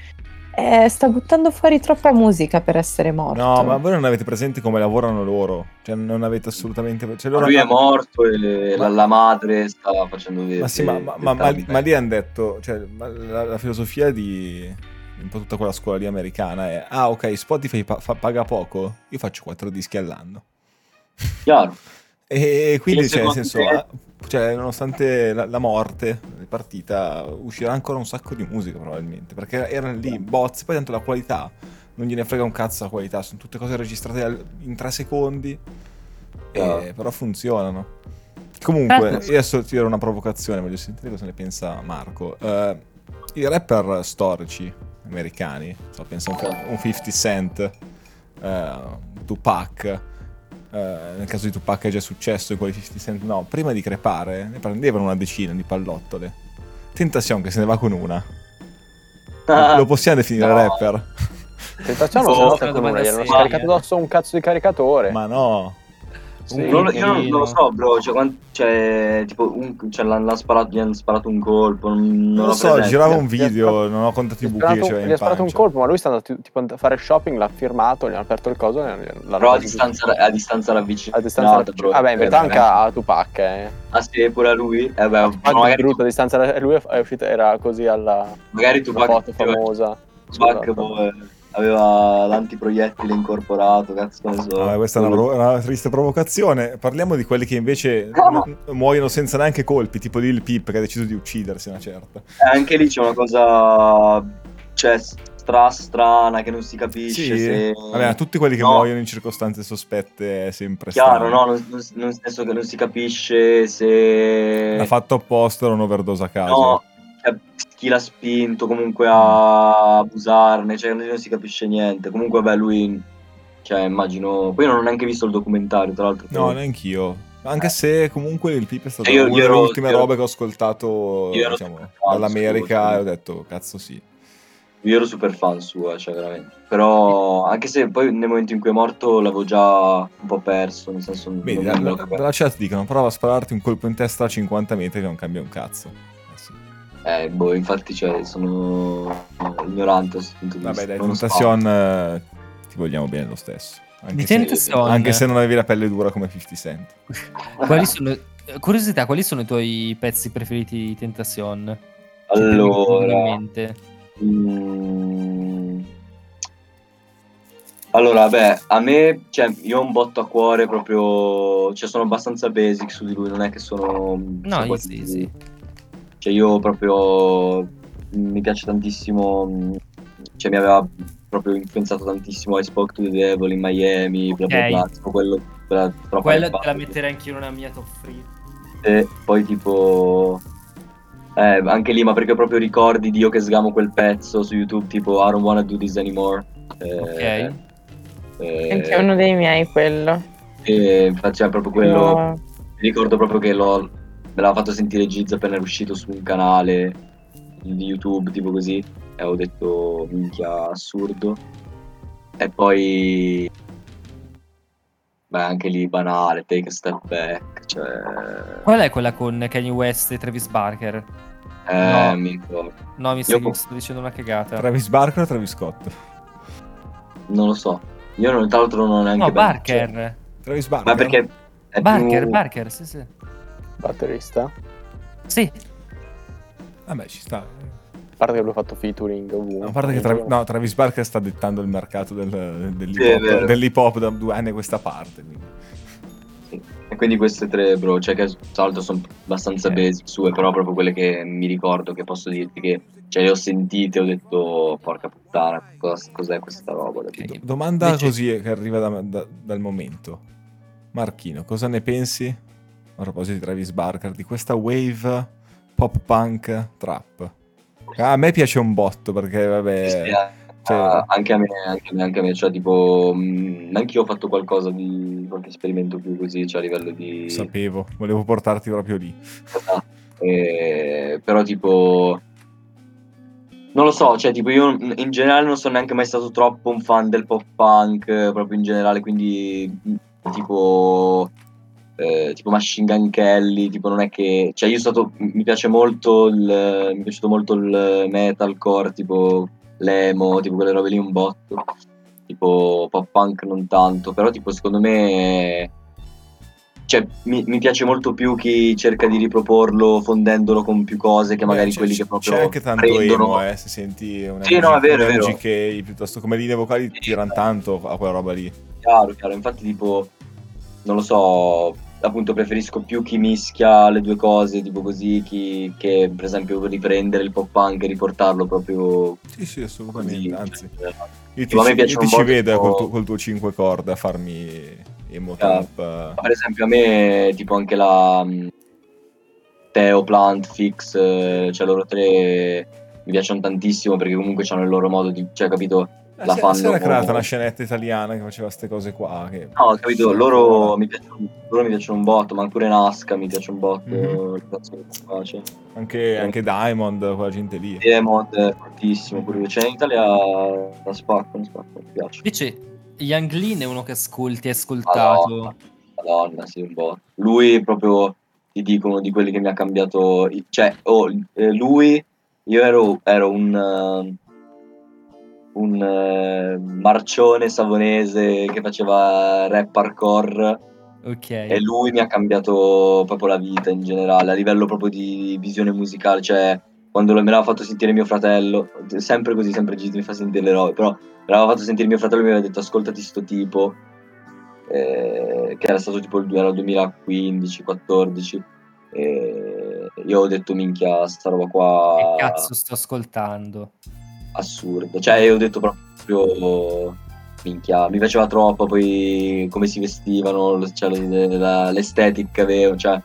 E: Eh, sta buttando fuori troppa musica per essere morto.
B: No, ma voi non avete presente come lavorano loro. Cioè, non avete assolutamente. Cioè, loro
D: Lui è
B: hanno-
D: morto e la, la madre sta facendo dei...
B: Ma sì, ma,
D: dei-
B: ma-
D: dei
B: ma- ma lì-
D: tappe.
B: ma lì hanno detto. Cioè, ma la, la filosofia di un po' tutta quella scuola lì americana è: ah, ok, Spotify pa- fa- paga poco, io faccio quattro dischi all'anno.
D: Chiaro.
B: E quindi,
D: E
B: cioè,
D: secondo
B: nel senso,
D: te-
B: ah, cioè, nonostante la, la morte, è partita, uscirà ancora un sacco di musica probabilmente, perché erano lì bots, poi tanto la qualità, non gliene frega un cazzo la qualità, sono tutte cose registrate al- in tre secondi, e-
D: Ah.
B: però funzionano. Comunque,
C: Certo.
B: io adesso tiro una provocazione, voglio sentire cosa ne pensa Marco. Eh, I rapper storici americani, so, penso un, po' un 50 Cent, eh, Tupac, eh, nel caso di Tupac è già successo, e quelli 50 Cent no, prima di crepare ne prendevano una decina di pallottole. Tentacion che se ne va con una.
D: Ah.
B: Lo possiamo definire
D: No.
B: rapper?
A: Tentazione
D: Oh,
A: non
D: una
A: c'è nota con
C: domanda
A: una, gli hanno
C: seria.
A: scaricato addosso un cazzo di caricatore.
B: Ma no.
A: Sì,
D: Non lo- io non,
C: carino.
D: non lo so, bro. Cioè, quan- cioè, tipo, un, cioè, l'hanno, l'hanno sparato, gli hanno sparato un colpo. Non, non
B: Non lo
D: ho
B: so,
D: presente.
B: girava un
A: Gli ha
B: video,
A: sparato-
B: non ho contato
A: Gli
B: i
A: ha
B: buchi che
A: sparato,
B: c'era
A: gli ha
B: in
A: sparato un
B: pancia.
A: colpo, ma lui è andato tipo a fare shopping, l'ha firmato, gli hanno aperto il coso e l'hanno
D: Però a
A: quasi-
D: distanza, a distanza l'avvicinato.
A: a distanza la- Vabbè, in verità anche a a Tupac, eh.
D: Ah, sì, pure a lui. Eh, beh,
A: Ma
D: magari,
A: brutto a distanza da- lui è uscito era così alla
D: magari
A: alla
D: Tupac,
A: foto
D: aveva-
A: famosa.
D: Tupac
A: Esatto.
D: boh, eh, aveva l'antiproiettile incorporato. Cazzo, ne so.
B: Vabbè, Ah, questa è una, pro- una triste provocazione. Parliamo di quelli che invece n- muoiono senza neanche colpi, tipo Lil Pip che ha deciso di uccidersi una certa.
D: Eh, anche lì c'è una cosa. Cioè, stra strana che non si capisce. se...
B: Vabbè, ma tutti quelli che
D: No.
B: muoiono in circostanze sospette è sempre
D: Chiaro,
B: strano.
D: no, non, non, nel senso che non si capisce se...
B: L'ha fatto apposta era un'overdose a caso.
D: eh. No, cioè, chi l'ha spinto comunque a abusarne, cioè non si capisce niente. Comunque, beh, lui, cioè, immagino... Poi io non ho neanche visto il documentario, tra l'altro.
B: No, neanch'io. Anche se comunque il Pip è stata
D: Eh, io-
B: una
D: io
B: delle
D: ero-
B: ultime
D: io ero-
B: robe che ho ascoltato
D: io ero
B: diciamo,
D: scontato,
B: dall'America
D: scusa.
B: e ho detto cazzo sì.
D: Io ero super fan sua, cioè, veramente. Però, anche se poi nel momento in cui è morto l'avevo già un po' perso, nel senso... non-
B: Vedi,
D: non
B: la-
D: me lo
B: la- dalla chat dicono prova a spararti un colpo in testa a 50 metri che non cambia un cazzo. Eh sì.
D: Eh, boh, infatti, cioè, sono ignorante a questo punto di
B: Vabbè
D: vista.
B: dai,
D: non lo so.
B: Tentacion eh, ti vogliamo bene lo stesso. Anche
C: Di
B: se,
C: Tentacion.
B: anche se non avevi la pelle dura come 50 Cent.
C: Quali sono- eh, Curiosità, quali sono i tuoi pezzi preferiti di Tentacion? Cioè, primi che ti vengono in
D: Allora...
C: mente.
D: Mm. Allora, beh, a me, cioè, io ho un botto a cuore proprio, cioè, sono abbastanza basic su di lui, non è che sono...
C: No,
D: sono
C: io
D: quasi-
C: sì, sì.
D: Cioè, io proprio, mi piace tantissimo, mm, cioè, mi aveva proprio influenzato tantissimo I Spoke to the Devil in Miami, bla bla
C: Ok.
D: bla, tipo quello, quella troppa
C: Quella
D: che
C: te
D: fa.
C: la metterei anch'io in una mia top free.
D: E poi tipo eh, anche lì ma perché proprio ricordi di io che sgamo quel pezzo su youtube tipo I don't wanna do this anymore Eh,
C: Ok.
D: eh,
E: Anche uno dei miei quello.
D: e faceva proprio quello
E: No.
D: mi ricordo proprio che l'ho, me l'ha fatto sentire Giz appena era uscito su un canale di YouTube, tipo così, e ho detto minchia assurdo. E poi... Beh, anche lì banale, take a step back, cioè...
C: Qual è quella con Kanye West e Travis Barker?
D: Eh,
C: No.
D: mi ricordo.
C: No, mi sto,
D: Io-
C: sto dicendo una cagata.
B: Travis Barker o Travis Scott?
D: Non lo so. Io non, tra l'altro non ho neanche...
C: No,
D: ben-
C: Barker.
D: cioè,
B: Travis Barker.
D: ma perché... È
C: Barker,
D: più-
C: Barker, sì, sì.
A: batterista. A
C: Sì,
B: Vabbè, Ah, ci sta.
A: parte che lui ha fatto featuring ovunque.
B: A parte che Tra- no, Travis Barker sta dettando il mercato del- dell'hip,
D: Sì, è
B: hop,
D: vero.
B: dell'hip hop da due anni a questa parte. quindi.
D: E quindi queste tre, bro, cioè che salto sono abbastanza
B: Eh.
D: basic sue, però proprio quelle che mi ricordo che posso dirti che cioè, le ho sentite, ho detto porca puttana, cos- cos'è questa roba? capito?
B: Do- domanda
C: Invece-
B: così eh, che arriva da- da- dal momento. Marchino, cosa ne pensi a proposito di Travis Barker di questa wave pop punk trap? A me piace un botto perché
D: Sì,
B: vabbè, cioè-
D: ah, anche a me, anche a me, anche a me, cioè tipo, mh, anch'io ho fatto qualcosa di qualche esperimento più così, cioè a livello di...
B: sapevo, volevo portarti proprio lì.
D: Eh, però tipo non lo so, cioè tipo io in generale non sono neanche mai stato troppo un fan del pop punk eh, proprio in generale, quindi mh, tipo eh, tipo Machine Gun Kelly, tipo non è che cioè io sono stato mi piace molto il mi è piaciuto molto il metalcore, tipo l'emo, tipo quelle robe lì un botto. Tipo pop punk non tanto, però tipo secondo me cioè, mi, mi piace molto più chi cerca di riproporlo fondendolo con più cose che magari
B: Beh, c'è-
D: quelli
B: c'è-
D: che proprio
B: Cioè, c'è anche tanto
D: prendono
B: emo, eh, se senti una
D: Sì, no, è vero, è vero.
B: GK piuttosto come linee vocali tirano tanto a quella roba lì.
D: Chiaro, chiaro, infatti tipo, non lo so, appunto preferisco più chi mischia le due cose, tipo così, chi, che per esempio riprendere il pop punk e riportarlo proprio
B: Sì, sì, assolutamente,
D: così.
B: anzi.
D: Cioè,
B: Io ti,
D: Tipo, a me
B: ci-
D: piace
B: io
D: un
B: ti ci
D: botto-
B: vedo eh, col, tuo, col tuo 5 corde a farmi emo
D: Chiaro.
B: trap. eh.
D: per esempio a me tipo anche la mh, Teo, Plant, Fix, eh, cioè loro tre mi piacciono tantissimo perché comunque hanno il loro modo di, cioè capito,
B: Eh,
D: la
B: si-
D: fanno
B: si era
D: con-
B: creata una scenetta italiana che faceva queste cose qua. Che...
D: No, ho capito, loro mi, piacciono, loro mi piacciono un botto, ma pure Nasca mi piace un botto,
B: Mhm.
D: le cioè. canzoni che face.
B: Anche, anche Diamond, quella gente lì.
D: Demod è fortissimo pure cioè in Italia la spacco, la spacco, mi piace.
C: Invece, Young Lean è uno che ascolti, è ascoltato.
D: Madonna, Madonna, sì, un po'. Lui è proprio, ti dico, uno di quelli che mi ha cambiato, i- cioè, oh, eh, lui, io ero, ero un, eh, un eh, marcione savonese che faceva rap hardcore
C: Ok.
D: e lui mi ha cambiato proprio la vita in generale, a livello proprio di visione musicale, cioè quando lo- me l'aveva fatto sentire mio fratello, sempre così, sempre Gigi mi fa sentire le robe, però me l'aveva fatto sentire mio fratello e mi aveva detto ascoltati sto tipo, eh, che era stato tipo il du- era 2015-14, e io ho detto minchia sta roba qua
C: Che cazzo sto ascoltando?
D: assurda, cioè io ho detto proprio minchia, mi piaceva troppo poi come si vestivano, lo- cioè, lo- la- l'estetica che avevano, cioè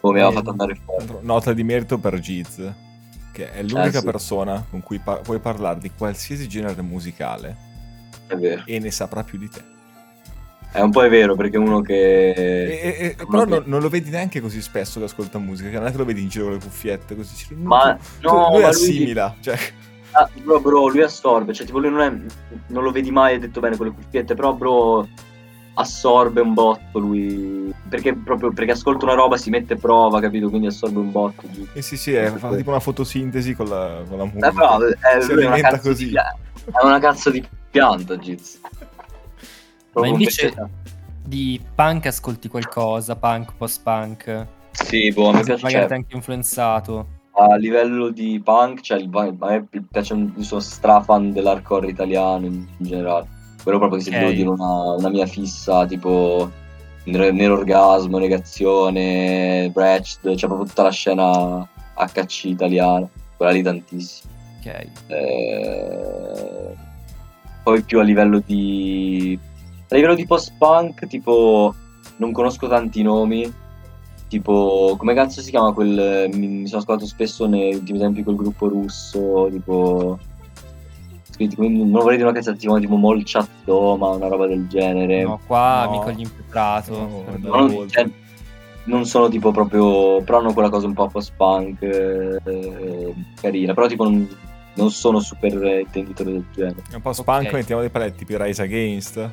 D: come
B: Eh,
D: mi aveva fatto andare fuori.
B: Altro- Nota di merito per Giz, che è l'unica
D: Eh, sì.
B: persona con cui par- puoi parlare di qualsiasi genere musicale
D: È vero.
B: e ne saprà più di te.
D: È un po' è vero perché uno che...
B: E- e- e-
D: Ma
B: Eh, però
D: che-
B: non, non lo vedi neanche così spesso che ascolta musica, che non è che lo vedi in giro con le cuffiette così. ci-
D: Ma
B: tu-
D: no,
B: lui
D: ma
B: assimila. Cioè,
D: Ah, bro, bro, lui assorbe, cioè tipo lui non, è, non lo vedi mai, hai detto bene, con le cuffiette, però bro assorbe un botto lui, perché proprio perché ascolta una roba si mette a prova, capito? Quindi assorbe un botto. Giù.
B: eh sì, sì, è, fa tipo una fotosintesi con la, con la musica.
D: Eh, però, eh,
B: si
D: lui è una
B: alimenta
D: cazzo
B: così.
D: di pia- è una cazzo di pianta, Giz. cioè,
C: Ma
D: Proprio un
C: invece
D: pezzetto.
C: di punk ascolti qualcosa, punk, post-punk.
D: Sì, boh, a me piace,
C: magari
D: cioè,
C: ti ha anche influenzato.
D: a livello di punk, cioè, il punk- a me pi- piace, un- io sono strafan dell'hardcore italiano in, in generale. Quello proprio se
C: Ok.
D: devo dire una, una mia fissa, tipo Nero Nero Orgasmo, Negazione, Brecht, cioè proprio tutta la scena HC italiana, quella lì tantissimo.
C: Ok.
D: Eh, poi più a livello di a livello di post punk tipo non conosco tanti nomi tipo come cazzo si chiama quel mi, mi sono ascoltato spesso negli ultimi tempi quel gruppo russo tipo scritti quindi non vorrei dire una cazzata tipo, tipo Molchat Doma una roba del genere
C: Eh, No, Oh, qua
B: no.
C: mi cogli impreparato.
B: No,
C: Perdonami.
D: Ma non, cioè, non sono tipo proprio. Però hanno quella cosa un po' post-punk eh, carina. Però tipo non, non sono super eh, intenditore del genere.
B: È un po' spanco,
C: Ok.
B: mettiamo dei paletti più Rise Against. Cioè,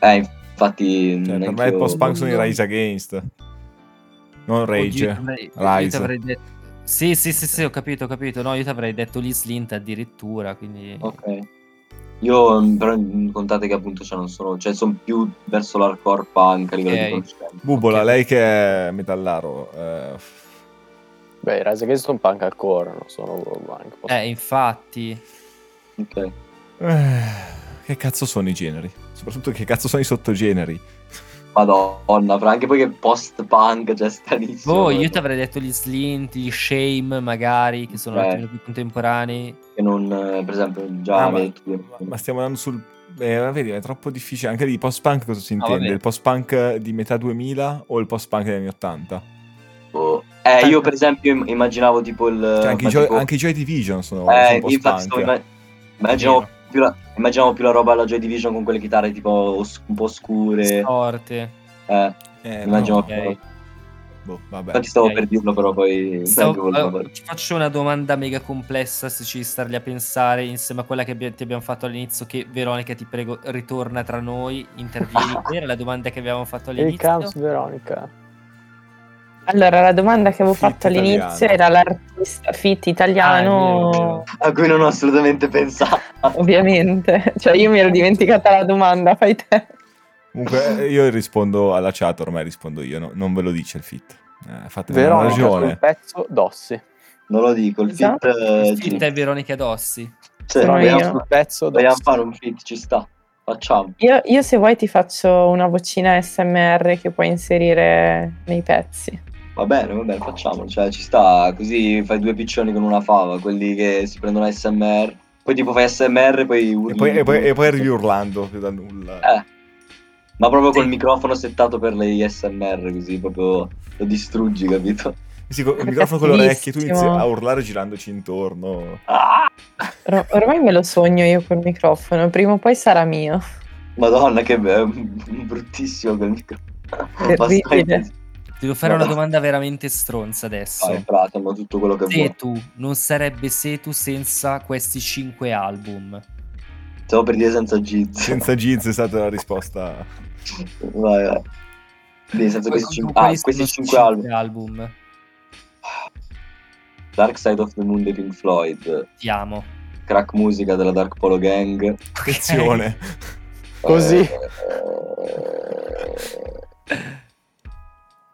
D: Eh, infatti.
B: per
D: neanche
B: me il
D: io-
B: post punk sono i
C: non-
B: Rise Against. Non
C: Oddio, io
B: Rage.
C: t'avrei- io
B: Rise.
C: t'avrei detto- Sì, sì, sì, sì, ho capito, ho capito. No, io ti avrei detto Liz Lint addirittura, quindi...
D: Ok. Io mm, però mm, contate che appunto cioè, non sono. Cioè, sono più verso l'hardcore punk a livello
C: Ok.
D: di conoscenza.
B: Bubola,
C: Ok.
B: lei che è metallaro. eh,
A: Beh, i Rise Against sono punk hardcore, non sono world punk. Posso-
C: Eh, infatti...
D: Ok.
B: eh, che cazzo sono i generi? Soprattutto che cazzo sono i sottogeneri?
D: Madonna, fra- anche poi che post-punk, cioè stranissimo.
C: Boh, io ti avrei detto gli Slint, gli Shame, magari, che sono
D: Beh.
C: alcuni più contemporanei.
D: Che non, eh, per esempio, già
B: Ah,
D: avevo
B: ma,
D: detto che-
B: ma stiamo andando sul... Eh, ma vedi, è troppo difficile. Anche di post-punk cosa si
D: Ah,
B: intende?
C: vabbè.
B: il post-punk di metà 2000 o il post-punk degli anni Cioè, 80?
D: boh. Eh, io per esempio im- immaginavo tipo il...
B: Cioè, anche,
D: Eh, ma
B: i gio-
D: tipo-
B: anche i Joy Division sono,
D: Eh,
B: sono
D: infatti stavo
B: post-punk.
D: imma- immaginavo, più la, immaginavo più la roba alla Joy Division con quelle chitarre tipo os- un po' oscure.
C: Sorte.
D: Eh,
B: Eh, no,
D: immaginavo
C: no,
D: più-
C: ok.
B: boh, vabbè.
D: Infatti stavo
C: Ok.
D: per dirlo, però poi...
C: Stavo-
D: neanche volevo
C: allora, ti faccio una domanda mega complessa se ci starli a pensare insieme a quella che abbia- ti abbiamo fatto all'inizio che Veronica ti prego ritorna tra noi intervieni era la domanda che abbiamo fatto
A: Il
C: all'inizio
A: Camps Veronica.
E: Allora, la domanda che avevo
B: Fit
E: fatto all'inizio
B: italiano.
E: era l'artista
C: Ah, è
E: fit
C: vero, è
E: italiano,
C: vero.
D: a cui non ho assolutamente pensato.
E: ovviamente. Cioè, io mi ero dimenticata la domanda, fai te.
B: Comunque eh, io rispondo alla chat, ormai rispondo io, no- non ve lo dice il fit. Eh, fatemi una
A: Veronica sul
B: ragione.
A: pezzo Dossi.
D: Non lo dico, il
E: Esatto.
D: fit... eh,
C: Il
D: ci-
C: fit è Veronica Dossi
D: cioè,
E: sono
D: vogliamo,
E: io.
A: Sul pezzo
D: vogliamo
A: Dossi.
D: fare un fit, ci sta. Facciamo.
E: Io, io se vuoi ti faccio una vocina SMR che puoi inserire nei pezzi.
D: Va bene, va bene, facciamolo. Cioè, ci sta. Così fai due piccioni con una fava, quelli che si prendono SMR. Poi tipo fai SMR, poi
B: E
D: urli.
B: poi, e poi- e poi arrivi urlando più da nulla.
D: Eh. Ma proprio col
C: Sì.
D: microfono settato per le SMR, così proprio lo distruggi, capito?
B: Sì, con il microfono con le orecchie, tu inizi
E: Cattivissimo.
B: a urlare girandoci intorno.
D: Ah!
E: Or- ormai me lo sogno io col microfono, prima o poi sarà mio.
D: Madonna, che be- bruttissimo quel
C: Eh,
D: microfono.
E: Terribile.
C: ti devo fare una
D: No.
C: domanda veramente stronza adesso
D: Vai, fra, ma tutto quello che vuoi.
C: Setu non sarebbe Setu senza questi cinque album
D: Stavo per dire senza giz.
B: Senza jeans è stata la
D: Eh.
B: risposta.
D: Vai, vai. Quindi senza
C: Poi-
D: questi, cin- ah,
C: quali sono
D: questi
C: i
D: cinque album.
C: album
D: Dark Side of the Moon dei Pink Floyd,
C: ti amo
D: Crack Musica della Dark Polo Gang.
B: Attenzione.
A: Così.
D: Eh,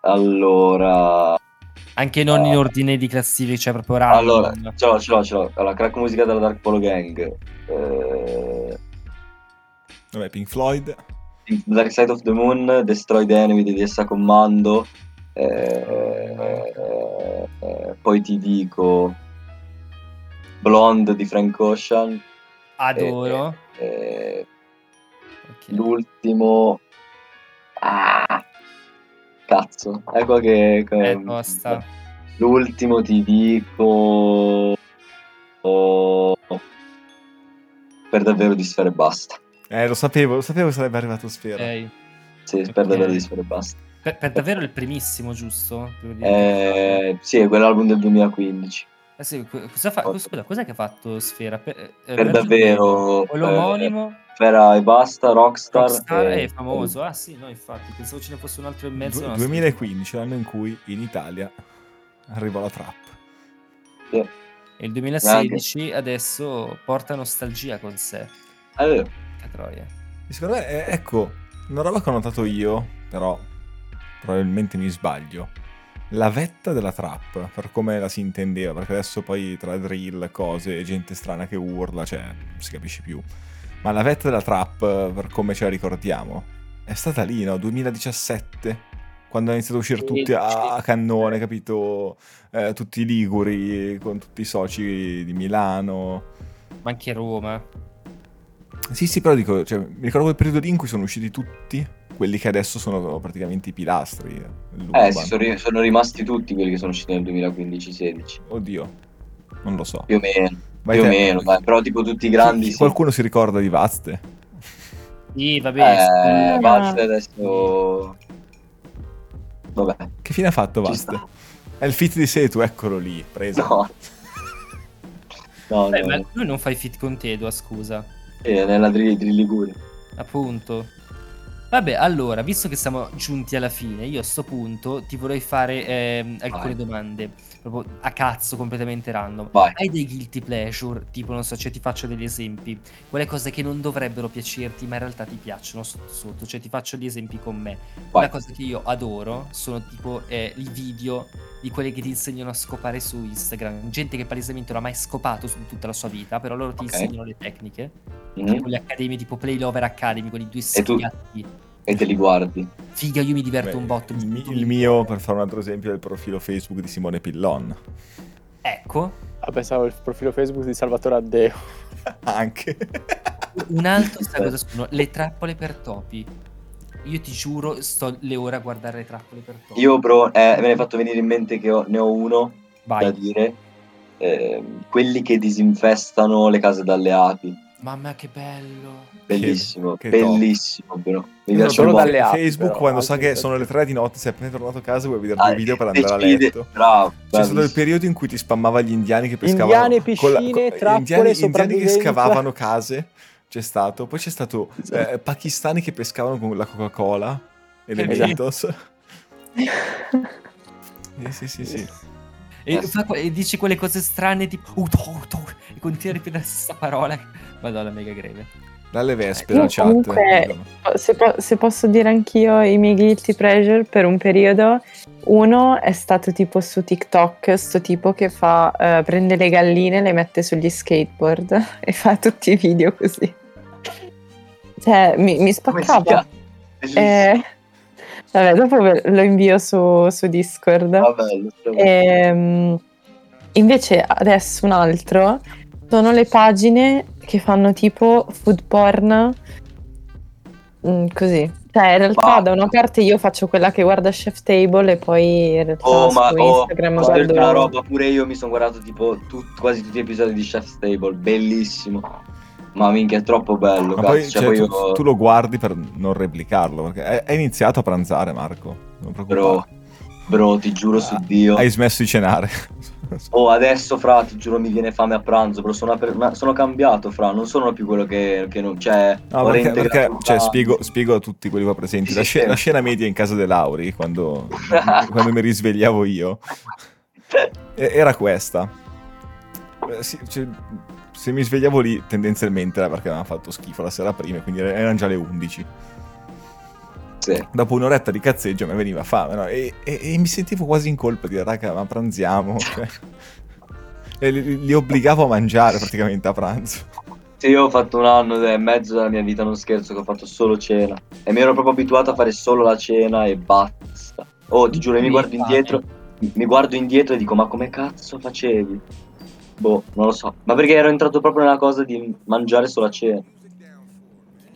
D: allora,
C: anche non in
D: Ah.
C: ordine di classifica cioè proprio
D: allora,
C: random
D: ce l'ho, ce l'ho, ce l'ho. Allora, Crack Musica della Dark Polo Gang. Eh,
B: Vabbè, Pink Floyd.
D: Dark Side of the Moon, Destroy the Enemy di DSA Commando. eh, eh, eh, poi ti dico Blonde di Frank Ocean.
C: adoro
D: eh,
C: Ok.
D: l'ultimo. Ah, cazzo, ecco che. che-
C: Eh, tosta.
D: L'ultimo ti dico. oh, per davvero di sfere basta.
B: Eh, lo sapevo, lo sapevo che sarebbe arrivato Sfera.
C: Ok.
D: Sì, per davvero
C: Ok.
D: di sfere basta.
C: Per, per davvero il primissimo, giusto? Devo dire.
D: Eh, sì, è quell'album del 2015.
C: Ah, sì, co- cosa fa- scusa, cos'è che ha fatto Sfera? Per, eh,
D: Per davvero.
C: O l'omonimo,
D: Sfera e basta, Rockstar. eh,
C: Rockstar
D: e-
C: è famoso. Ah sì, no, infatti, pensavo ce ne fosse un altro in mezzo.
B: Du-
C: no,
B: 2015, l'anno in cui in Italia arrivò la trap.
C: E il 2016 adesso porta nostalgia con sé.
D: Eh, vero.
C: Che troia.
B: E Secondo me, eh, ecco, una roba che ho notato io, però probabilmente mi sbaglio. La vetta della trap, per come la si intendeva, perché adesso poi tra drill, cose, e gente strana che urla, cioè, non si capisce più. Ma la vetta della trap, eh, per come ce la ricordiamo, è stata lì, no? 2017, quando hanno iniziato a uscire
C: Sì,
B: tutti a,
C: sì.
B: cannone, capito? Eh, tutti i liguri, con tutti i soci di Milano.
C: Ma anche Roma.
B: Sì, sì, però dico, cioè, mi ricordo quel periodo lì in cui sono usciti tutti quelli che adesso sono praticamente i pilastri. dell'urban.
D: Eh, sì, sono, ri- sono rimasti tutti quelli che sono usciti nel 2015-16.
B: Oddio, non lo so.
D: Più o meno,
B: Vai
D: più o
B: te.
D: meno, dai. però tipo tutti i grandi.
B: Chi-
D: sì.
B: Qualcuno si ricorda di Vazte?
C: Sì, vabbè.
D: Eh,
E: sì.
D: Valve adesso. Vabbè,
B: Che fine ha fatto
D: Ci
B: Vazte?
D: sta.
B: È il fit di Setu, eccolo lì, preso.
D: no. No,
C: Beh,
D: no,
C: ma lui non fa i fit con te, Edua, scusa.
D: eh, nella Drilli Liguria.
C: Appunto. Vabbè, allora, visto che siamo giunti alla fine, io a sto punto ti vorrei fare ehm, alcune
D: Vai.
C: domande, proprio a cazzo, completamente random.
D: Vai.
C: Hai dei guilty pleasure, tipo, non so, cioè ti faccio degli esempi, quelle cose che non dovrebbero piacerti, ma in realtà ti piacciono sotto sotto, cioè ti faccio gli esempi con me.
D: Vai.
C: Una cosa che io adoro sono tipo eh, i video di quelli che ti insegnano a scopare su Instagram, gente che palesemente non ha mai scopato su tutta la sua vita, però loro ti
D: Ok.
C: insegnano le tecniche
D: Mhm.
C: tipo le accademie tipo Playlover Academy, quelli due
D: E tu-
C: schiatti.
D: E te li guardi.
C: figa, io mi diverto
B: Beh,
C: un botto.
B: il, mi- il mio, per fare un altro esempio, è il profilo Facebook di Simone Pillon.
C: Ecco,
A: Ah, pensavo il profilo Facebook di Salvatore Addeo.
B: Anche.
C: un altro sta cosa sono le trappole per topi. Io ti giuro, sto le ore a guardare le trappole per topi.
D: Io, bro, eh, me ne è fatto venire in mente che ho- ne ho uno da
C: Vai.
D: dire. Ehm, quelli che disinfestano le case dalle api.
C: Mamma che bello.
D: Bellissimo,
B: Che- che top.
D: bellissimo, bro. Mi
B: Io
D: piace
A: solo
D: un botto.
A: dalle app,
B: Facebook,
A: però,
B: quando sa
A: anche
B: che
A: se-
B: sono le 3 di notte, sei appena tornato a casa vuoi vedere
D: Ah,
B: due video per andare a
D: decide-
B: letto.
D: Bravo,
B: C'è stato il
D: bravissimo.
B: periodo in cui ti spammava gli indiani che pescavano.
A: Indiane, piscine,
B: gli
A: trappole,
B: indiani, indiani che
A: sopravvivenza.
B: scavavano case. C'è stato. Poi c'è stato eh, pakistani che pescavano con la Coca-Cola e le
C: Che
B: Mentos. Eh, sì, sì, sì.
C: E, Eh, fa que- e dici quelle cose strane tipo "Oh, "Uto, uto", e continui a ripetere la stessa parola. Madonna, mega greve.
B: Dalle vespe la
E: Io
B: chat.
E: comunque-
B: dicono.
E: Se, po- se posso dire anch'io i miei guilty pleasure per un periodo, uno è stato tipo su TikTok, sto tipo che fa, eh, prende le galline e le mette sugli skateboard e fa tutti i video così. Cioè, mi, mi
D: Come si
E: spaccava.
D: chiama? Bellissimo.
E: Eh, vabbè, dopo ve- lo invio su, su Discord.
D: Ah, bello, stavo-
E: Ehm, invece adesso un altro sono le pagine che fanno tipo food porn mm, così. Cioè, in realtà
D: Ma-
E: da una parte io faccio quella che guarda Chef Table e poi in realtà
D: Oh,
E: su
D: ma oh,
E: Instagram
D: ho
E: guardo
D: detto una roba, pure io mi sono guardato tipo tut- quasi tutti gli episodi di Chef's Table, bellissimo. Ma minchia, è troppo bello,
B: Ma
D: cazzo.
B: poi
D: cioè,
B: cioè,
D: poi
B: tu,
D: io-
B: tu lo guardi per non replicarlo. Perché hai- hai iniziato a pranzare, Marco. Non
D: bro,
B: preoccupare.
D: bro, ti giuro su
B: Ah,
D: Dio.
B: Hai smesso di cenare.
D: Oh, adesso, fra, ti giuro, mi viene fame a pranzo, bro. Sono, una per- una- sono cambiato, fra. Non sono più quello che, che non c'è.
B: No, perché, perché, cioè, spiego, spiego a tutti quelli qua presenti.
D: Sì,
B: La,
D: sì,
B: sce-
D: sì.
B: la scena media in casa De Lauri, quando, quando mi risvegliavo io, e- era questa. Eh, sì, cioè, se mi svegliavo lì, tendenzialmente era perché avevano fatto schifo la sera prima, quindi era- erano già le 11.
D: Sì.
B: Dopo un'oretta di cazzeggio mi veniva fame, no? e, e- e mi sentivo quasi in colpa di dire, raga, ma pranziamo. cioè. E li, li obbligavo a mangiare praticamente a pranzo.
D: Sì, io ho fatto un anno e mezzo della mia vita, non scherzo, che ho fatto solo cena. E mi ero proprio abituato a fare solo la cena e basta. Oh, ti giuro, io mi
C: Mi
D: guardo
C: fa-
D: indietro. Mi guardo indietro e dico, ma come cazzo facevi? Boh, non lo so. Ma perché ero entrato proprio nella cosa di mangiare solo a cena.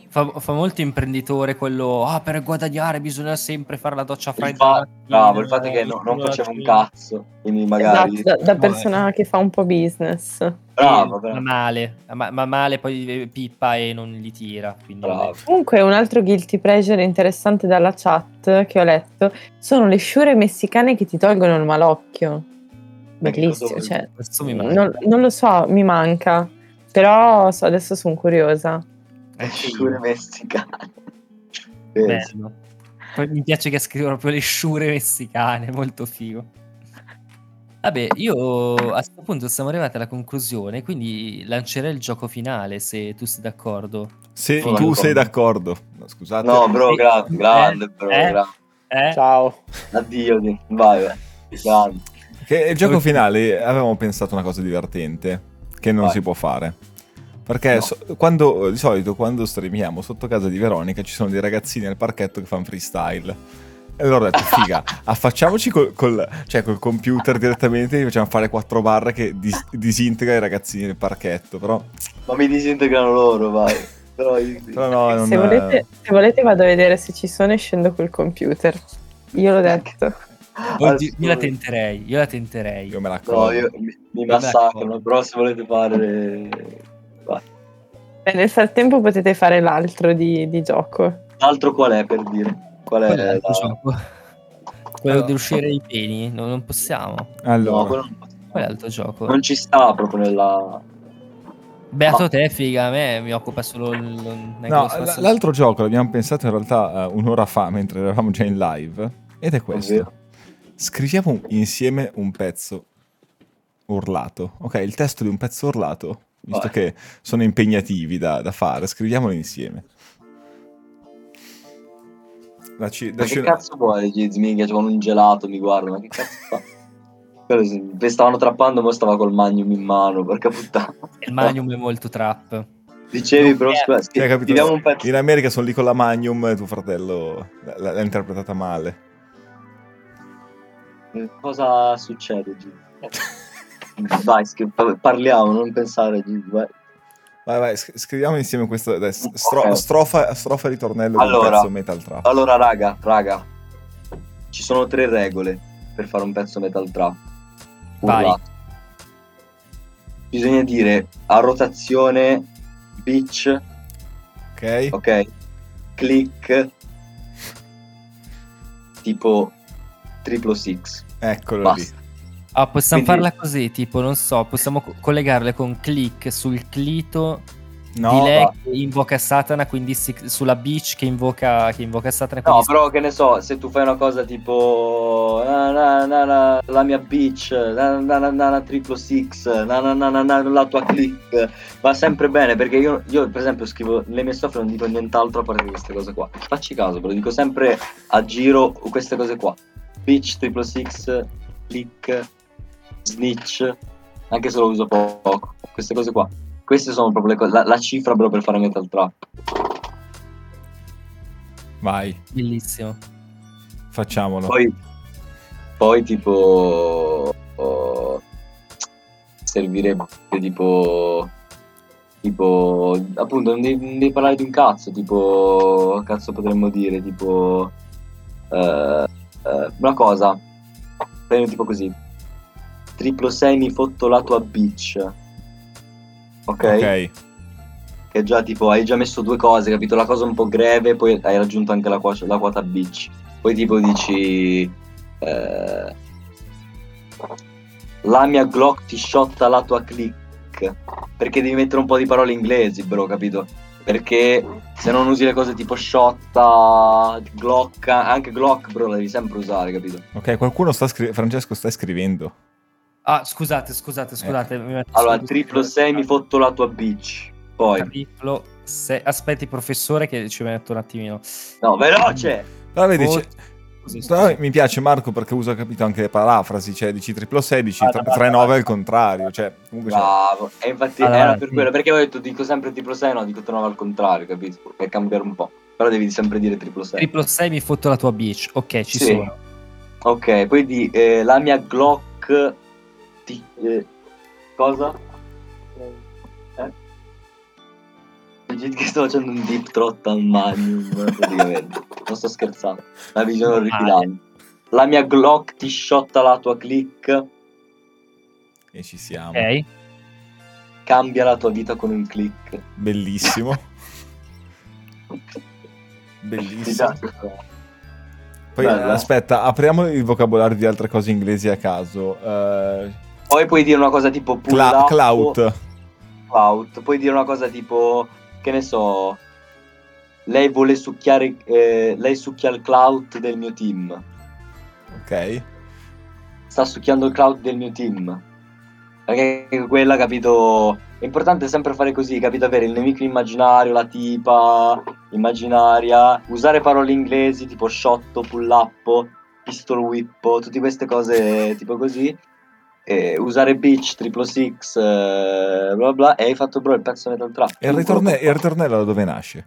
C: Fa, fa molto imprenditore quello ah per guadagnare bisogna sempre fare la doccia fredda.
D: Infatti, bravo, il fatto è che no- non facevo un cazzo. Quindi magari.
E: Esatto, da, da
B: No,
E: persona che fa un po' business.
D: Bravo,
C: ma
D: bravo.
C: male, ma, ma male poi eh, pippa e non li tira. Quindi
D: bravo.
E: Comunque, un altro guilty pleasure interessante dalla chat che ho letto sono le sciure messicane che ti tolgono il malocchio.
D: Ma che cosa
E: Bellissimo,
D: vuol
E: cioè,
C: questo mi manca.
E: non, non lo so, mi manca. Però so- adesso sono curiosa.
D: Eh, Sciure messicane. Penso.
C: Bello. Poi mi piace che scrivo proprio le sciure messicane, molto figo. Vabbè, io a questo punto siamo arrivati alla conclusione, quindi lancerei il gioco finale se tu sei d'accordo.
B: Se
D: Sono
B: tu sei d'accordo, scusate.
D: No, bro,
C: Sì. Eh,
D: gra- grande, bro,
C: eh.
D: grande.
C: Eh?
A: Ciao.
D: Addio, di- vai, vai. Grande.
B: Che il gioco
C: Ok.
B: finale avevamo pensato una cosa divertente che non
D: Vai.
B: si può fare. Perché
D: No.
B: so- quando, di solito quando streamiamo sotto casa di Veronica ci sono dei ragazzini al parchetto che fanno freestyle. E allora ho detto, figa, affacciamoci col, col- cioè col computer direttamente, gli facciamo fare quattro barre che dis- disintegra i ragazzini del parchetto. Però,
D: Ma mi disintegrano loro, vai. Però io-
B: però no, non
E: Se volete, se volete vado a vedere se ci sono e scendo col computer. Io l'ho
D: Ecco.
E: detto.
C: Oddio, io la
D: Assurdo.
C: tenterei, io la tenterei.
B: io me la
D: No,
B: colgo.
D: io mi, mi
C: Vabbè,
D: massacrano,
C: d'accordo.
D: però se volete fare... Vai.
E: Beh, nel frattempo potete fare l'altro di, di gioco.
D: L'altro qual è, per dire? Qual è?
C: Quello è l'altro
D: la-
C: gioco. Quello di uscire i peni, no, non possiamo.
B: Allora,
D: No, quello
C: Qual è
D: non...
C: l'altro gioco?
D: non ci sta proprio nella...
C: Beato
D: Ma-
C: te, figa, a me mi occupa solo il... non- neanche
B: No,
C: lo spazio.
B: l- l'altro gioco l'abbiamo pensato in realtà eh, un'ora fa mentre eravamo già in live ed è questo.
D: Ovvero?
B: Scriviamo un- insieme un pezzo urlato, ok? Il testo di un pezzo urlato, visto
D: Vai.
B: che sono impegnativi da, da fare, scriviamolo insieme. Dacci-
D: Ma
B: dacci
D: che
B: una-
D: cazzo vuoi? Giz, minchia, c'è con un gelato, mi guardo, ma che cazzo fa? Quello sì, mi stavano trappando, ma stava col magnum in mano, porca puttana.
C: Il Magnum è molto trap.
D: Dicevi, però, scusa, sì,
B: Sì, hai capito?
D: ti diamo un pezzo.
B: In America sono lì con la Magnum e tuo fratello l- l- l'ha interpretata male.
D: Mm, Cosa succede, Gigi? Vai, scri- parliamo, non pensare, Gigi. vai.
B: Vai, vai, sc- scriviamo insieme questo. dai, s- stro-
D: Ok.
B: strofa, strofa e ritornello
D: Allora.
B: del pezzo Metal Trap.
D: Allora, raga, raga, ci sono tre regole per fare un pezzo metal trap.
C: Vai.
D: Urlato. Bisogna dire a rotazione bitch,
B: Ok?
D: ok? Click tipo triplo six.
B: Eccolo
D: Basta.
C: Ah, possiamo
D: Quindi-
C: farla così, tipo, non so, possiamo co- collegarle con click sul clito
B: lì. No,
C: di lei
D: va.
C: che invoca Satana, quindi si- sulla beach che invoca, che invoca Satana.
D: No,
C: Quindi
D: però che ne so, se tu fai una cosa tipo na, na, na, na, la mia bitch, na, na, na, na, na, triplo six, na, na, na, na, na, la tua click, va sempre bene perché io, io, per esempio scrivo le mie strofe non dico nient'altro a parte queste cose qua. Facci caso, ve lo dico sempre a giro queste cose qua. Bitch, triplo six, click, snitch, anche se lo uso poco, queste cose qua. Queste sono proprio le cose, la, la cifra proprio per fare metal trap.
B: vai,
C: bellissimo.
B: facciamolo.
D: Poi, poi tipo oh, servirebbe tipo tipo appunto non devi, non devi parlare di un cazzo tipo cazzo potremmo dire tipo eh, eh, una cosa prendo tipo così triplo 6 mi fotto la tua bitch ok
B: ok,
D: che già tipo hai già messo due cose, capito? La cosa un po' greve, poi hai raggiunto anche la, quota- la quota bitch. Poi tipo dici... eh, la mia Glock ti shotta la tua click. Perché devi mettere un po' di parole inglesi, bro, capito? Perché se non usi le cose tipo shotta, Glock, anche Glock, bro, la devi sempre usare, capito?
B: ok, qualcuno sta scrivendo. Francesco, stai scrivendo.
C: Ah, scusate, scusate, scusate. mi metto
D: Allora,
C: solo-
D: triplo 6 mi fotto la tua bitch. Poi...
C: Triplo sei- Aspetti, professore, che ci metto un attimino.
D: No, veloce!
B: Però vedi,
C: Oh,
B: c'è-
C: scusi, scusi.
B: però mi piace Marco perché usa, capito, anche le parafrasi. Cioè, dici triplo 16,
D: Ah,
B: tre-
D: no, no,
B: 39
D: no.
B: al contrario. Cioè, comunque c'è-
D: Bravo, e infatti
C: Allora,
D: era per
C: sì.
D: quello, perché ho detto dico sempre triplo 6, no, dico trova al contrario, capito? Per cambiare un po'. Però devi sempre dire triplo 6.
C: Triplo 6 mi fotto la tua bitch. Ok, ci
D: Sì.
C: sono.
D: Ok, poi di eh, la mia Glock ti, eh, cosa? Eh? Dici Che sto facendo un deep trot al magnum, praticamente. non sto scherzando. La visione orripilante. La mia Glock ti sciotta la tua click,
B: E ci siamo.
C: Ok.
D: cambia la tua vita con un click.
B: Bellissimo.
D: Ti
B: Bellissimo.
D: piace questa-
B: Poi
D: Bello.
B: aspetta, apriamo il vocabolario di altre cose inglesi a caso. Eh,
D: Poi puoi dire una cosa tipo pull
B: cla-
D: up,
B: clout.
D: clout. Puoi dire una cosa tipo, che ne so, lei vuole succhiare, eh, lei succhia il clout del mio team.
B: Ok.
D: Sta succhiando il clout del mio team. Perché quella, capito, è importante sempre fare così, capito, avere il nemico immaginario, la tipa immaginaria, usare parole inglesi tipo shotto, pull up, pistol whip, tutte queste cose tipo così. E usare bitch, triplo six, eh, bla bla, e hai fatto bro il pezzo metal trap.
B: E il, ritorne- il ritornello da dove nasce?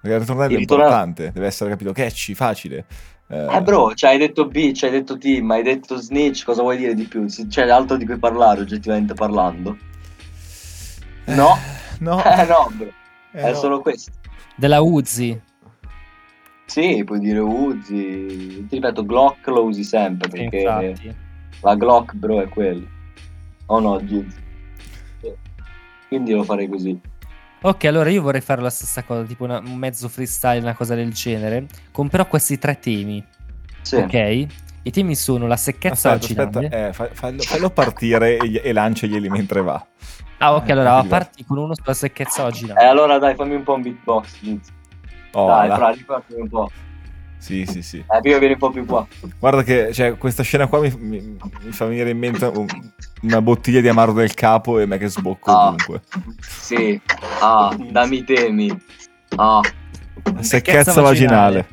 B: Perché il ritornello
D: Il
B: è
D: ritornello-
B: importante, deve essere capito catchy, facile. Eh,
D: Eh bro, cioè hai detto bitch, hai detto team, hai detto snitch, cosa vuoi dire di più? Si- C'è altro di cui parlare oggettivamente parlando? No?
B: No.
D: Eh no bro,
B: Eh,
D: è
B: no.
D: solo questo.
C: Della Uzi.
D: Sì, puoi dire usi. Ti ripeto, Glock lo usi sempre
C: Sì,
D: perché
C: Infatti.
D: la Glock, bro, è quella. Oh no, Giz. Quindi lo farei così.
C: Ok, allora io vorrei fare la stessa cosa, tipo una- un mezzo freestyle, una cosa del genere, con però questi tre temi,
D: Sì.
C: ok? I temi sono la secchezza
B: Aspetta,
C: vaginale.
B: aspetta, eh, fa- fallo, fallo partire e, gli- e lanciagli mentre va.
C: Ah, ok,
B: Eh,
C: allora
B: capito.
C: parti con uno sulla secchezza
D: E
C: vaginale.
D: Eh, allora dai, fammi un po' un beatbox, Giz.
B: Oh,
D: dai,
B: là.
D: fra, ripartimi un po'.
B: Sì, sì, sì.
D: Eh, prima vieni un po' più qua.
B: Guarda che cioè, questa scena qua mi, mi- mi fa venire in mente un- una bottiglia di amaro del capo e me che sbocco
D: Ah.
B: ovunque.
D: Sì. Ah, dammi i temi. Ah,
B: Secchezza vaginale.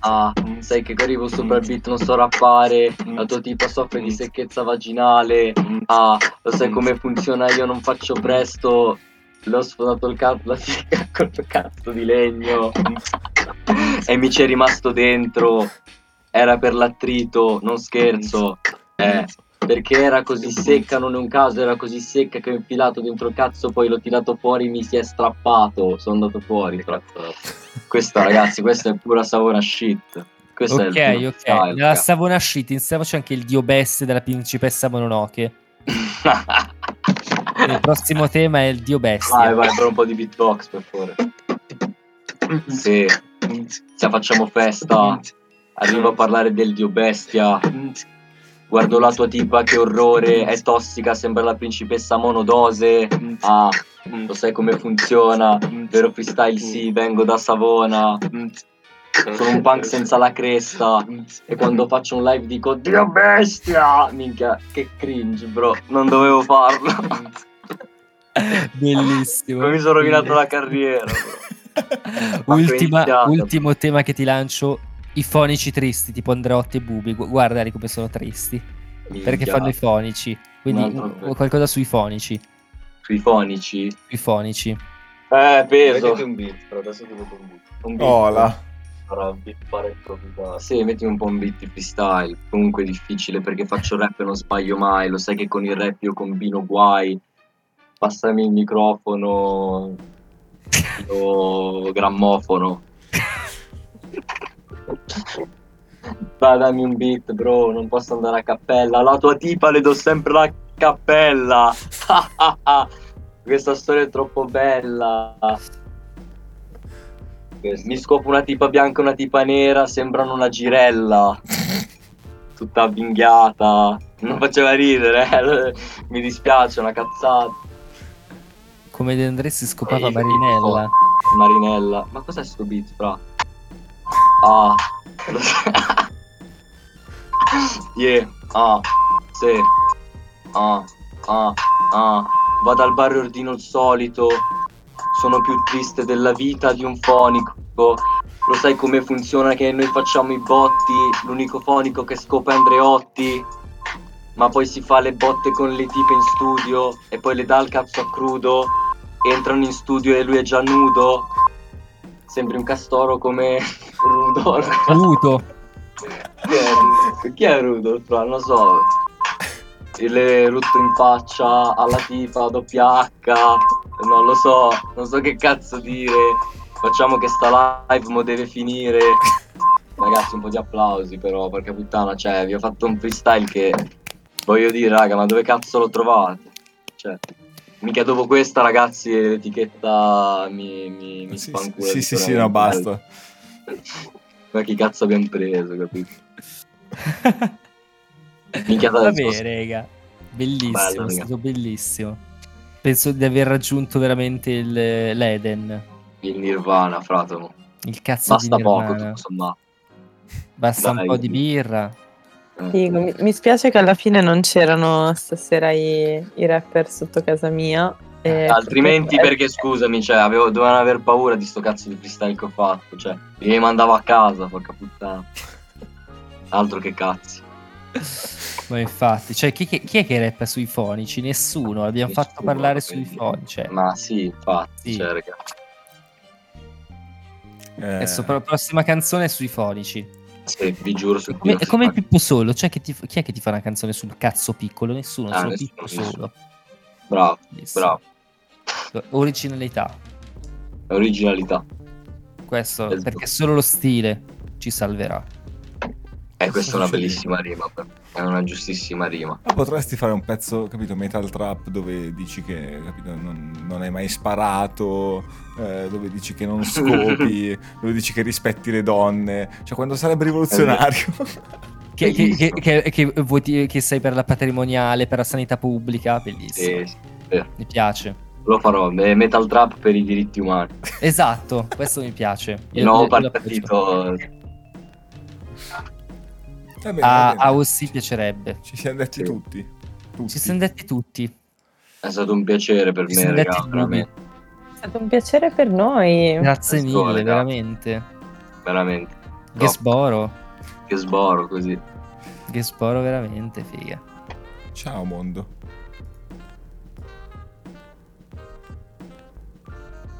D: ah, sai che arrivo sopra il beat, non so rappare. La tua tipa soffre di secchezza vaginale. Ah, lo sai come funziona, io non faccio presto. l'ho sfonato il cazzo, la figa col cazzo di legno e mi c'è rimasto dentro. Era per l'attrito, non scherzo. Eh, perché era così secca, non è un caso, era così secca che ho infilato dentro il cazzo, poi l'ho tirato fuori, mi si è strappato, sono andato fuori. Tra... Questa ragazzi, questa è pura savona shit. Questo
C: ok,
D: è il
C: ok. Nella Savona Shit insieme c'è anche il dio bestia della principessa Mononoke. Il prossimo tema è il dio
D: Vai,
C: bestia.
D: vai, per un po' di beatbox, per favore. Sì, se facciamo festa, arrivo a parlare del dio bestia. Guardo la tua tipa, che orrore, è tossica, sembra la principessa monodose. Ah, lo sai come funziona, vero freestyle, sì, vengo da Savona. Sono un punk senza la cresta e quando faccio un live dico Dio bestia! Minchia, che cringe, bro. Non dovevo farlo.
C: Bellissimo.
D: Mi sono rovinato la carriera. bro. Ma
C: Ultima-
D: che iniziato.
C: ultimo tema che ti lancio. I fonici tristi, tipo Andreotti e Bubi. Gu- Guardali come sono tristi. Perché
D: Minchia.
C: fanno i fonici. Quindi
D: Un altro-
C: un- qualcosa sui fonici.
D: sui fonici?
C: Sui fonici.
D: Eh, peso.
F: Mettete un beat, però adesso ti vedo un beat.
D: Un beat.
B: Oh là.
F: Sarà un beat parecchio improvvisato.
D: Sì, metti un po' un beat di freestyle. Comunque è difficile perché faccio rap e non sbaglio mai. Lo sai che con il rap io combino guai. Passami il microfono. O grammofono. Dai, dammi un beat, bro. Non posso andare a cappella. La tua tipa le do sempre la cappella. Questa storia è troppo bella. Mi scopo una tipa bianca e una tipa nera, sembrano una girella. Tutta avvinghiata. Non faceva ridere, eh. mi dispiace, è una cazzata.
C: Come De André si scopava
D: Ehi,
C: Marinella.
D: Marinella. Ma cos'è sto beat, fra? Ah. yeah. Ah. Sì. Ah. Ah. Ah. Vado al bar e ordino il solito. Sono più triste della vita di un fonico. Lo sai come funziona che noi facciamo i botti. L'unico fonico che scopa è Andreotti. Ma poi si fa le botte con le tipe in studio e poi le dà il cazzo a crudo entrano in studio e lui è già nudo. Sembri un castoro come Rudolf.
C: Pluto.
D: Chi è Rudolf? Chi è Rudolf? Non lo so. Il rutto in faccia alla tifa doppia H. Non lo so, non so che cazzo dire. Facciamo che sta live mo deve finire. Ragazzi, un po' di applausi però, perché puttana, cioè, vi ho fatto un freestyle che voglio dire, raga, ma dove cazzo lo trovate? Cioè, mica dopo questa, ragazzi, l'etichetta mi, mi, mi
B: Sì,
D: spancula
B: sì, sì, sì,
D: sicuramente.
B: no, basta.
D: Ma chi cazzo abbiamo preso, capito? Minchia, dai,
C: Vabbè,
D: sposta-
C: raga. Bellissimo,
D: Bello,
C: è
D: raga.
C: stato bellissimo. Penso di aver raggiunto veramente il- l'Eden.
D: Il Nirvana, fratomo.
C: Il cazzo
D: Basta
C: di
D: poco,
C: Nirvana.
D: tutto sommato.
C: Basta
D: Dai.
C: un po' di birra.
D: Eh.
E: Figo, Mi, mi spiace che alla fine non c'erano stasera i, i rapper sotto casa mia. e-
D: Altrimenti,
E: eh.
D: perché scusami, cioè, avevo, dovevano aver paura di sto cazzo di freestyle che ho fatto. Cioè, mi mandavo a casa, porca puttana. Altro che cazzi.
C: Ma infatti, cioè, chi, chi- chi è che rappa sui fonici? Nessuno. L'abbiamo fatto
D: Nessuno,
C: parlare sui
D: quindi.
C: fonici. cioè.
D: Ma sì, infatti,
C: Sì.
D: cioè, raga.
B: Eh,
C: Adesso la prossima canzone è sui fonici.
D: Sì, vi giuro su
C: Come, è come Pippo Solo. Cioè, che ti- chi è che ti fa una canzone sul cazzo piccolo? Nessuno,
D: Ah,
C: solo
D: nessuno,
C: Pippo
D: nessuno.
C: Solo.
D: Bravo,
C: Bellissimo.
D: bravo.
C: Originalità.
D: Originalità.
C: Questo
D: Esatto.
C: perché solo lo stile ci salverà.
D: E Eh, questa è una
B: Sì, sì.
D: bellissima rima. È una giustissima rima.
B: ma potresti fare un pezzo, capito, metal trap dove dici che capito, non, non hai mai sparato, eh, dove dici che non scopi, dove dici che rispetti le donne, cioè quando sarebbe rivoluzionario.
C: Che, che,
B: Cioè,
C: che,
D: Bellissimo.
C: che, che voti- che sei per la patrimoniale, per la sanità pubblica. Bellissimo.
D: Eh, Sì, sì.
C: Mi piace.
D: Lo farò, è Metal Trap per i diritti umani.
C: Esatto, questo mi piace.
D: Il
C: Io-
D: nuovo
C: io- io l'appoggio.
D: partito.
B: Va bene, va
C: A,
B: bene.
C: a Ossi ah, oh, piacerebbe.
B: Ci siamo detti
D: Sì.
B: tutti. tutti.
C: Ci siamo detti tutti.
D: È stato un piacere per
C: Ci
D: me,
C: siamo detti
D: raga,
C: tutti.
D: veramente,
E: È stato un piacere per noi.
C: Grazie
D: Let's
C: mille,
D: go, ragazzi.
C: veramente.
D: veramente.
C: Che sboro.
D: Che sboro così.
C: Che sboro, veramente, figa.
B: Ciao mondo.